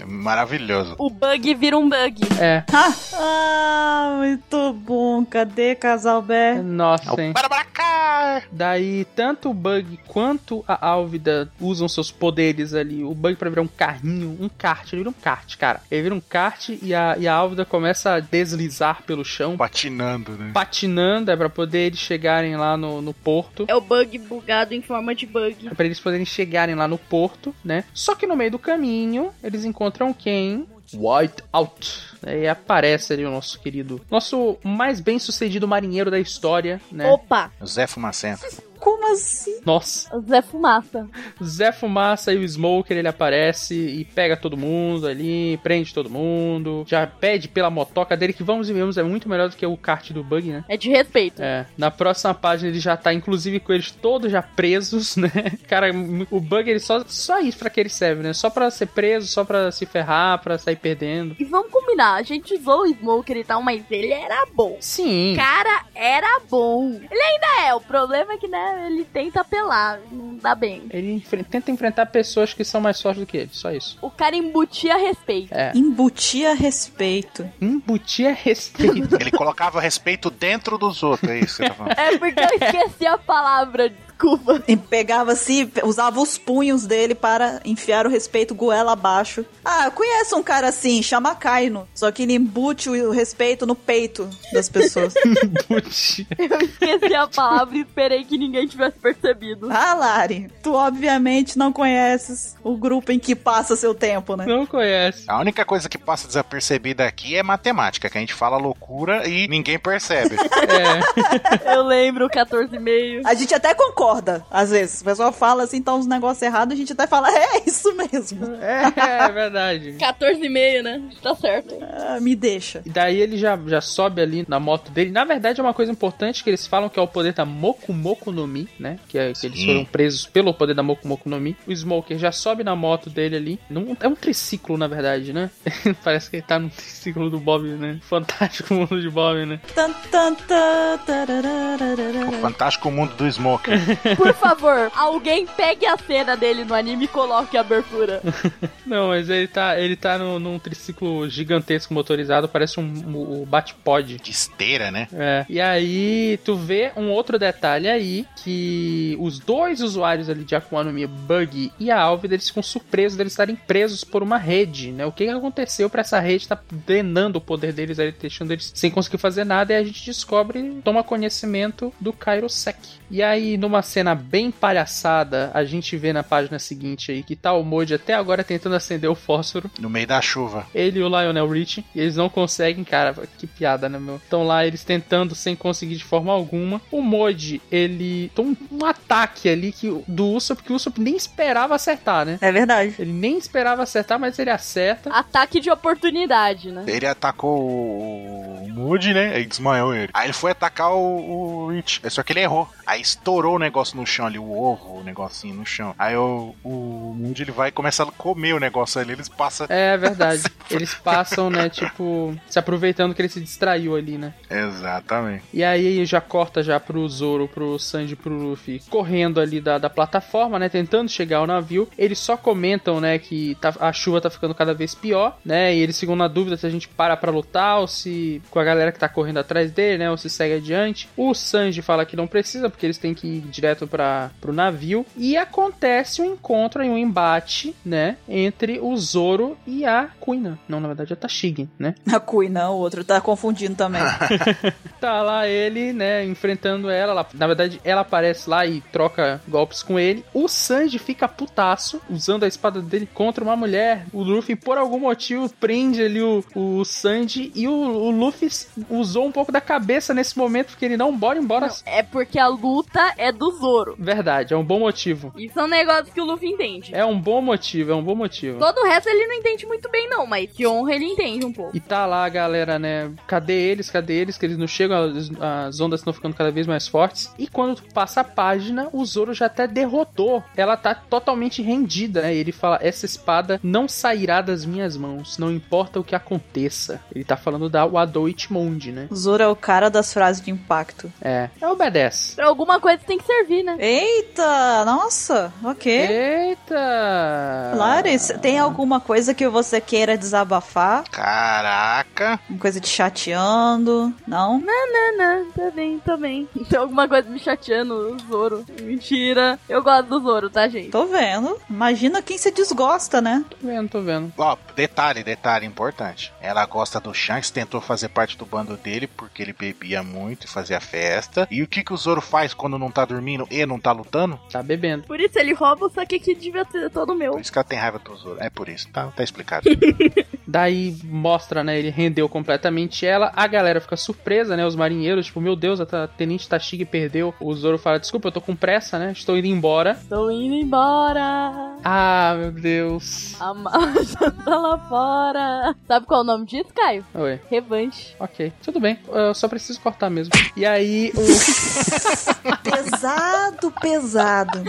Speaker 4: Maravilhoso.
Speaker 3: O bug vira um bug.
Speaker 1: é...
Speaker 2: Ah, muito bom. Cadê Casalbert?
Speaker 4: É
Speaker 1: Nossa, hein?
Speaker 4: Barabaracar!
Speaker 1: Daí, tanto o Bug quanto a Álvida usam seus poderes ali. O Bug pra virar um carrinho, um kart. Ele vira um kart, cara. Ele vira um kart e a, e a Álvida começa a deslizar pelo chão,
Speaker 4: Patinando, né?
Speaker 1: patinando, é pra poder eles chegarem lá no, no porto.
Speaker 3: É o bug bugado em forma de bug.
Speaker 1: É Pra eles poderem chegarem lá no porto, né? Só que no meio do caminho, eles encontram quem? Whiteout. E aparece ali o nosso querido, nosso mais bem sucedido marinheiro da história, né?
Speaker 3: Opa,
Speaker 4: Zé Fumacento.
Speaker 2: Como assim?
Speaker 1: Nossa.
Speaker 3: Zé Fumaça.
Speaker 1: Zé Fumaça e o Smoker, ele aparece e pega todo mundo ali, prende todo mundo, já pede pela motoca dele, que vamos e vemos, é muito melhor do que o kart do Bug, né?
Speaker 3: É de respeito.
Speaker 1: É, na próxima página ele já tá, inclusive, com eles todos já presos, né? Cara, o Bug, ele só, só isso pra que ele serve, né? Só pra ser preso, só pra se ferrar, pra sair perdendo.
Speaker 3: E vamos combinar, a gente usou o Smoker e tal, mas ele era bom.
Speaker 1: Sim.
Speaker 3: cara era bom. Ele ainda é, o problema é que, né, ele tenta apelar, não dá bem.
Speaker 1: Ele enfre- tenta enfrentar pessoas que são mais fortes do que ele, só isso.
Speaker 3: O cara embutia respeito.
Speaker 1: É,
Speaker 2: Embutia respeito.
Speaker 1: embutia Um respeito.
Speaker 4: Ele colocava respeito dentro dos outros, é isso que eu tô falando.
Speaker 3: É porque eu esqueci a palavra, Cuba.
Speaker 2: E pegava assim, pe- usava os punhos dele para enfiar o respeito goela abaixo. Ah, eu conheço um cara assim, chama Kaino. Só que ele embute o respeito no peito das pessoas.
Speaker 1: Putz.
Speaker 3: Eu esqueci a palavra e esperei que ninguém tivesse percebido.
Speaker 2: ah, Lari, tu obviamente não conheces o grupo em que passa seu tempo, né?
Speaker 1: Não conhece.
Speaker 4: A única coisa que passa desapercebida aqui é matemática, que a gente fala loucura e ninguém percebe.
Speaker 1: É.
Speaker 3: Eu lembro, 14,5.
Speaker 2: A gente até concorda, às vezes. O pessoal fala assim, tá uns negócios errados, a gente até fala, é isso mesmo.
Speaker 1: É, é verdade.
Speaker 3: 14,5, né? Tá certo.
Speaker 2: Ah, me deixa.
Speaker 1: E daí ele já, já sobe ali na moto dele. Na verdade, é uma coisa importante que eles falam que é o poder da Moku Moku no Mi, né? Que, é, que eles
Speaker 4: Sim.
Speaker 1: foram presos pelo poder da Moku Moku no Mi. O Smoker já sobe na moto dele ali. Num- é um triciclo, na verdade, né? Parece que ele tá num triciclo do Bob, né? Fantástico mundo de Bob, né?
Speaker 2: Tan, tan, tan,
Speaker 4: o
Speaker 2: tararararara.
Speaker 4: fantástico mundo do Smoker.
Speaker 3: Por favor, alguém pegue a cena dele no anime e coloque a abertura.
Speaker 1: Não, mas ele tá, ele tá no, num triciclo gigantesco motorizado. Parece um, um, um Batpod.
Speaker 4: De esteira, né?
Speaker 1: É. E aí, tu vê um outro detalhe aí, que os dois usuários ali de Aquanomia, Buggy e a Alvida, eles ficam surpresos deles estarem presos por uma rede, né? O que, que aconteceu pra essa rede tá drenando o poder deles ali, deixando eles sem conseguir fazer nada, e a gente descobre, toma conhecimento do Kairosek. E aí, numa cena bem palhaçada, a gente vê na página seguinte aí que tá o Moji até agora tentando acender o fósforo,
Speaker 4: No meio da chuva.
Speaker 1: ele e o Lionel Rich, e eles não conseguem, cara, que piada, né, meu? Estão lá eles tentando sem conseguir de forma alguma. O Moji, ele toma um- um ataque ali que, o- do Usopp, que o Usopp nem esperava acertar, né?
Speaker 2: É verdade.
Speaker 1: Ele nem esperava acertar, mas ele acerta.
Speaker 3: Ataque de oportunidade, né?
Speaker 4: Ele atacou o o Moody, né? Aí desmaiou ele. Aí ele foi atacar o, o Rich. É Só que ele errou. Aí estourou o negócio no chão ali, o ovo, o negocinho no chão. Aí o, o Moody ele vai começar a comer o negócio ali. Eles passam.
Speaker 1: É verdade. Eles passam, né, tipo, se aproveitando que ele se distraiu ali, né?
Speaker 4: Exatamente.
Speaker 1: E aí já corta já pro Zoro, pro Sanji, pro Luffy correndo ali da, da plataforma, né? Tentando chegar ao navio. Eles só comentam, né, que tá- a chuva tá ficando cada vez pior, né? E eles ficam na dúvida se a gente para pra lutar ou se com a galera que tá correndo atrás dele, né? Ou se segue adiante. O Sanji fala que não precisa porque eles têm que ir direto para pro navio. E acontece um encontro e um embate, né? Entre o Zoro e a Kuina. Não, na verdade é a Tashigi, né?
Speaker 2: A Cui não, o outro tá confundindo também.
Speaker 1: Tá lá ele, né, enfrentando ela. Ela- na verdade, ela aparece lá e troca golpes com ele. O Sanji fica putaço, usando a espada dele contra uma mulher. O Luffy, por algum motivo, prende ali o, o Sanji. E o, o Luffy s- usou um pouco da cabeça nesse momento, porque ele não bora embora.
Speaker 3: É porque a luta é do Zoro.
Speaker 1: Verdade, é um bom motivo.
Speaker 3: Isso é um negócio que o Luffy entende.
Speaker 1: É um bom motivo, é um bom motivo.
Speaker 3: Todo o resto ele não entende muito bem, não, mas que honra ele entende um pouco.
Speaker 1: E tá lá a galera, né? Cadê eles? Cadê eles? Que eles não chegam, as, as ondas estão ficando cada vez mais fortes. E quando tu passa a página, o Zoro já até derrotou. Ela tá totalmente rendida, né? Ele fala: Essa espada não sairá das minhas mãos, não importa o que aconteça. Ele tá falando da Wado Itmonde, né?
Speaker 2: O Zoro é o cara das frases de impacto.
Speaker 1: É. É obedece.
Speaker 3: Pra alguma coisa tem que servir, né?
Speaker 2: Eita, nossa, ok. É.
Speaker 1: Eita!
Speaker 2: Laris, tem alguma coisa que você queira desabafar?
Speaker 4: Caraca.
Speaker 2: Uma coisa te chateando? Não?
Speaker 3: Nanã, tá bem, tá bem. Tem alguma coisa me chateando, o Zoro. Mentira. Eu gosto do Zoro, tá, gente?
Speaker 2: Tô vendo. Imagina quem se desgosta, né?
Speaker 1: Tô vendo, tô vendo.
Speaker 4: Ó, detalhe, detalhe importante. Ela gosta do Shanks, tentou fazer parte do bando dele porque ele bebia muito e fazia festa. E o que, que o Zoro faz quando não tá dormindo e não tá lutando?
Speaker 1: Tá bebendo.
Speaker 3: Por isso ele rouba o saque que devia ser todo meu.
Speaker 4: Por isso que ela tem raiva do Zoro. É por isso, tá, tá explicado.
Speaker 1: Daí mostra, né? Ele rendeu completamente ela. A galera fica surpresa, né? Os marinheiros, tipo, meu Deus, a ta- Tenente Tashigi perdeu. O Zoro fala: Desculpa, eu tô com pressa, né? Estou indo embora.
Speaker 3: Tô indo embora.
Speaker 1: Ah, meu Deus.
Speaker 3: A marcha tá lá fora. Sabe qual é o nome disso, Caio?
Speaker 1: Oi.
Speaker 3: Revanche.
Speaker 1: Ok, tudo bem. Eu só preciso cortar mesmo. E aí, o,
Speaker 2: Pesado, pesado.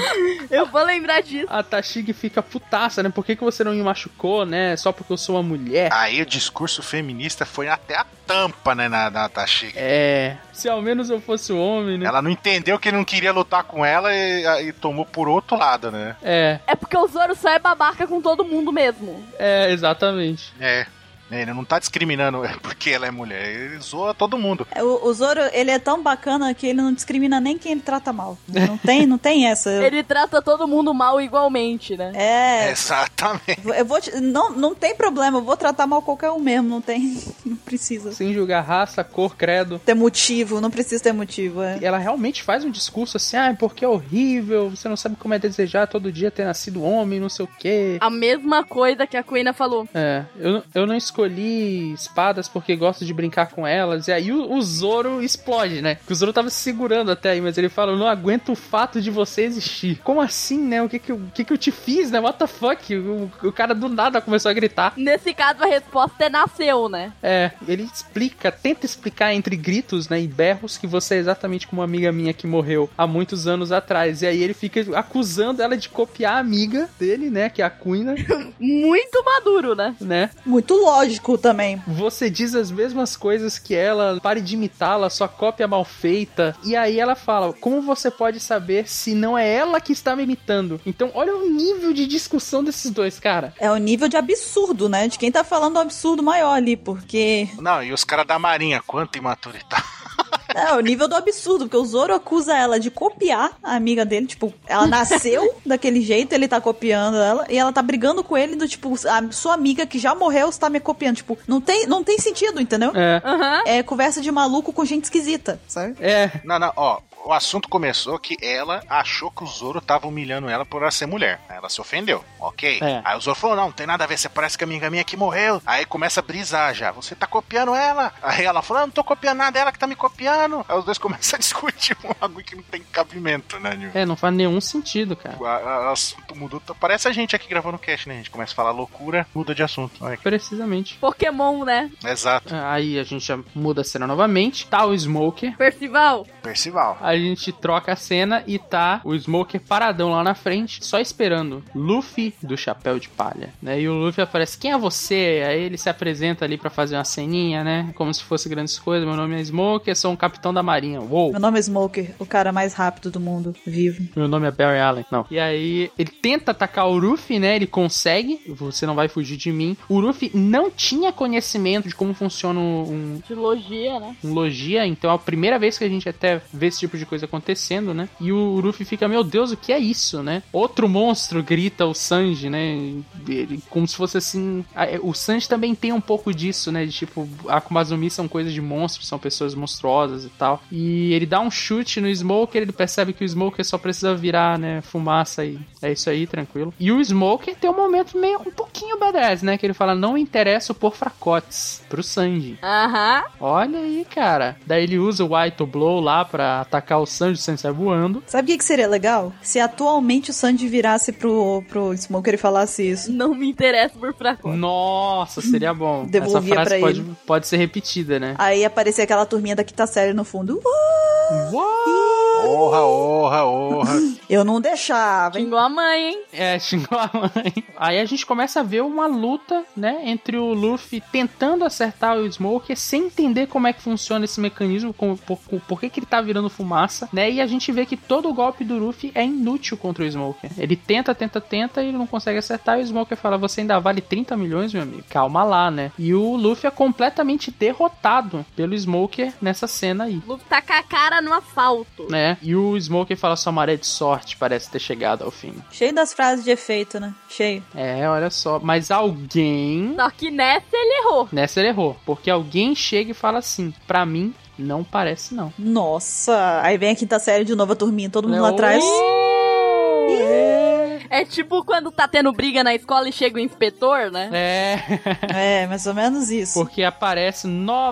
Speaker 3: Eu vou lembrar disso.
Speaker 1: a Tashigi fica putaça, né? Por que, que você não me machucou, né? Só porque eu sou uma mulher?
Speaker 4: Aí o discurso feminista foi até a tampa, né, na, na Tashiki.
Speaker 1: É. Se ao menos eu fosse um homem, né?
Speaker 4: Ela não entendeu que ele não queria lutar com ela e, e tomou por outro lado, né?
Speaker 1: É,
Speaker 3: É porque o Zoro só é babaca com todo mundo mesmo.
Speaker 1: é, exatamente.
Speaker 4: É. Ele não tá discriminando porque ela é mulher. Ele zoa todo mundo.
Speaker 2: O, o Zoro, ele é tão bacana que ele não discrimina nem quem ele trata mal. Não tem, não tem essa.
Speaker 3: Ele trata todo mundo mal igualmente, né?
Speaker 2: É.
Speaker 4: Exatamente.
Speaker 2: Eu vou te- não, não tem problema, eu vou tratar mal qualquer um mesmo, não tem. Não precisa
Speaker 1: Sem julgar raça, cor, credo.
Speaker 2: ter motivo, não precisa ter motivo. É.
Speaker 1: Ela realmente faz um discurso assim, ah, porque é horrível, você não sabe como é desejar todo dia ter nascido homem, não sei o quê.
Speaker 3: A mesma coisa que a Kuina falou.
Speaker 1: É, eu, eu não escolhi espadas porque gosto de brincar com elas. E aí o, o Zoro explode, né? Que o Zoro tava se segurando até aí, mas ele fala: Eu não aguento o fato de você existir. Como assim, né? O que que eu, o que que eu te fiz, né? What the fuck? O, o cara do nada começou a gritar.
Speaker 3: Nesse caso, a resposta é nasceu, né?
Speaker 1: É, ele explica, tenta explicar entre gritos, né? E berros que você é exatamente como uma amiga minha que morreu há muitos anos atrás. E aí ele fica acusando ela de copiar a amiga dele, né? Que é a Quina,
Speaker 3: Muito maduro, né?
Speaker 1: né?
Speaker 2: Muito lógico também.
Speaker 1: Você diz as mesmas coisas que ela, pare de imitá-la, sua cópia mal feita. E aí ela fala: Como você pode saber se não é ela que está me imitando? Então, olha o nível de discussão desses dois, cara.
Speaker 2: É o nível de absurdo, né? De quem tá falando um absurdo maior ali, porque.
Speaker 4: Não, e os caras da marinha, quanta imaturidade.
Speaker 2: É, o nível do absurdo, porque o Zoro acusa ela de copiar a amiga dele, tipo, ela nasceu daquele jeito, ele tá copiando ela, e ela tá brigando com ele do tipo, a sua amiga que já morreu está me copiando, tipo, não tem, não tem sentido, entendeu?
Speaker 1: É,
Speaker 3: Aham.
Speaker 2: É conversa de maluco com gente esquisita, sabe?
Speaker 1: é,
Speaker 4: Não, não, ó. O assunto começou que ela achou que o Zoro tava humilhando ela por ela ser mulher. Ela se ofendeu, ok?
Speaker 1: É.
Speaker 4: Aí o Zoro falou: não, não tem nada a ver, você parece que a amiga minha que morreu. Aí começa a brisar já. Você tá copiando ela? Aí ela falou: eu não tô copiando nada, ela que tá me copiando. Aí os dois começam a discutir um bagulho que não tem cabimento, né, Nil?
Speaker 1: é, não faz nenhum sentido, cara.
Speaker 4: O a- a- assunto mudou. Tá- Parece a gente aqui gravando cast, né? A gente começa a falar loucura, muda de assunto. Olha aqui.
Speaker 1: Precisamente.
Speaker 3: Pokémon, né?
Speaker 4: Exato.
Speaker 1: Aí a gente já muda a cena novamente. Tá o Smoker.
Speaker 3: Percival.
Speaker 4: Percival.
Speaker 1: A gente troca a cena e tá o Smoker paradão lá na frente, só esperando Luffy do Chapéu de Palha, né? E o Luffy aparece, quem é você? Aí ele se apresenta ali pra fazer uma ceninha, né? Como se fosse grandes coisas. Meu nome é Smoker, sou um capitão da marinha. Uou!
Speaker 2: Meu nome é Smoker, o cara mais rápido do mundo, vivo.
Speaker 1: Meu nome é Barry Allen. Não. E aí ele tenta atacar o Luffy, né? Ele consegue. Você não vai fugir de mim. O Luffy não tinha conhecimento de como funciona um,
Speaker 3: De logia, né?
Speaker 1: um logia, então é a primeira vez que a gente até vê esse tipo de coisa acontecendo, né? E o Luffy fica, meu Deus, o que é isso, né? Outro monstro grita o Sanji, né? Ele- como se fosse assim. a- é, O Sanji também tem um pouco disso, né? De tipo, Akumazumi são coisas de monstros, são pessoas monstruosas e tal. E ele dá um chute no Smoker, ele percebe que o Smoker só precisa virar, né? Fumaça e é isso aí, tranquilo. E o Smoker tem um momento meio um pouquinho badass, né? Que ele fala, não interessa por fracotes pro Sanji.
Speaker 3: Aham.
Speaker 1: Olha aí, cara. Daí ele usa o White Blow lá pra atacar o Sanji sem sair voando.
Speaker 2: Sabe o que, que seria legal? Se atualmente o Sandy virasse pro, pro Smoker e falasse isso.
Speaker 3: Não me interessa por fraco.
Speaker 1: Nossa, seria bom.
Speaker 2: Devolvia
Speaker 1: Essa frase
Speaker 2: pra
Speaker 1: pode,
Speaker 2: ele.
Speaker 1: pode ser repetida, né?
Speaker 2: Aí aparecia aquela turminha da quinta série no fundo. Uh,
Speaker 1: Uou!
Speaker 4: Orra, orra, orra.
Speaker 2: eu não deixava, hein?
Speaker 3: Xingou a mãe, hein?
Speaker 1: É, xingou a mãe. Aí a gente começa a ver uma luta, né? Entre o Luffy tentando acertar o Smoker sem entender como é que funciona esse mecanismo, como, por, com- por que, que ele tá virando fumaça, né? E a gente vê que todo o golpe do Luffy é inútil contra o Smoker. Ele tenta, tenta, tenta e ele não consegue acertar. E o Smoker fala: Você ainda vale 30 milhões, meu amigo? Calma lá, né? E o Luffy é completamente derrotado pelo Smoker nessa cena aí.
Speaker 3: Luffy tá com a cara no asfalto.
Speaker 1: Né? E o Smoker fala sua maré de sorte parece ter chegado ao fim.
Speaker 2: Cheio das frases de efeito, né? Cheio.
Speaker 1: É, olha só. Mas alguém.
Speaker 3: Só que nessa ele errou.
Speaker 1: Nessa ele errou. Porque alguém chega e fala assim: pra mim, não parece não.
Speaker 2: Nossa, aí vem a quinta série de novo, a turminha, todo mundo
Speaker 1: Né?
Speaker 2: lá atrás.
Speaker 1: Oh!
Speaker 3: É tipo quando tá tendo briga na escola e chega o inspetor, né?
Speaker 1: É,
Speaker 2: É, mais ou menos isso.
Speaker 1: porque aparece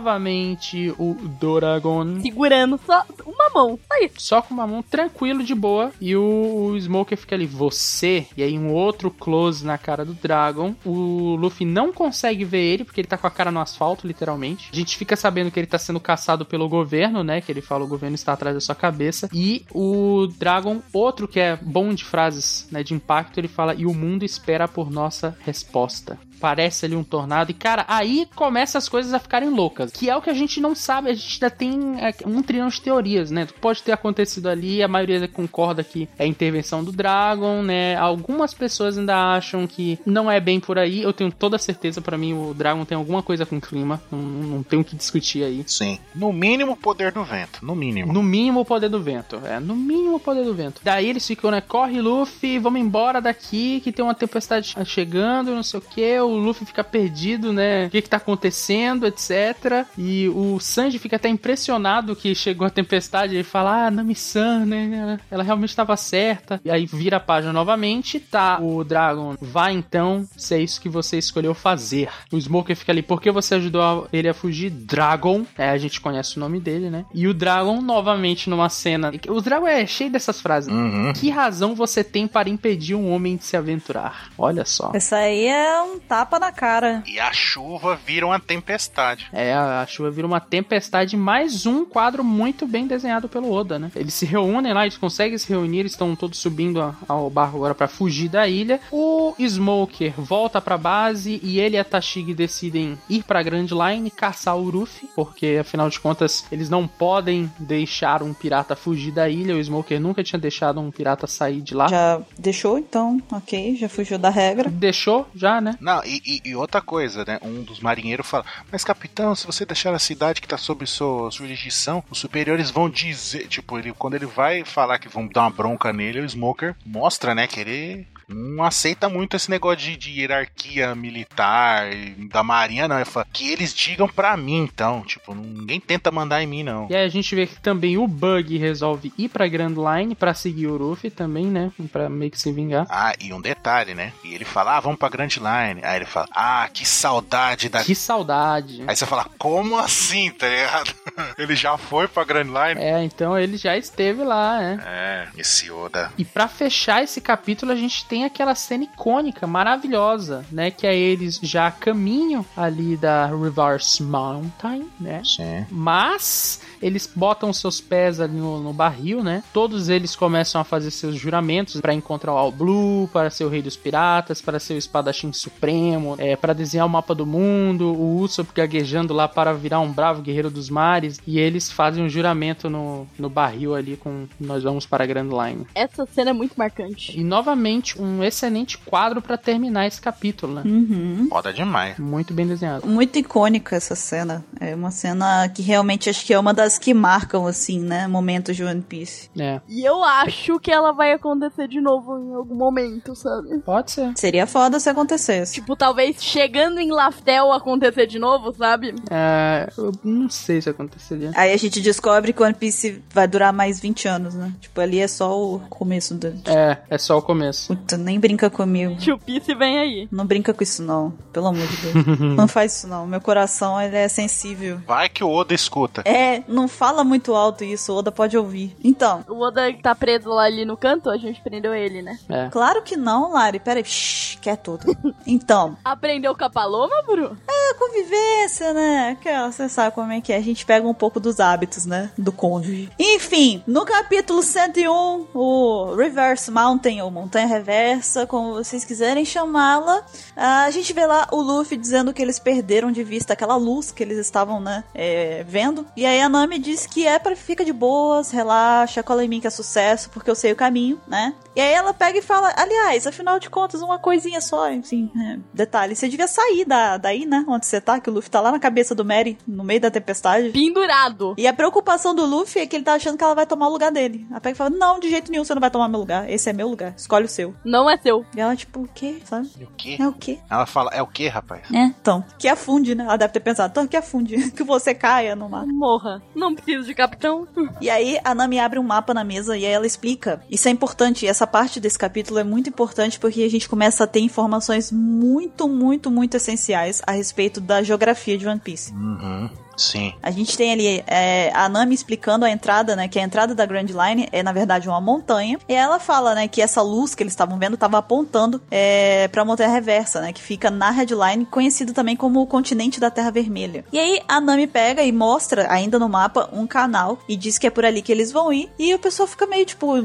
Speaker 1: novamente o Doragon.
Speaker 3: Segurando só uma mão. Só isso.
Speaker 1: Só com uma mão tranquilo, de boa. E o, o Smoker fica ali, você. E aí, um outro close na cara do Dragon. O Luffy não consegue ver ele, porque ele tá com a cara no asfalto, literalmente. A gente fica sabendo que ele tá sendo caçado pelo governo, né? Que ele fala o governo está atrás da sua cabeça. E o Dragon, outro que é bom de frases, né? De impacto, ele fala: E o mundo espera por nossa resposta. Parece ali um tornado. E, cara, aí começa as coisas a ficarem loucas. Que é o que a gente não sabe. A gente ainda tem é, um trilhão de teorias, né? Do que Pode ter acontecido ali. A maioria concorda que é intervenção do Dragon, né? Algumas pessoas ainda acham que não é bem por aí. Eu tenho toda certeza, pra mim, o Dragon tem alguma coisa com o clima. Não, não tem o que discutir aí.
Speaker 4: Sim. No mínimo, o poder do vento. No mínimo.
Speaker 1: No mínimo o poder do vento. É, no mínimo o poder do vento. Daí eles ficam, né? Corre, Luffy, vamos embora daqui, que tem uma tempestade chegando, não sei o que. O Luffy fica perdido, né? O que, que tá acontecendo, etc. E o Sanji fica até impressionado que chegou a tempestade. Ele fala, ah, Nami-san, né? Ela realmente estava certa. E aí vira a página novamente, tá? O Dragon vai então, se é isso que você escolheu fazer. O Smoker fica ali, por que você ajudou a- ele a fugir? Dragon. É, a gente conhece o nome dele, né? E o Dragon novamente numa cena. O Dragon é cheio dessas frases.
Speaker 4: Uhum.
Speaker 1: Que razão você tem para impedir um homem de se aventurar? Olha só.
Speaker 2: Essa aí é um tapa na cara.
Speaker 4: E a chuva vira uma tempestade.
Speaker 1: É, a chuva vira uma tempestade, mais um quadro muito bem desenhado pelo Oda, né? Eles se reúnem lá, eles conseguem se reunir, eles estão todos subindo a- ao barco agora pra fugir da ilha. O Smoker volta pra base e ele e a Tashig decidem ir pra Grand Line caçar o Ruffy, porque afinal de contas eles não podem deixar um pirata fugir da ilha. O Smoker nunca tinha deixado um pirata sair de lá.
Speaker 2: Já deixou, então, ok, já fugiu da regra.
Speaker 1: Deixou já, né?
Speaker 4: Não, e, e- e outra coisa, né? Um dos marinheiros fala: Mas capitão, se você deixar a cidade que tá sob sua, sua jurisdição, os superiores vão dizer. Tipo, ele, quando ele vai falar que vão dar uma bronca nele, o Smoker mostra, né? Que ele não aceita muito esse negócio de, de hierarquia militar e da marinha, não. Ele fala: Que eles digam pra mim, então. Tipo, ninguém tenta mandar em mim, não.
Speaker 1: E aí a gente vê que também o Bug resolve ir pra Grand Line pra seguir o Ruffy também, né? Pra meio que se vingar.
Speaker 4: Ah, e um detalhe, né? E ele fala, ah, vamos pra Grand Line. Aí ele fala, ah, que saudade da.
Speaker 1: Que saudade.
Speaker 4: Aí você fala, como assim, tá ligado? ele já foi pra Grand Line?
Speaker 1: É, então ele já esteve lá, né?
Speaker 4: É, esse Oda.
Speaker 1: E pra fechar esse capítulo, a gente tem aquela cena icônica, maravilhosa, né? Que é eles já a caminho ali da Reverse Mountain, né?
Speaker 4: Sim.
Speaker 1: Mas eles botam seus pés ali no, no barril, né? Todos eles começam a fazer seus juramentos pra encontrar o All Blue, para ser o rei dos piratas, para ser o espadachim supremo, é, para desenhar o mapa do mundo, o Usopp gaguejando lá para virar um bravo guerreiro dos mares. E eles fazem um juramento no, no barril ali com nós vamos para a Grand Line.
Speaker 3: Essa cena é muito marcante.
Speaker 1: E novamente um excelente quadro pra terminar esse capítulo, né?
Speaker 2: Uhum.
Speaker 4: Foda demais.
Speaker 1: Muito bem desenhado.
Speaker 2: Muito icônica essa cena. É uma cena que realmente acho que é uma das que marcam, assim, né? Momentos de One Piece.
Speaker 1: É.
Speaker 3: E eu acho que ela vai acontecer de novo em algum momento, sabe?
Speaker 1: Pode ser.
Speaker 2: Seria foda se acontecesse.
Speaker 3: Tipo, talvez chegando em Laftel acontecer de novo, sabe?
Speaker 1: É, eu não sei se aconteceria.
Speaker 2: Aí a gente descobre que One Piece vai durar mais 20 anos, né? Tipo, ali é só o começo do.
Speaker 1: É, é só o começo.
Speaker 2: Puta, nem brinca comigo.
Speaker 3: Tio Piece vem aí.
Speaker 2: Não brinca com isso, não. Pelo amor de Deus. não faz isso, não. Meu coração, ele é sensível.
Speaker 4: Vai que o Oda escuta.
Speaker 2: É, não fala muito alto isso. O Oda pode ouvir. Então,
Speaker 3: O Oda tá preso lá ali no canto, a gente prendeu ele, né?
Speaker 1: É.
Speaker 2: claro que não, Lari. Pera aí. Shhh, quer tudo. Então,
Speaker 3: Aprendeu com a Paloma, Bru?
Speaker 2: a convivência, né? Aquela, você sabe como é que é. A gente pega um pouco dos hábitos, né? Do cônjuge. Enfim, no capítulo 101, o Reverse Mountain, ou Montanha Reversa, como vocês quiserem chamá-la, a gente vê lá o Luffy dizendo que eles perderam de vista aquela luz que eles estavam, né? é, vendo. E aí a Nami diz que é pra fica de boas, relaxa, cola em mim que é sucesso, porque eu sei o caminho, né? E aí ela pega e fala, aliás, afinal de contas, uma coisinha só, enfim, é, detalhe, você devia sair da, daí, né, onde você tá, que o Luffy tá lá na cabeça do Mary, no meio da tempestade.
Speaker 3: Pendurado.
Speaker 2: E a preocupação do Luffy é que ele tá achando que ela vai tomar o lugar dele. Ela pega e fala, não, de jeito nenhum você não vai tomar meu lugar, esse é meu lugar, escolhe o seu.
Speaker 3: Não é seu.
Speaker 2: E ela, tipo, o quê, sabe?
Speaker 4: E o quê?
Speaker 2: É o quê?
Speaker 4: Ela fala, é o quê, rapaz?
Speaker 2: É. Então, que afunde, né? Ela deve ter pensado, então que afunde, que você caia no mar.
Speaker 3: Morra. Não preciso de capitão.
Speaker 2: E aí a Nami abre um mapa na mesa e aí ela explica. Isso é importante, essa parte desse capítulo é muito importante porque a gente começa a ter informações muito, muito, muito essenciais a respeito da geografia de One Piece.
Speaker 4: Uhum. Sim.
Speaker 2: A gente tem ali é, a Nami explicando a entrada, né? Que a entrada da Grand Line é, na verdade, uma montanha. E ela fala, né, que essa luz que eles estavam vendo estava apontando é, pra montanha reversa, né? Que fica na Red Line, conhecido também como o continente da Terra Vermelha. E aí a Nami pega e mostra, ainda no mapa, um canal e diz que é por ali que eles vão ir. E o pessoal fica meio tipo.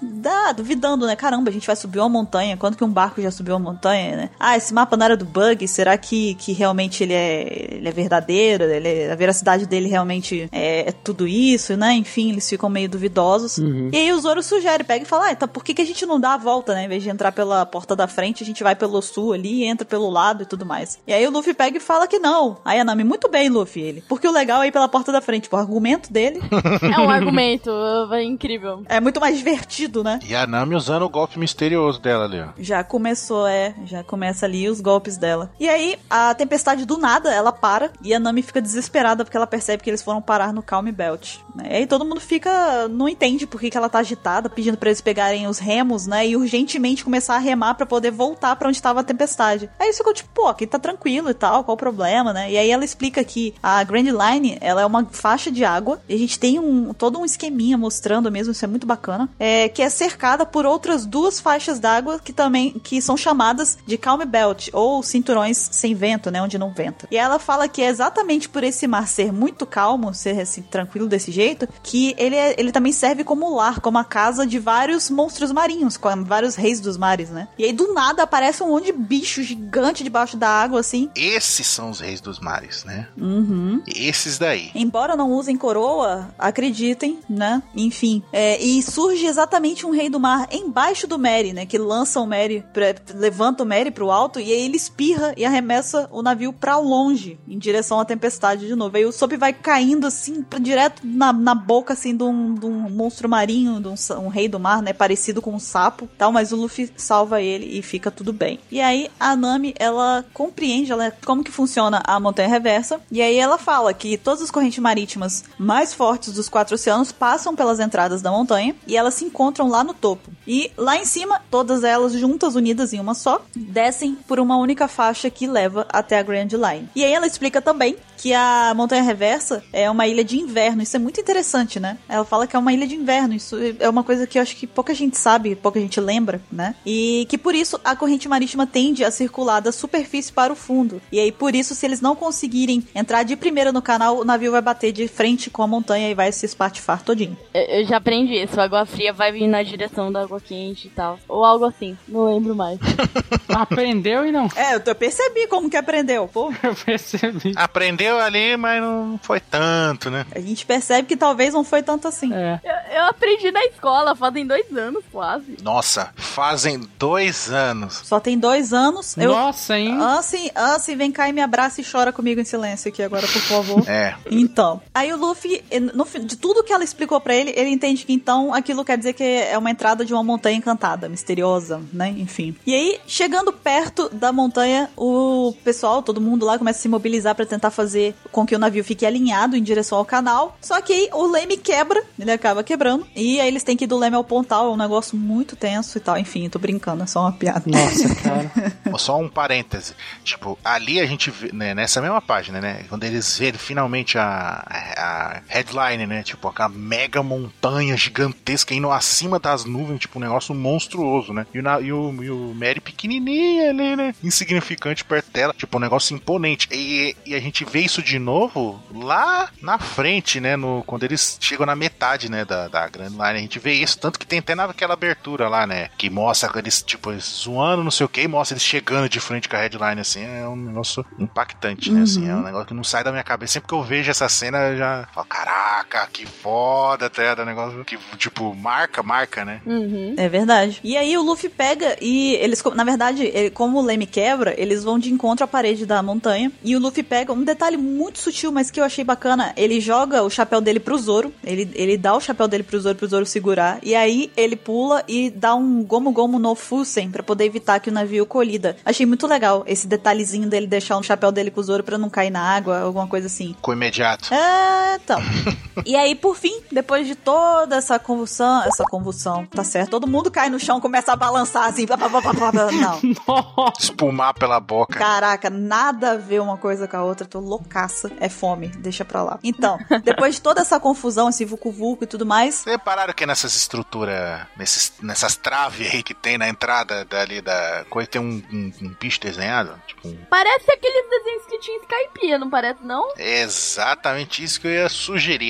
Speaker 2: dá, duvidando, né? Caramba, a gente vai subir uma montanha. Quando que um barco já subiu uma montanha, né? Ah, esse mapa não era do bug. Será que, que realmente ele é, ele é verdadeiro? Ele é- a veracidade dele realmente é, é tudo isso, né? Enfim, eles ficam meio duvidosos.
Speaker 1: Uhum.
Speaker 2: E aí o Zoro sugere, pega e fala, ah, então por que, que a gente não dá a volta, né? Em vez de entrar pela porta da frente, a gente vai pelo sul ali, entra pelo lado e tudo mais. E aí o Luffy pega e fala que não. Aí a Nami, muito bem, Luffy, ele. Porque o legal é ir pela porta da frente. Tipo, o argumento dele
Speaker 3: É um argumento é incrível.
Speaker 2: é muito mais divertido, né?
Speaker 4: E a Nami usando o golpe misterioso dela ali, ó.
Speaker 2: Já começou, é. Já começa ali os golpes dela. E aí, a tempestade do nada, ela para. E a Nami fica desesperada porque ela percebe que eles foram parar no Calm Belt. Né? E aí todo mundo fica. Não entende por que, que ela tá agitada, pedindo pra eles pegarem os remos, né? E urgentemente começar a remar pra poder voltar pra onde tava a tempestade. Aí isso ficou tipo, pô, aqui tá tranquilo e tal, qual o problema, né? E aí ela explica que a Grand Line, ela é uma faixa de água. E a gente tem um todo um esqueminha mostrando mesmo, isso é muito bacana. É, que é cercada por outras duas faixas d'água que também que são chamadas de Calm Belt ou cinturões sem vento, né, onde não venta. E ela fala que é exatamente por esse mar ser muito calmo, ser assim tranquilo desse jeito, que ele é- ele também serve como lar, como a casa de vários monstros marinhos, com vários reis dos mares, né? E aí do nada aparece um monte de bicho gigante debaixo da água assim.
Speaker 4: Esses são os reis dos mares, né?
Speaker 2: Uhum.
Speaker 4: Esses daí.
Speaker 2: Embora não usem coroa, acreditem, né? Enfim. é, e surge exatamente um rei do mar embaixo do Mary, né? Que lança o Mary, pra- levanta o Mary pro alto e aí ele espirra e arremessa o navio pra longe, em direção à tempestade de novo. Aí o Sop vai caindo assim, pra- direto na, na boca, assim, de um, de um monstro marinho, de um, sa- um rei do mar, né? Parecido com um sapo tal, mas o Luffy salva ele e fica tudo bem. E aí a Nami, ela compreende ela, é como que funciona a montanha reversa. E aí ela fala que todas as correntes marítimas mais fortes dos quatro oceanos passam pelas entradas da montanha e elas se encontram lá no topo. E lá em cima, todas elas juntas, unidas em uma só, descem por uma única faixa que leva até a Grand Line. E aí ela explica também que a montanha reversa é uma ilha de inverno. Isso é muito interessante, né? Ela fala que é uma ilha de inverno. Isso é uma coisa que eu acho que pouca gente sabe, pouca gente lembra, né? E que por isso a corrente marítima tende a circular da superfície para o fundo. E aí por isso, se eles não conseguirem entrar de primeira no canal, o navio vai bater de frente com a montanha e vai se espatifar todinho.
Speaker 3: Eu, eu já aprendi isso. A água fria vai vir na direção da água quente e tal. Ou algo assim. Não lembro mais.
Speaker 1: Aprendeu e não
Speaker 2: É, eu eu percebi como que aprendeu, pô.
Speaker 1: percebi.
Speaker 4: Aprendeu ali, mas não foi tanto, né?
Speaker 2: A gente percebe que talvez não foi tanto assim.
Speaker 1: É.
Speaker 3: Eu, eu aprendi na escola, fazem dois anos quase.
Speaker 4: Nossa, fazem dois anos.
Speaker 2: Só tem dois anos. Eu... Ah.
Speaker 1: Nossa, hein?
Speaker 2: Ansem, Ansem, vem cá e me abraça e chora comigo em silêncio aqui agora, por favor.
Speaker 4: É,
Speaker 2: Então, aí o Luffy, no fim- de tudo que ela explicou pra ele, ele entende que então aquilo quer dizer que é uma entrada de uma montanha encantada, misteriosa, né? Enfim. E aí, chegando perto da montanha, o pessoal, todo mundo lá, começa a se mobilizar pra tentar fazer com que o navio fique alinhado em direção ao canal. Só que aí o leme quebra, ele acaba quebrando, e aí eles têm que ir do leme ao pontal, é um negócio muito tenso e tal. Enfim, eu tô brincando, é só uma piada.
Speaker 1: Nossa, cara.
Speaker 4: só um parêntese. Tipo, ali a gente vê, né, nessa mesma página, né? Quando eles verem finalmente a, a headline, né? Tipo, aquela mega montanha gigantesca indo acima das nuvens, tipo, um negócio monstruoso, né? E o, na- e o, e o Mary pequenininha ali, né? Insignificante perto dela, tipo, um negócio imponente. E, e a gente vê isso de novo lá na frente, né? No, quando eles chegam na metade, né? Da, da Grand Line, a gente vê isso. Tanto que tem até naquela abertura lá, né? Que mostra eles, tipo, eles zoando, não sei o que, e mostra eles chegando de frente com a headline, assim. É um negócio impactante, né? Assim, é um negócio que não sai da minha cabeça. Sempre que eu vejo essa cena, eu já falo, caraca, que foda, até. É um negócio que, tipo, marca, marca, né?
Speaker 3: Uhum.
Speaker 2: É verdade. E aí o Luffy pega e eles, co- na verdade, ele- como o Leme quebra, eles vão de encontro à parede da montanha e o Luffy pega um detalhe muito sutil, mas que eu achei bacana. Ele joga o chapéu dele pro Zoro, ele, ele dá o chapéu dele pro Zoro pro Zoro segurar e aí ele pula e dá um gomo gomo no Fusen pra poder evitar que o navio colida. Achei muito legal esse detalhezinho dele deixar o chapéu dele com o Zoro pra não cair na água, alguma coisa assim.
Speaker 4: Com imediato.
Speaker 2: É, então. e aí, por fim, depois de toda essa convulsão, essa convulsão, tá certo? Todo mundo cai no chão, começa a balançar assim, blá, blá, blá, blá, blá, blá. não.
Speaker 1: Nossa.
Speaker 4: Espumar pela boca.
Speaker 2: Caraca, nada a ver uma coisa com a outra, tô loucaça. É fome, deixa pra lá. Então, depois de toda essa confusão, esse vucu-vucu e tudo mais,
Speaker 4: Vocês repararam que nessas estruturas, nesses, nessas traves aí que tem na entrada dali da coisa, tem um, um- um bicho desenhado? Tipo, um-
Speaker 3: Parece aqueles desenhos que tinha em Skypiea, não parece não?
Speaker 4: é exatamente isso que eu ia sugerir.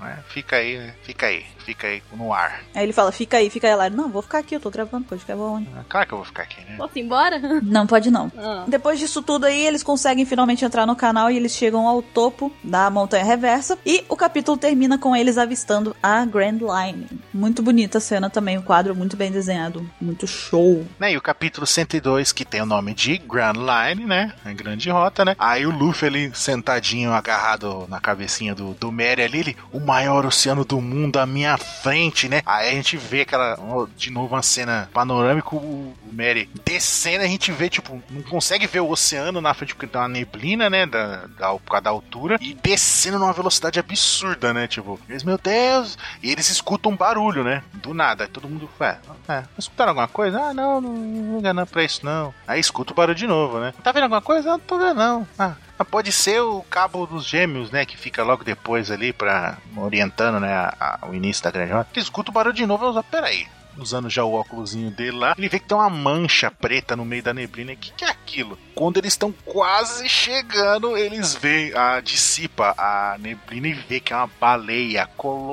Speaker 4: né? Fica aí, né? fica aí. fica aí no ar.
Speaker 2: Aí ele fala, fica aí, fica aí. Ela, não, vou ficar aqui, eu tô gravando podcast, vou aonde?
Speaker 4: Ah, Claro que eu vou ficar aqui, né?
Speaker 3: Posso ir embora?
Speaker 2: Não, pode não.
Speaker 3: Ah.
Speaker 2: Depois disso tudo aí, eles conseguem finalmente entrar no canal e eles chegam ao topo da montanha reversa. E o capítulo termina com eles avistando a Grand Line. Muito bonita a cena também, o quadro muito bem desenhado, muito show.
Speaker 4: né? E o capítulo 102, que tem o nome de Grand Line, né? A grande rota, né? Aí o Luffy ali, sentadinho, agarrado na cabecinha do, do Mary ali, ele, o maior oceano do mundo à minha frente, né? Aí a gente vê aquela, ó, de novo, uma cena panorâmica, o o Mary descendo, a gente vê, tipo, não consegue ver o oceano na frente porque tem uma neblina, né? Da, da, por causa da altura, e descendo numa velocidade absurda, né? Tipo, eles, meu Deus! E eles escutam um barulho, né? Do nada. Aí todo mundo, ué, é, escutaram alguma coisa? Ah, não, não, não dá não pra isso não. Aí escuta o barulho de novo, né? Tá vendo alguma coisa? Ah, não tô vendo não. Ah. ah, Pode ser o cabo dos gêmeos, né? Que fica logo depois ali pra. orientando, né? a- a- o início da grande rota. Ele Escuta o barulho de novo. eu, Peraí. Usando já o óculosinho dele lá, ele vê que tem uma mancha preta no meio da neblina. O que, que é aquilo? Quando eles estão quase chegando, eles veem, a, dissipa a neblina e vê que é uma baleia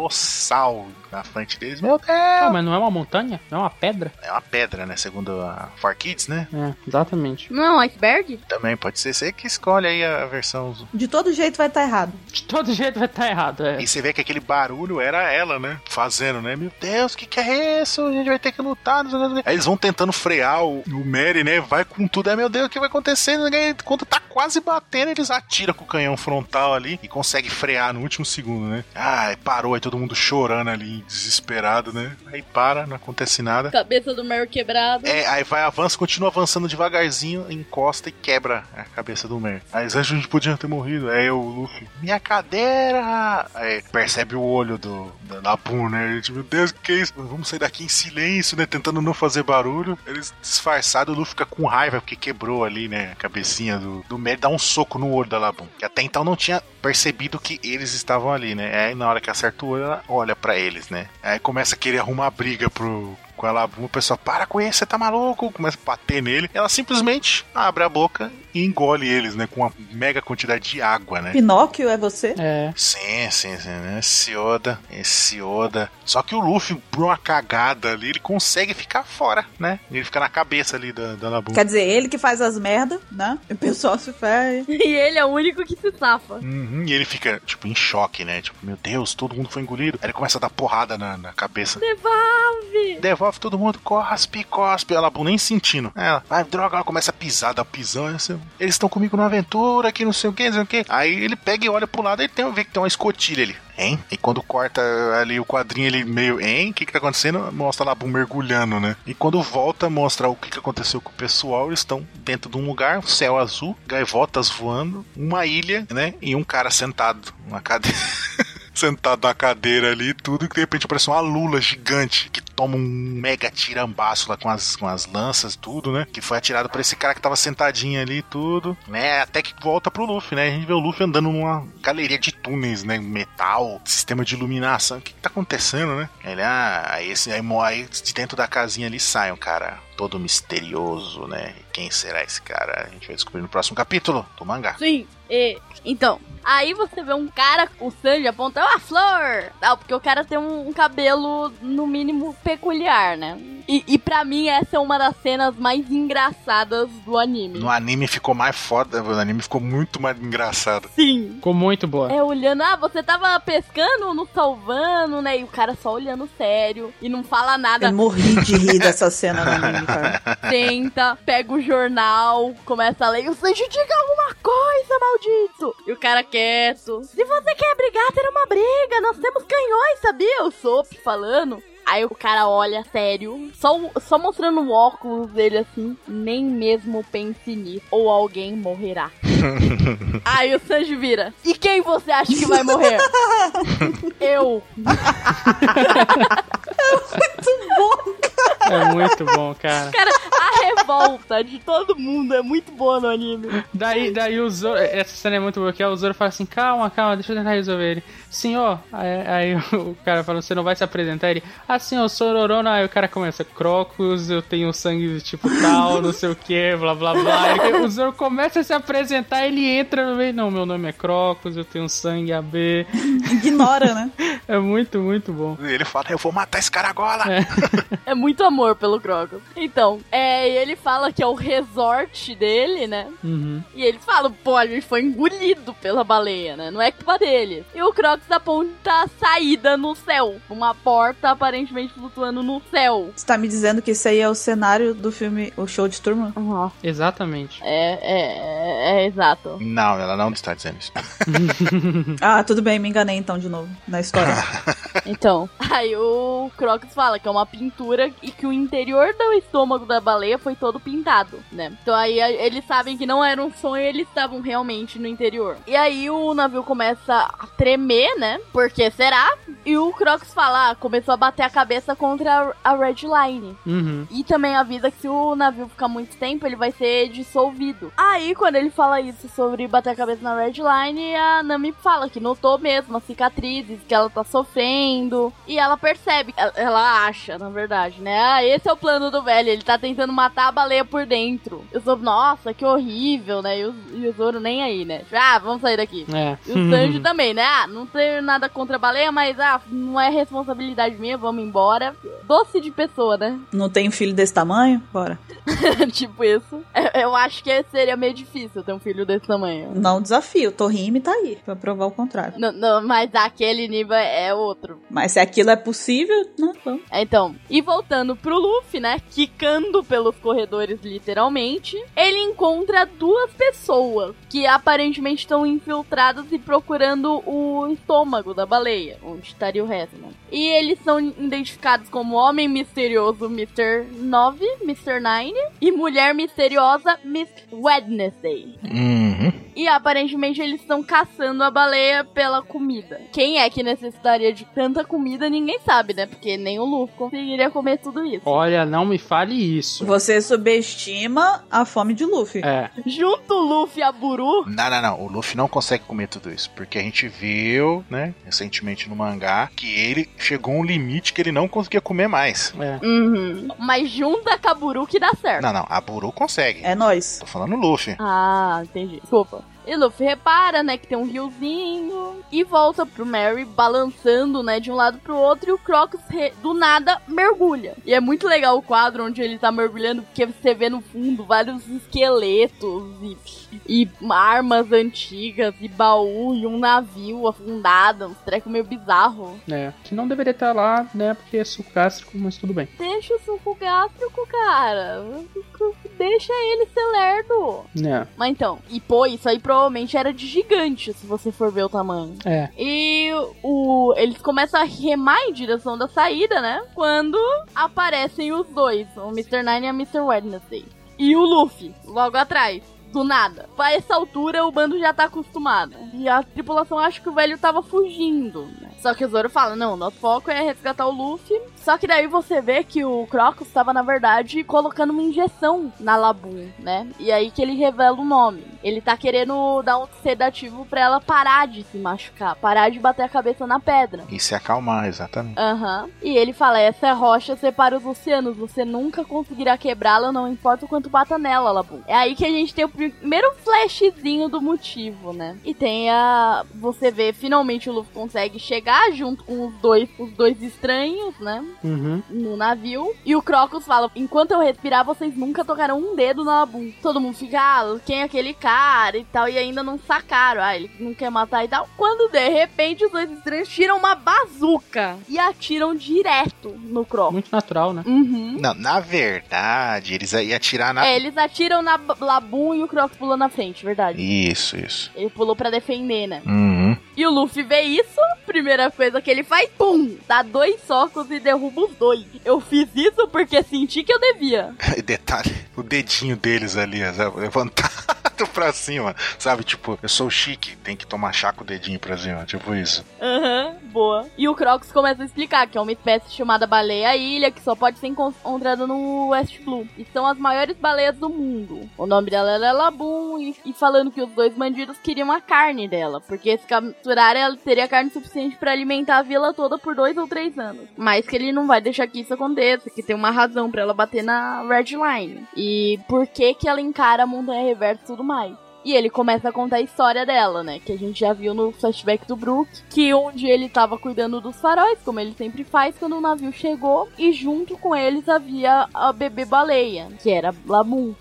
Speaker 4: colossal na frente deles. Meu Deus!
Speaker 1: Ah, mas não é uma montanha? Não é uma pedra?
Speaker 4: É uma pedra, né? Segundo a Far Kids, né?
Speaker 1: É, exatamente.
Speaker 3: Não, um iceberg?
Speaker 4: Também pode ser você que escolhe aí a versão.
Speaker 2: De todo jeito vai estar errado.
Speaker 1: De todo jeito vai estar errado. É.
Speaker 4: E você vê que aquele barulho era ela, né? Fazendo, né? Meu Deus, o que, que é isso? A gente vai ter que lutar. não sei o que, não sei o que. Aí eles vão tentando frear o, o Mary, né? Vai com tudo. Aí, meu Deus, o que vai acontecer? Ninguém- Quando tá quase batendo, eles atiram com o canhão frontal ali e consegue frear no último segundo, né? Ai, parou. Aí todo mundo chorando ali, desesperado, né? Aí para, não acontece nada.
Speaker 3: Cabeça do Mary quebrada.
Speaker 4: É, aí vai, avança, continua avançando devagarzinho, encosta e quebra a cabeça do Mer. Aí eles acham que podiam ter morrido. Aí o Luffy, minha cadeira! Aí percebe o olho do, da Nabu, né? Ele, tipo, meu Deus, o que é isso? Vamos sair daqui em silêncio, né? Tentando não fazer barulho. Eles disfarçados, o Luffy fica com raiva porque quebrou ali, né? A cabecinha do, do Mer, dá um soco no olho da Labum. Que até então não tinha percebido que eles estavam ali, né? Aí na hora que acerta o olho, ela olha pra eles, né? Aí começa a querer arrumar briga pro, com ela, o pessoal para com isso, você tá maluco, começa a bater nele. Ela simplesmente abre a boca e engole eles, né? Com uma mega quantidade de água, né?
Speaker 2: Pinóquio é você?
Speaker 1: É.
Speaker 4: Sim, sim, sim, né? Esse Oda, esse Oda. Só que o Luffy, por uma cagada ali, ele consegue ficar fora, né? Ele fica na cabeça ali da, da Nabu.
Speaker 2: Quer dizer, ele que faz as merda, né? E o pessoal se ferra.
Speaker 3: E ele é o único que se safa.
Speaker 4: Uhum, e ele fica, tipo, em choque, né? Tipo, meu Deus, todo mundo foi engolido. Aí ele começa a dar porrada na, na cabeça
Speaker 3: Devolve!
Speaker 4: Devolve todo mundo, cospe, cospe. Ela nem sentindo. Ela, vai, droga, ela começa a pisar, dá pisão. aí você- Eles estão comigo numa aventura, que não sei o que, não sei o que. Aí ele pega e olha pro lado e tem, vê que tem uma escotilha ali. Hein? E quando corta ali o quadrinho, ele meio, hein? O que que tá acontecendo? Mostra lá Boom mergulhando, né? E quando volta, mostra o que que aconteceu com o pessoal. Eles estão dentro de um lugar, um céu azul, gaivotas voando, uma ilha, né? E um cara sentado numa cadeira. sentado na cadeira ali e tudo, e de repente aparece uma lula gigante que toma um mega tirambaço lá com as, com as lanças, tudo, né? Que foi atirado por esse cara que tava sentadinho ali e tudo, né? Até que volta pro Luffy, né? A gente vê o Luffy andando numa galeria de túneis, né? Metal, sistema de iluminação. O que, que tá acontecendo, né? Ele, ah, aí, esse, aí, mo- aí de dentro da casinha ali sai um cara todo misterioso, né? Quem será esse cara? A gente vai descobrir no próximo capítulo do mangá.
Speaker 3: Sim, e. Então, aí você vê um cara, o Sanji aponta uma "Ah, flor! Não, porque o cara tem um, um cabelo, no mínimo, peculiar, né? E, e pra mim, essa é uma das cenas mais engraçadas do anime.
Speaker 4: No anime ficou mais foda, no anime ficou muito mais engraçado.
Speaker 3: Sim.
Speaker 1: Ficou muito boa.
Speaker 3: É olhando, ah, você tava pescando ou não salvando, né? E o cara só olhando sério e não fala nada.
Speaker 2: Eu morri de rir dessa cena no anime, cara.
Speaker 3: Senta, pega o jornal, começa a ler. E o Sanji diga alguma coisa, maldito! E o cara quieto. Se você quer brigar, terá uma briga. Nós temos canhões, sabia? O Sop falando. Aí o cara olha sério, só, o- só mostrando o óculos dele assim. Nem mesmo pense nisso, ou alguém morrerá. Aí o Sanji vira. E quem você acha que vai morrer? Eu.
Speaker 1: É muito bom, cara.
Speaker 3: Cara, a revolta de todo mundo é muito boa no anime.
Speaker 1: Daí, daí o Zoro. Essa cena é muito boa, que o Zoro fala assim: calma, calma, deixa eu tentar resolver ele. Senhor, aí, aí o cara fala: você não vai se apresentar? Ele, ah, senhor, eu sou Ororona. Aí o cara começa: Crocus, eu tenho sangue do tipo tal, não sei o que, blá blá blá. Aí o Zoro começa a se apresentar, ele entra no meio: não, meu nome é Crocus, eu tenho sangue AB.
Speaker 2: Ignora, né?
Speaker 1: É muito, muito bom.
Speaker 4: Ele fala, eu vou matar esse cara agora.
Speaker 3: É muito amor pelo Grogu. Então, é, e ele fala que é o resort dele, né?
Speaker 1: Uhum.
Speaker 3: E ele fala, pô, a gente foi engolido pela baleia, né? Não é culpa dele. E o Crocs aponta a saída no céu. Uma porta aparentemente flutuando no céu.
Speaker 2: Você tá me dizendo que isso aí é o cenário do filme O Show de Turma?
Speaker 1: Exatamente.
Speaker 3: É, é, é, é exato.
Speaker 4: Não, ela não está dizendo isso.
Speaker 2: Ah, tudo bem, me enganei então de novo na história.
Speaker 3: Então, aí o Crocs fala que é uma pintura e que o interior do estômago da baleia foi todo pintado, né? Então aí a- eles sabem que não era um sonho, eles estavam realmente no interior. E aí o navio começa a tremer, né? Porque será? E o Crocs fala, ah, começou a bater a cabeça contra a a Red Line.
Speaker 1: Uhum.
Speaker 3: E também avisa que se o navio ficar muito tempo, ele vai ser dissolvido. Aí, quando ele fala isso sobre bater a cabeça na Red Line, a Nami fala que notou mesmo as cicatrizes que ela tá sofrendo. E ela percebe, ela- ela acha, na verdade, né? Ah, esse é o plano do velho, ele tá tentando matar a baleia por dentro. Eu sou, nossa, que horrível, né? E o, e o Zoro nem aí, né? Ah, vamos sair daqui.
Speaker 1: É.
Speaker 3: E o Sanji também, né? Ah, não tenho nada contra a baleia, mas ah, não é responsabilidade minha, vamos embora. Doce de pessoa, né?
Speaker 2: Não tem um filho desse tamanho? Bora.
Speaker 3: tipo isso. Eu- Eu acho que seria meio difícil ter um filho desse tamanho.
Speaker 2: Não desafio, Torrime tá aí, pra provar o contrário.
Speaker 3: Não, não, mas aquele nível é outro.
Speaker 2: Mas se aquilo é possível, né? Vamos.
Speaker 3: Então, e voltando pro Luffy, né? Quicando pelos corredores, literalmente. Ele encontra duas pessoas que aparentemente estão infiltradas e procurando o estômago da baleia, onde estaria o resto, né? E eles são identificados como Homem Misterioso Mr. 9, Mr. 9 e Mulher Misteriosa Miss Wednesday.
Speaker 4: uhum.
Speaker 3: E aparentemente eles estão caçando a baleia pela comida. Quem é que necessitaria de tanta comida, ninguém sabe, né? Porque nem o Luffy conseguiria comer tudo isso.
Speaker 1: Olha, não me fale isso.
Speaker 2: Você subestima a fome de Luffy.
Speaker 1: É.
Speaker 3: Junto o Luffy e a Buru,
Speaker 4: Não, não, não. O Luffy não consegue comer tudo isso. Porque a gente viu, né, recentemente no mangá, que ele chegou a um limite que ele não conseguia comer mais.
Speaker 1: É.
Speaker 3: mas junta com a Buru que dá certo.
Speaker 4: Não, não. A Buru consegue.
Speaker 2: É nóis.
Speaker 4: Tô falando Luffy.
Speaker 3: Ah, entendi. Desculpa. E Luffy repara, né, que tem um riozinho e volta pro Mary balançando, né, de um lado pro outro e o Crocus re- do nada mergulha. E é muito legal o quadro onde ele tá mergulhando porque você vê no fundo vários esqueletos e, e armas antigas e baú e um navio afundado, um treco meio bizarro.
Speaker 1: É. Que não deveria estar lá, né? Porque é suco gástrico, mas tudo bem.
Speaker 3: Deixa o suco gástrico, cara. Deixa ele ser lerdo.
Speaker 1: Né?
Speaker 3: Mas então, e pô, isso aí provavelmente era de gigante, se você for ver o tamanho.
Speaker 1: É.
Speaker 3: E o, eles começam a remar em direção da saída, né? Quando aparecem os dois, o Mr. Nine e a Mr. Wednesday. E o Luffy, logo atrás. Do nada. Pra essa altura, o bando já tá acostumado. E a tripulação acha que o velho tava fugindo. né? Só que o Zoro fala, não, nosso foco é resgatar o Luffy. Só que daí você vê que o Crocus tava, na verdade, colocando uma injeção na Labu, né? E aí que ele revela o nome. Ele tá querendo dar um sedativo pra ela parar de se machucar. Parar de bater a cabeça na pedra.
Speaker 4: E se acalmar, exatamente.
Speaker 3: Aham. E ele fala: essa rocha separa os oceanos, você nunca conseguirá quebrá-la, não importa o quanto bata nela, Labu. É aí que a gente tem o primeiro flashzinho do motivo, né? E tem a. Você vê, finalmente o Luffy consegue chegar junto com os dois, os dois estranhos, né?
Speaker 1: Uhum.
Speaker 3: No navio. E o Crocus fala: enquanto eu respirar, vocês nunca tocarão um dedo na Labu. Todo mundo fica, ah, quem é aquele cara e tal, e ainda não sacaram. Ah, ele não quer matar e tal. Quando de repente os dois estranhos tiram uma bazuca e atiram direto no Crocus.
Speaker 1: Muito natural, né?
Speaker 3: Uhum.
Speaker 4: Não, na verdade, eles iam atirar na.
Speaker 3: É, eles atiram na b- Labu e o Crocus pulou na frente, verdade.
Speaker 4: Isso, isso.
Speaker 3: Ele pulou pra defender, né?
Speaker 4: Uhum.
Speaker 3: E o Luffy vê isso, primeira coisa que ele faz, pum! Dá dois socos e derruba os dois. Eu fiz isso porque senti que eu devia.
Speaker 4: E detalhe, o dedinho deles ali, ó, sabe, levantado pra cima, sabe? Tipo, eu sou chique, tem que tomar chá com o dedinho pra cima, tipo isso.
Speaker 3: Aham, boa. E o Crocs começa a explicar que é uma espécie chamada baleia ilha que só pode ser encontrada no West Blue. E são as maiores baleias do mundo. O nome dela era Labum e, e falando que os dois bandidos queriam a carne dela, porque se capturar ela teria carne suficiente pra alimentar a vila toda por dois ou três anos. Mas que ele não vai deixar que isso aconteça, que tem uma razão pra ela bater na Red Line. E por que que ela encara a montanha reversa e tudo mais. E ele começa a contar a história dela, né? Que a gente já viu no flashback do Brook. Que onde ele tava cuidando dos faróis, como ele sempre faz quando o navio chegou. E junto com eles havia a bebê baleia, que era Laboon.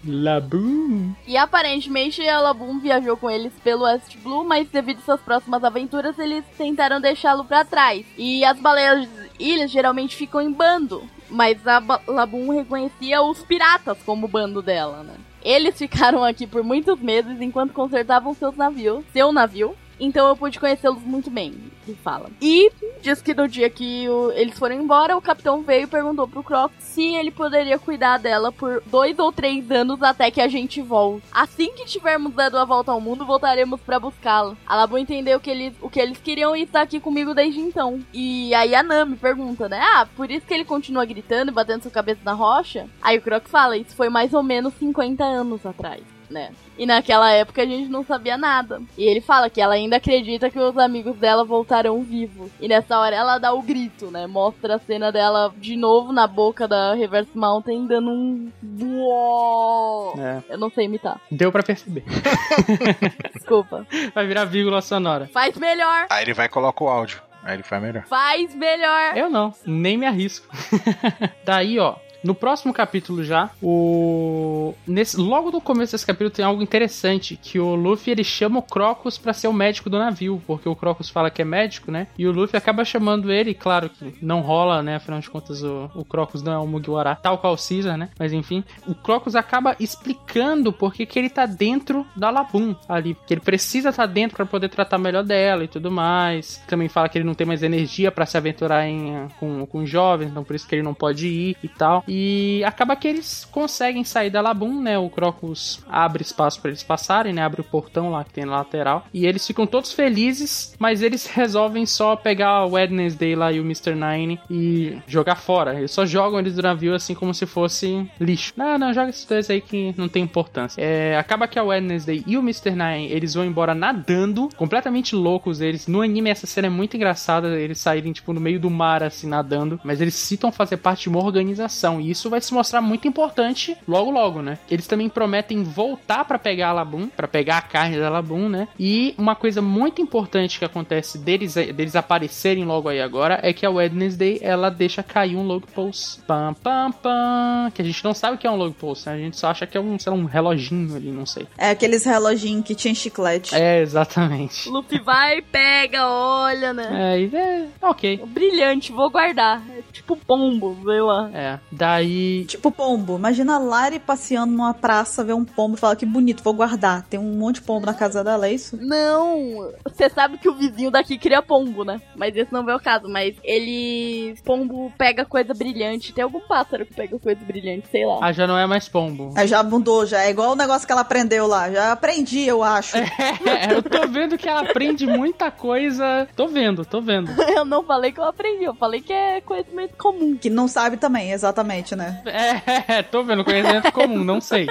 Speaker 1: Laboom.
Speaker 3: E aparentemente a Laboon viajou com eles pelo West Blue, mas devido às suas próximas aventuras, eles tentaram deixá-lo pra trás. E as baleias ilhas geralmente ficam em bando. Mas a Ba- Laboon reconhecia os piratas como bando dela, né? Eles ficaram aqui por muitos meses enquanto consertavam seus navios, seu navio. Então eu pude conhecê-los muito bem, ele fala. E diz que no dia que o- eles foram embora, o capitão veio e perguntou pro Croc se ele poderia cuidar dela por dois ou três anos até que a gente volte. Assim que tivermos dado a volta ao mundo, voltaremos pra buscá-la. A Labu entendeu que eles, o que eles queriam e está aqui comigo desde então. E aí a Nami pergunta, né? Ah, por isso que ele continua gritando e batendo sua cabeça na rocha? Aí o Croc fala, isso foi mais ou menos 50 anos atrás, né? E naquela época a gente não sabia nada. E ele fala que ela ainda acredita que os amigos dela voltarão vivos. E nessa hora ela dá o grito, né? Mostra a cena dela de novo na boca da Reverse Mountain dando um. Uó!
Speaker 1: É,
Speaker 3: Eu não sei imitar,
Speaker 1: deu pra perceber.
Speaker 3: desculpa.
Speaker 1: Vai virar vírgula sonora.
Speaker 3: Faz melhor!
Speaker 4: Aí ele vai e coloca o áudio. Aí ele faz melhor.
Speaker 3: Faz melhor!
Speaker 1: Eu não, nem me arrisco. Daí, ó, no próximo capítulo já, o nesse logo no começo desse capítulo tem algo interessante que o Luffy ele chama o Crocus pra ser o médico do navio, porque o Crocus fala que é médico, né? E o Luffy acaba chamando ele, claro que não rola, né? Afinal de contas o, o Crocus não é um Mugiwara, tal qual o Caesar, né? Mas enfim, o Crocus acaba explicando por que que ele tá dentro da Laboon ali, que ele precisa estar dentro pra poder tratar melhor dela e tudo mais. Também fala que ele não tem mais energia pra se aventurar em, eh, com, com jovens, então por isso que ele não pode ir e tal. E acaba que eles conseguem sair da Laboon, né? O Crocus abre espaço pra eles passarem, né? Abre o portão lá que tem na lateral. E eles ficam todos felizes, mas eles resolvem só pegar o Wednesday lá e o Mr. Nine e jogar fora. Eles só jogam eles do navio assim como se fosse lixo. Não, não, joga esses dois aí que não tem importância. É, acaba que a Wednesday e o Mr. Nine, eles vão embora nadando, completamente loucos eles. No anime essa cena é muito engraçada, eles saírem tipo no meio do mar assim nadando, mas eles citam fazer parte de uma organização e isso vai se mostrar muito importante logo logo, né? Eles também prometem voltar pra pegar a Labum, pra pegar a carne da Labum, né? E uma coisa muito importante que acontece deles, é, deles aparecerem logo aí agora é que a Wednesday ela deixa cair um log post. Pam, pam, pam. Que a gente não sabe o que é um log post, né? A gente só acha que é um, sei lá, um reloginho ali, não sei.
Speaker 2: É aqueles reloginhos que tinha chiclete.
Speaker 1: É, exatamente.
Speaker 3: Luffy vai, pega, olha, né?
Speaker 1: É, e é ok.
Speaker 3: Brilhante, vou guardar. É tipo pombo, veio lá.
Speaker 1: É, daí
Speaker 2: Tipo pombo. Imagina a Lari passeando numa praça, ver um pombo e falar que bonito, vou guardar. Tem um monte de pombo na casa dela, é isso?
Speaker 3: Não, você sabe que o vizinho daqui cria pombo, né? Mas esse não é o caso, mas ele. Pombo pega coisa brilhante. Tem algum pássaro que pega coisa brilhante, sei lá.
Speaker 1: Ah, já não é mais pombo.
Speaker 2: Aí já mudou, já. É igual o negócio que ela aprendeu lá. Já aprendi, eu acho.
Speaker 1: É, eu tô vendo que ela aprende muita coisa. Tô vendo, tô vendo.
Speaker 3: Eu não falei que eu aprendi, eu falei que é conhecimento comum.
Speaker 2: Que não sabe também, exatamente, né?
Speaker 1: É, tô vendo conhecimento comum, não sei.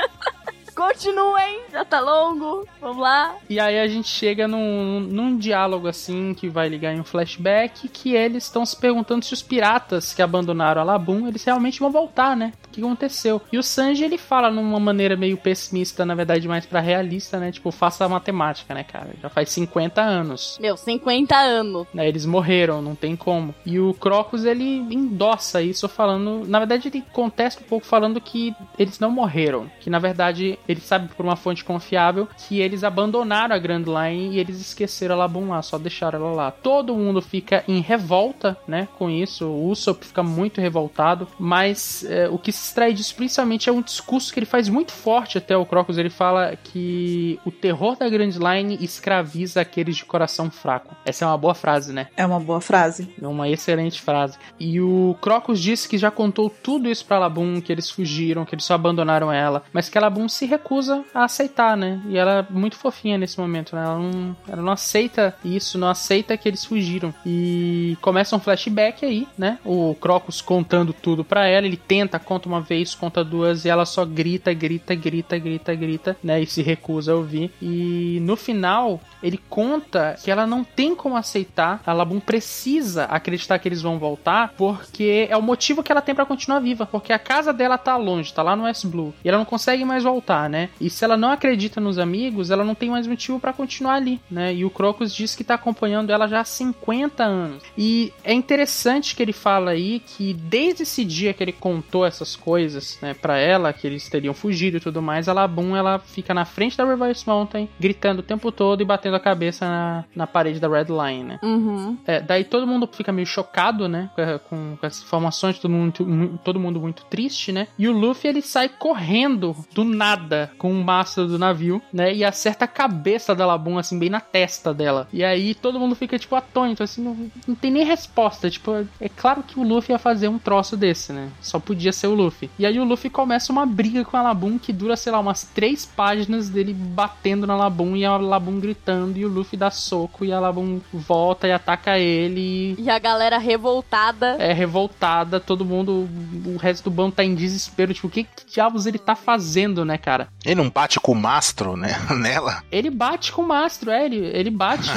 Speaker 3: Continuem, já tá longo, vamos lá.
Speaker 1: E aí a gente chega num, num diálogo assim que vai ligar em um flashback que eles estão se perguntando se os piratas que abandonaram a Labum, eles realmente vão voltar, né? O que aconteceu? E o Sanji ele fala numa maneira meio pessimista, na verdade, mais pra realista, né? Tipo, faça a matemática, né, cara? Já faz 50 anos.
Speaker 3: Meu, 50 anos.
Speaker 1: né? Eles morreram, não tem como. E o Crocus, ele endossa isso falando. Na verdade, ele contesta um pouco falando que eles não morreram. Que na verdade, ele sabe por uma fonte confiável que eles abandonaram a Grand Line e eles esqueceram ela bom lá, só deixaram ela lá. Todo mundo fica em revolta, né? Com isso, o Usopp fica muito revoltado. Mas é, o que se extrai disso principalmente é um discurso que ele faz muito forte até o Crocus. Ele fala que o terror da Grand Line escraviza aqueles de coração fraco. Essa é uma boa frase, né?
Speaker 2: É uma boa frase.
Speaker 1: É Uma excelente frase. E o Crocus disse que já contou tudo isso pra Labum, que eles fugiram, que eles só abandonaram ela, mas que a Labum se recusa a aceitar, né? E ela é muito fofinha nesse momento, né? Ela não, ela não aceita isso, não aceita que eles fugiram. E começa um flashback aí, né? O Crocus contando tudo pra ela, ele tenta, conta uma vez, conta duas, e ela só grita, grita, grita, grita, grita, né? E se recusa a ouvir. E no final, ele conta que ela não tem como aceitar, a Labum precisa acreditar que eles vão voltar, porque é o motivo que ela tem pra continuar viva, porque a casa dela tá longe, tá lá no West Blue, e ela não consegue mais voltar. acreditar, né? E se ela não acredita nos amigos, ela não tem mais motivo pra continuar ali, né? E o Crocus diz que tá acompanhando ela já há 50 anos. E é interessante que ele fala aí que desde esse dia que ele contou essas coisas, né, para ela, que eles teriam fugido e tudo mais, a Labum ela fica na frente da Reverse Mountain, gritando o tempo todo e batendo a cabeça na, na parede da Red Line, né?
Speaker 9: Uhum.
Speaker 1: É, daí todo mundo fica meio chocado, né? com- Com, com essas informações, todo mundo, muito- mu- todo mundo muito triste, né? E o Luffy ele sai correndo do nada com o mastro do navio, né? E acerta a cabeça da Labum, assim, bem na testa dela. E aí todo mundo fica, tipo, atônito, assim, não, não tem nem resposta. Tipo, é claro que o Luffy ia fazer um troço desse, né? Só podia ser o Luffy. E aí o Luffy começa uma briga com a Labum que dura, sei lá, umas três páginas dele batendo na Labum e a Labum gritando. E o Luffy dá soco e a Labum volta e ataca ele. e
Speaker 3: E a galera revoltada.
Speaker 1: é revoltada, todo mundo, o resto do bando tá em desespero, tipo, o que, que diabos ele tá fazendo, né, cara?
Speaker 4: Ele não bate com o mastro, né? Nela?
Speaker 1: Ele bate com o mastro, é, ele, ele bate.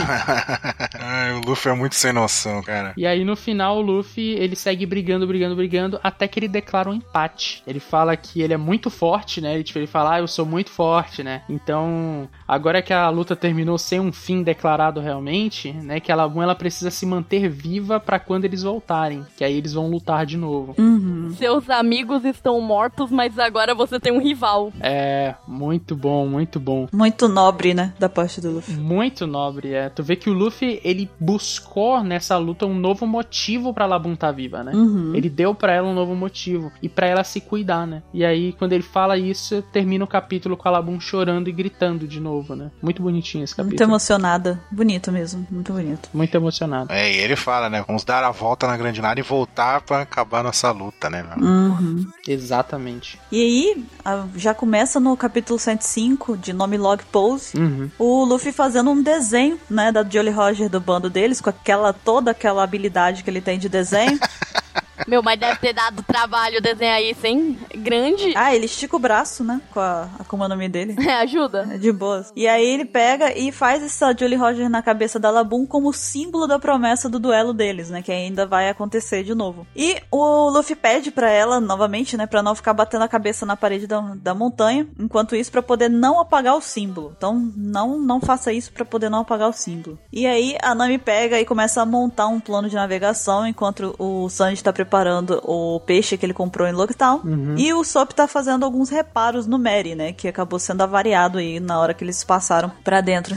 Speaker 4: Ai, o Luffy é muito sem noção, cara.
Speaker 1: E aí no final o Luffy, ele segue brigando, brigando, brigando, até que ele declara um empate. Ele fala que ele é muito forte, né? Ele, tipo, ele fala, ah, eu sou muito forte, né? Então, agora que a luta terminou sem um fim declarado realmente, né? Que a Labum, ela precisa se manter viva pra quando eles voltarem. Que aí eles vão lutar de novo.
Speaker 2: Uhum.
Speaker 3: Seus amigos estão mortos, mas agora você tem um rival.
Speaker 1: É, muito bom, muito bom.
Speaker 2: Muito nobre, né? Da parte do Luffy.
Speaker 1: Muito nobre, é. Tu vê que o Luffy, ele buscou nessa luta um novo motivo pra Labum estar viva, né?
Speaker 2: Uhum.
Speaker 1: Ele deu pra ela um novo motivo e pra ela se cuidar, né? E aí, quando ele fala isso, termina o capítulo com a Labum chorando e gritando de novo, né? Muito bonitinho esse
Speaker 2: Tá Muito
Speaker 1: capítulo. Muito,
Speaker 2: emocionada. Bonito mesmo. Muito bonito.
Speaker 1: emocionado.
Speaker 4: É, e ele fala, né? Vamos dar a volta na grande nada e voltar pra acabar nossa luta, né? meu?
Speaker 2: Uhum.
Speaker 1: Exatamente.
Speaker 2: E aí, a- já começa no capítulo 105, de nome Log Pose,
Speaker 1: Uhum.
Speaker 2: o Luffy fazendo um desenho, né, da Jolly Roger do bando deles, com aquela toda aquela habilidade que ele tem de desenho.
Speaker 3: Meu, mas deve ter dado trabalho desenhar isso, hein? Grande.
Speaker 2: ah, ele estica o braço, né, com a, a Akuma no Mi dele.
Speaker 3: É, ajuda.
Speaker 2: É De boas. E aí ele pega e faz essa Jolly Roger na cabeça da Labum como símbolo da promessa do duelo deles, né? Que ainda vai acontecer de novo. E o Luffy pede pra ela, novamente, né? Pra não ficar batendo a cabeça na parede da, da montanha. Enquanto isso, pra poder não apagar o símbolo. Então, não, não faça isso pra poder não apagar o símbolo. E aí a Nami pega e começa a montar um plano de navegação enquanto o Sanji tá preparando o peixe que ele comprou em Logtown.
Speaker 1: Uhum.
Speaker 2: E o Sop tá fazendo alguns reparos no Mary, né? Que acabou sendo avariado aí na hora que eles passaram pra dentro.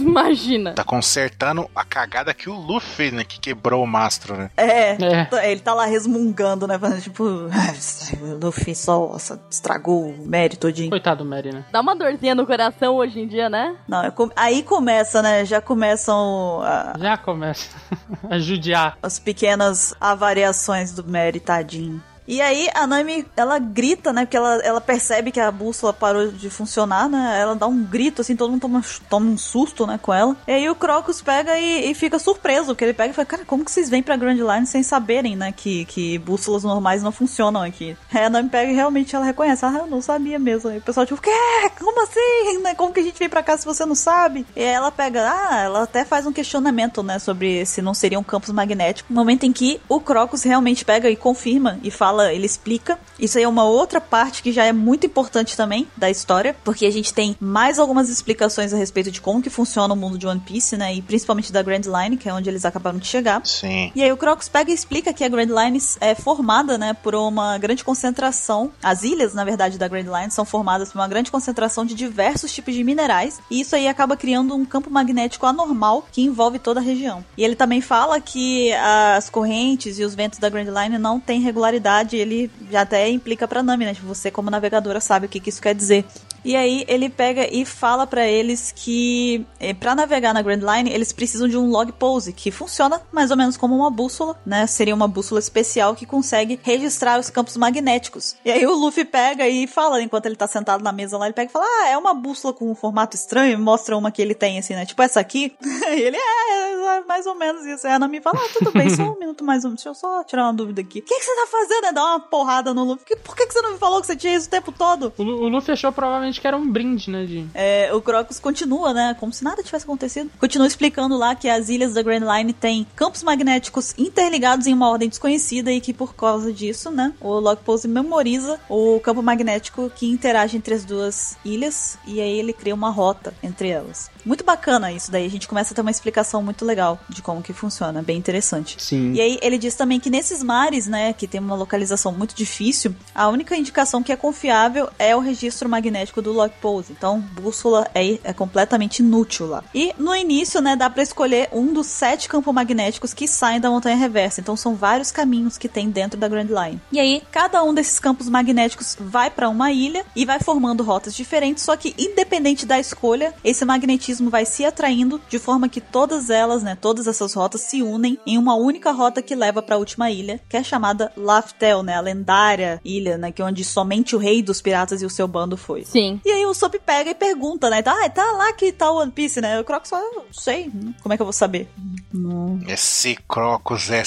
Speaker 3: Imagina.
Speaker 4: Tá consertando a cagada que o Luffy, né? Que quebrou o mastro, né?
Speaker 2: É.
Speaker 1: É.
Speaker 2: t- Ele tá lá resmungando, né? Falando, tipo, "Ah, o Luffy só nossa, estragou o Mary todinho.
Speaker 1: Coitado do Mary, né?
Speaker 3: Dá uma dorzinha no coração hoje em dia, né?
Speaker 2: Não, é com- aí começa, né? Já começam ah,
Speaker 1: Já começa a judiar.
Speaker 2: as pequenas avariações do Mary, tadinho. E aí a Nami, ela grita, né? Porque ela, ela percebe que a bússola parou de funcionar, né? Ela dá um grito, assim, todo mundo toma, toma um susto, né, com ela. E aí o Crocus pega e, e fica surpreso, porque ele pega e fala, cara, como que vocês vêm pra Grand Line sem saberem, né, que, que bússolas normais não funcionam aqui? Aí a Nami pega e realmente ela reconhece, ah, eu não sabia mesmo. Aí o pessoal, tipo, o quê? Como assim? né? Como que a gente veio pra cá se você não sabe? E aí ela pega, ah, ela até faz um questionamento, né, sobre se não seria um campus magnético. Momento em que o Crocus realmente pega e confirma e fala, ele explica. Isso aí é uma outra parte que já é muito importante também da história, porque a gente tem mais algumas explicações a respeito de como que funciona o mundo de One Piece, né, e principalmente da Grand Line, que é onde eles acabaram de chegar.
Speaker 4: Sim.
Speaker 2: E aí o Crocus pega e explica que a Grand Line é formada, né, por uma grande concentração. As ilhas, na verdade, da Grand Line são formadas por uma grande concentração de diversos tipos de minerais, e isso aí acaba criando um campo magnético anormal que envolve toda a região. E ele também fala que as correntes e os ventos da Grand Line não têm regularidade, ele já até implica pra Nami, né? Tipo, você como navegadora sabe o que que isso quer dizer. E aí ele pega e fala pra eles que eh, pra navegar na Grand Line eles precisam de um log pose que funciona mais ou menos como uma bússola, né? Seria uma bússola especial que consegue registrar os campos magnéticos. E aí o Luffy pega e fala enquanto ele tá sentado na mesa lá, ele pega e fala: "Ah, é uma bússola com um formato estranho", e mostra uma que ele tem assim, né? Tipo essa aqui. e ele é, é, é, mais ou menos isso. Aí a Nami fala, ah, tudo bem, só um minuto mais um. Deixa eu só tirar uma dúvida aqui. O que, que você tá fazendo? É dar uma porrada no Luffy. Que- Por que, que você não me falou que você tinha isso o tempo todo?
Speaker 1: O, Lu- o Luffy achou provavelmente que era um brinde, né, de...
Speaker 2: É, o Crocus continua, né? Como se nada tivesse acontecido. Continua explicando lá que as ilhas da Grand Line têm campos magnéticos interligados em uma ordem desconhecida e que por causa disso, né? O Lockpose memoriza o campo magnético que interage entre as duas ilhas e aí ele cria uma rota entre elas. Muito bacana isso daí. A gente começa a ter uma explicação muito legal de como que funciona. Bem interessante.
Speaker 1: Sim.
Speaker 2: E aí ele diz também que nesses mares, né, que tem uma localização muito difícil, a única indicação que é confiável é o registro magnético do log pose. Então, bússola é, é completamente inútil lá. E no início, né, dá pra escolher um dos sete campos magnéticos que saem da montanha reversa. Então, são vários caminhos que tem dentro da Grand Line. E aí, cada um desses campos magnéticos vai pra uma ilha e vai formando rotas diferentes, só que independente da escolha, esse magnetismo vai se atraindo de forma que todas elas, né, todas essas rotas se unem em uma única rota que leva pra última ilha, que é chamada Laftel, né, a lendária ilha, né, que é onde somente o rei dos piratas e o seu bando foi.
Speaker 3: Sim.
Speaker 2: E aí o Sop pega e pergunta, né? Ah, tá lá que tá o One Piece, né? O Crocs fala, eu não sei, como é que eu vou saber? Não,
Speaker 4: Esse Crocus é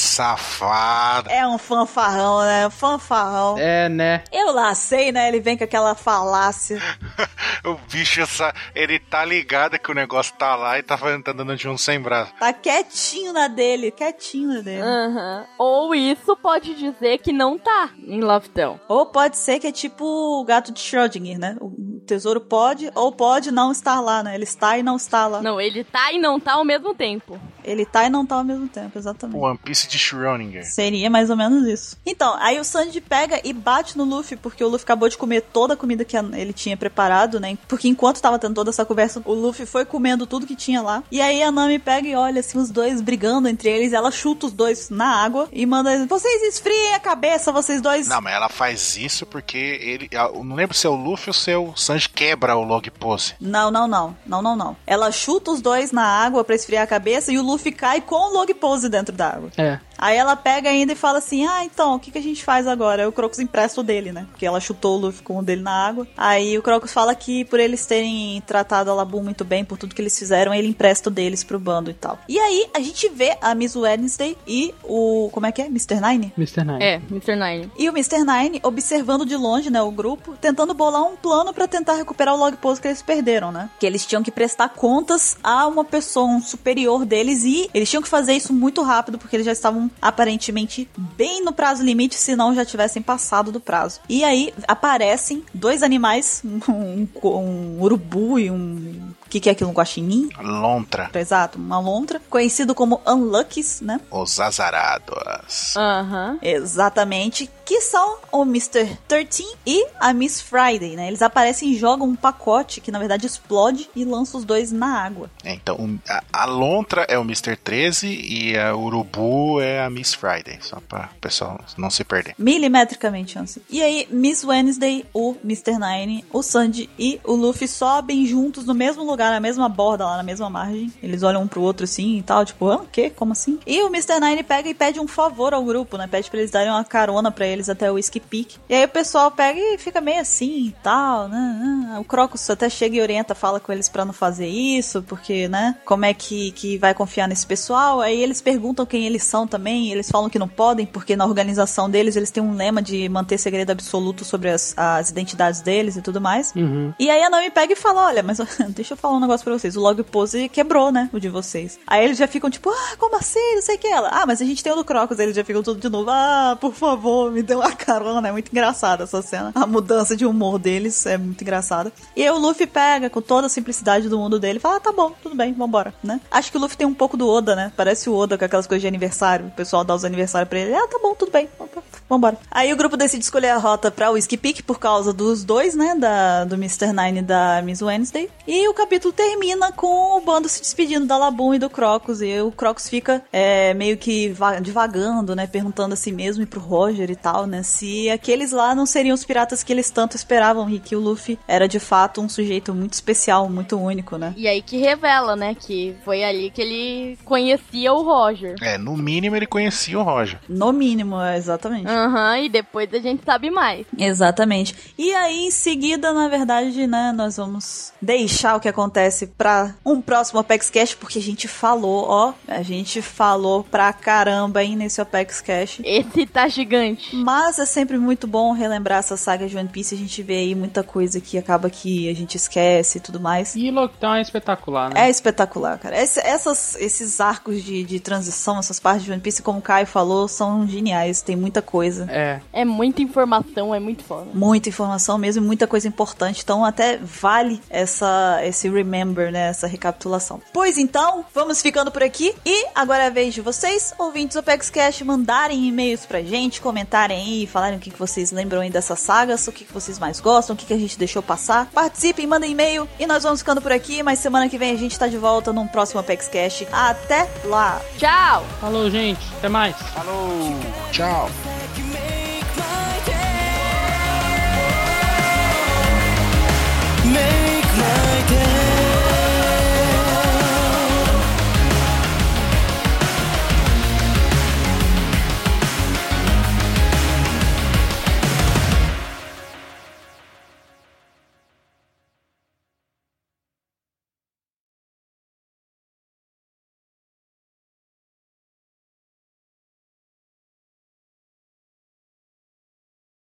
Speaker 4: safado.
Speaker 2: É um fanfarrão, né? Um Fanfarrão.
Speaker 1: É, né?
Speaker 2: Eu lá sei, né? Ele vem com aquela falácia.
Speaker 4: O bicho, sa- ele tá ligado que o negócio tá lá e tá, fazendo- tá dando de um sem braço.
Speaker 2: Tá quietinho na dele, quietinho na dele.
Speaker 3: Aham. Ou isso pode dizer que não tá em Lovetel.
Speaker 2: Ou pode ser que é tipo o gato de Schrödinger, né? O tesouro pode ou pode não estar lá, né? Ele está e não está lá.
Speaker 3: Não, ele tá e não tá ao mesmo tempo.
Speaker 2: Ele tá e não tá ao mesmo tempo, exatamente.
Speaker 4: One Piece de Schrödinger.
Speaker 2: Seria mais ou menos isso. Então, aí o Sanji pega e bate no Luffy, porque o Luffy acabou de comer toda a comida que a- ele tinha preparado, né? Porque enquanto tava tendo toda essa conversa, o Luffy foi comendo tudo que tinha lá. E aí a Nami pega e olha assim, os dois brigando entre eles. Ela chuta os dois na água e manda eles, vocês esfriem a cabeça, vocês dois.
Speaker 4: Não, mas ela faz isso porque ele. ah, eu Não lembro se é o Luffy ou se é o Sanji quebra o log pose.
Speaker 2: Não, não, não. Não, não, não. Ela chuta os dois na água pra esfriar a cabeça e o Luffy cai com o log pose dentro da água.
Speaker 1: É.
Speaker 2: Aí ela pega ainda e fala assim: Ah, então, o que, que a gente faz agora? O Crocus empresta o dele, né? Porque ela chutou o Luffy com o dele na água. Aí o Crocus fala que por eles terem tratado a Labu muito bem, por tudo que eles fizeram, ele empresta o deles pro bando e tal. E aí a gente vê a Miss Wednesday e o. Como é que é? Mr. Nine?
Speaker 1: Mr. Nine.
Speaker 3: É, Mr. Nine.
Speaker 2: E o Mr. Nine observando de longe, né, o grupo, tentando bolar um plano pra tentar recuperar o log post que eles perderam, né? Que eles tinham que prestar contas a uma pessoa, um superior deles, e eles tinham que fazer isso muito rápido, porque eles já estavam aparentemente bem no prazo limite, se não já tivessem passado do prazo. E aí aparecem dois animais, um, co- um urubu e um. O que, que é aquilo? Um guaxinim?
Speaker 4: Lontra.
Speaker 2: Exato, uma lontra, conhecido como Unluckies, né?
Speaker 4: Os azarados.
Speaker 3: Aham.
Speaker 2: Exatamente, que são o Mr. 13 e a Miss Friday, né? Eles aparecem e jogam um pacote que na verdade explode e lança os dois na água.
Speaker 4: É, Então, o- a, a Lontra é o Mr. 13 e a Urubu é a Miss Friday. Só pra o pessoal não se perder.
Speaker 2: Milimetricamente, chance. E aí, Miss Wednesday, o Mr. Nine, o Sandy e o Luffy sobem juntos no mesmo lugar, na mesma borda, lá na mesma margem. Eles olham um pro outro assim e tal, tipo, ah, o quê? Como assim? E o Mr. Nine pega e pede um favor ao grupo, né? Pede pra eles darem uma carona pra eles até o Whiskey Peak. E aí o pessoal pega e fica meio assim e tal, né? Ah, O Crocus até chega e orienta, fala com eles pra não fazer isso, porque, né? Como é que, que vai confiar nesse pessoal? Aí eles perguntam quem eles são também, eles falam que não podem, porque na organização deles eles têm um lema de manter segredo absoluto sobre as, as identidades deles e tudo mais.
Speaker 1: Uhum.
Speaker 2: E aí a Nami pega e fala: Olha, mas deixa eu falar um negócio pra vocês. O log pose quebrou, né? O de vocês. Aí eles já ficam tipo: Ah, como assim? Não sei o que ela. Ah, mas a gente tem o do Crocus. Aí Eles já ficam tudo de novo: Ah, por favor, me dê uma carona. É muito engraçada essa cena. A mudança de humor deles é muito engraçada. E aí o Luffy pega com toda a simplicidade do mundo dele e fala: Ah, tá bom, tudo bem, vambora, né? Acho que o Luffy tem um pouco do Oda, né? Parece o Oda com aquelas coisas de aniversário. O pessoal dá os aniversários pra ele: Ah, tá bom, tudo bem. Opa, Vambora. Aí o grupo decide escolher a rota pra Whiskey Peak por causa dos dois, né? Da, do Mr. Nine e da Miss Wednesday. E o capítulo termina com o bando se despedindo da Laboon e do Crocus. E o Crocus fica é, meio que va- divagando, né? Perguntando a si mesmo e pro Roger e tal, né? Se aqueles lá não seriam os piratas que eles tanto esperavam e que o Luffy era de fato um sujeito muito especial, muito único, né?
Speaker 3: E aí que revela, né? Que foi ali que ele conhecia o Roger.
Speaker 4: É, no mínimo ele conhecia o Roger.
Speaker 2: No mínimo, é, exatamente.
Speaker 3: Aham, e depois a gente sabe mais.
Speaker 2: Exatamente. E aí, em seguida, na verdade, né, nós vamos deixar o que acontece pra um próximo Apex Cash, porque a gente falou, ó, a gente falou pra caramba aí nesse Apex Cash.
Speaker 3: Esse tá gigante.
Speaker 2: Mas é sempre muito bom relembrar essa saga de One Piece, a gente vê aí muita coisa que acaba que a gente esquece e tudo mais.
Speaker 1: E Lockdown é espetacular, né?
Speaker 2: É espetacular, cara. Esse- essas, esses arcos de, de transição, essas partes de One Piece, como o Caio falou, são geniais, tem muita coisa.
Speaker 1: É.
Speaker 3: É muita informação, é muito foda.
Speaker 2: muita informação mesmo, e muita coisa importante. Então até vale essa esse remember, né, essa recapitulação. Pois então, vamos ficando por aqui e agora é a vez de vocês, ouvintes do Apex Cash, mandarem e-mails pra gente, comentarem aí, falarem o que, que vocês lembram aí dessas sagas, o que, que vocês mais gostam, o que, que a gente deixou passar. Participem, mandem e-mail e nós vamos ficando por aqui, mas semana que vem a gente tá de volta num próximo Apex Cash. Até lá!
Speaker 3: Tchau!
Speaker 1: Falou, gente. Até mais.
Speaker 4: Falou, tchau.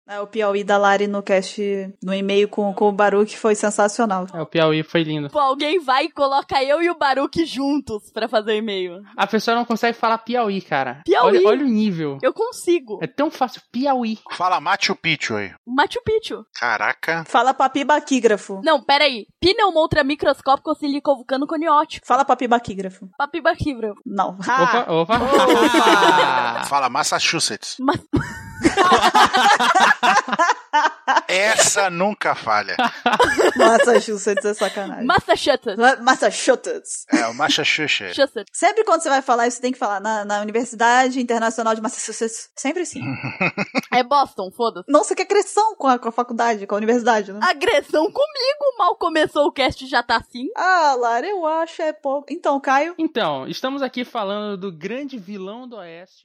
Speaker 2: É, o Piauí da Lari no cast, no e-mail com, com o Baruch foi sensacional.
Speaker 1: É, o Piauí foi lindo.
Speaker 3: Pô, Tipo, alguém vai e coloca eu e o Baruque juntos pra fazer o e-mail.
Speaker 1: A pessoa não consegue falar Piauí, cara.
Speaker 3: Piauí?
Speaker 1: Olha, olha o nível.
Speaker 3: Eu consigo.
Speaker 1: É tão fácil. Piauí.
Speaker 4: Fala Machu Picchu aí.
Speaker 3: Machu Picchu.
Speaker 4: Caraca.
Speaker 2: Fala papibaquígrafo.
Speaker 3: Não, peraí. Pneumontra microscópico silicovulcano coniótico.
Speaker 2: Fala papibaquígrafo.
Speaker 3: Papibaquibra.
Speaker 2: Não.
Speaker 1: Opa, opa. Opa!
Speaker 4: Fala Massachusetts.
Speaker 3: Mas
Speaker 4: Essa nunca falha.
Speaker 2: Massachusetts é sacanagem.
Speaker 3: Massachusetts.
Speaker 2: Ma- Massachusetts.
Speaker 4: É o Massachusetts.
Speaker 3: Massachusetts.
Speaker 2: Sempre quando você vai falar isso, tem que falar na, na Universidade Internacional de Massachusetts. Sempre assim.
Speaker 3: É Boston, foda-se.
Speaker 2: Nossa, que agressão com a, com a faculdade, com a universidade,
Speaker 3: Ah.
Speaker 2: né?
Speaker 3: Agressão comigo, mal começou o cast já tá assim.
Speaker 2: Ah, Lara, eu acho é pouco. Então, Caio.
Speaker 1: Então, estamos aqui falando do grande vilão do Oeste.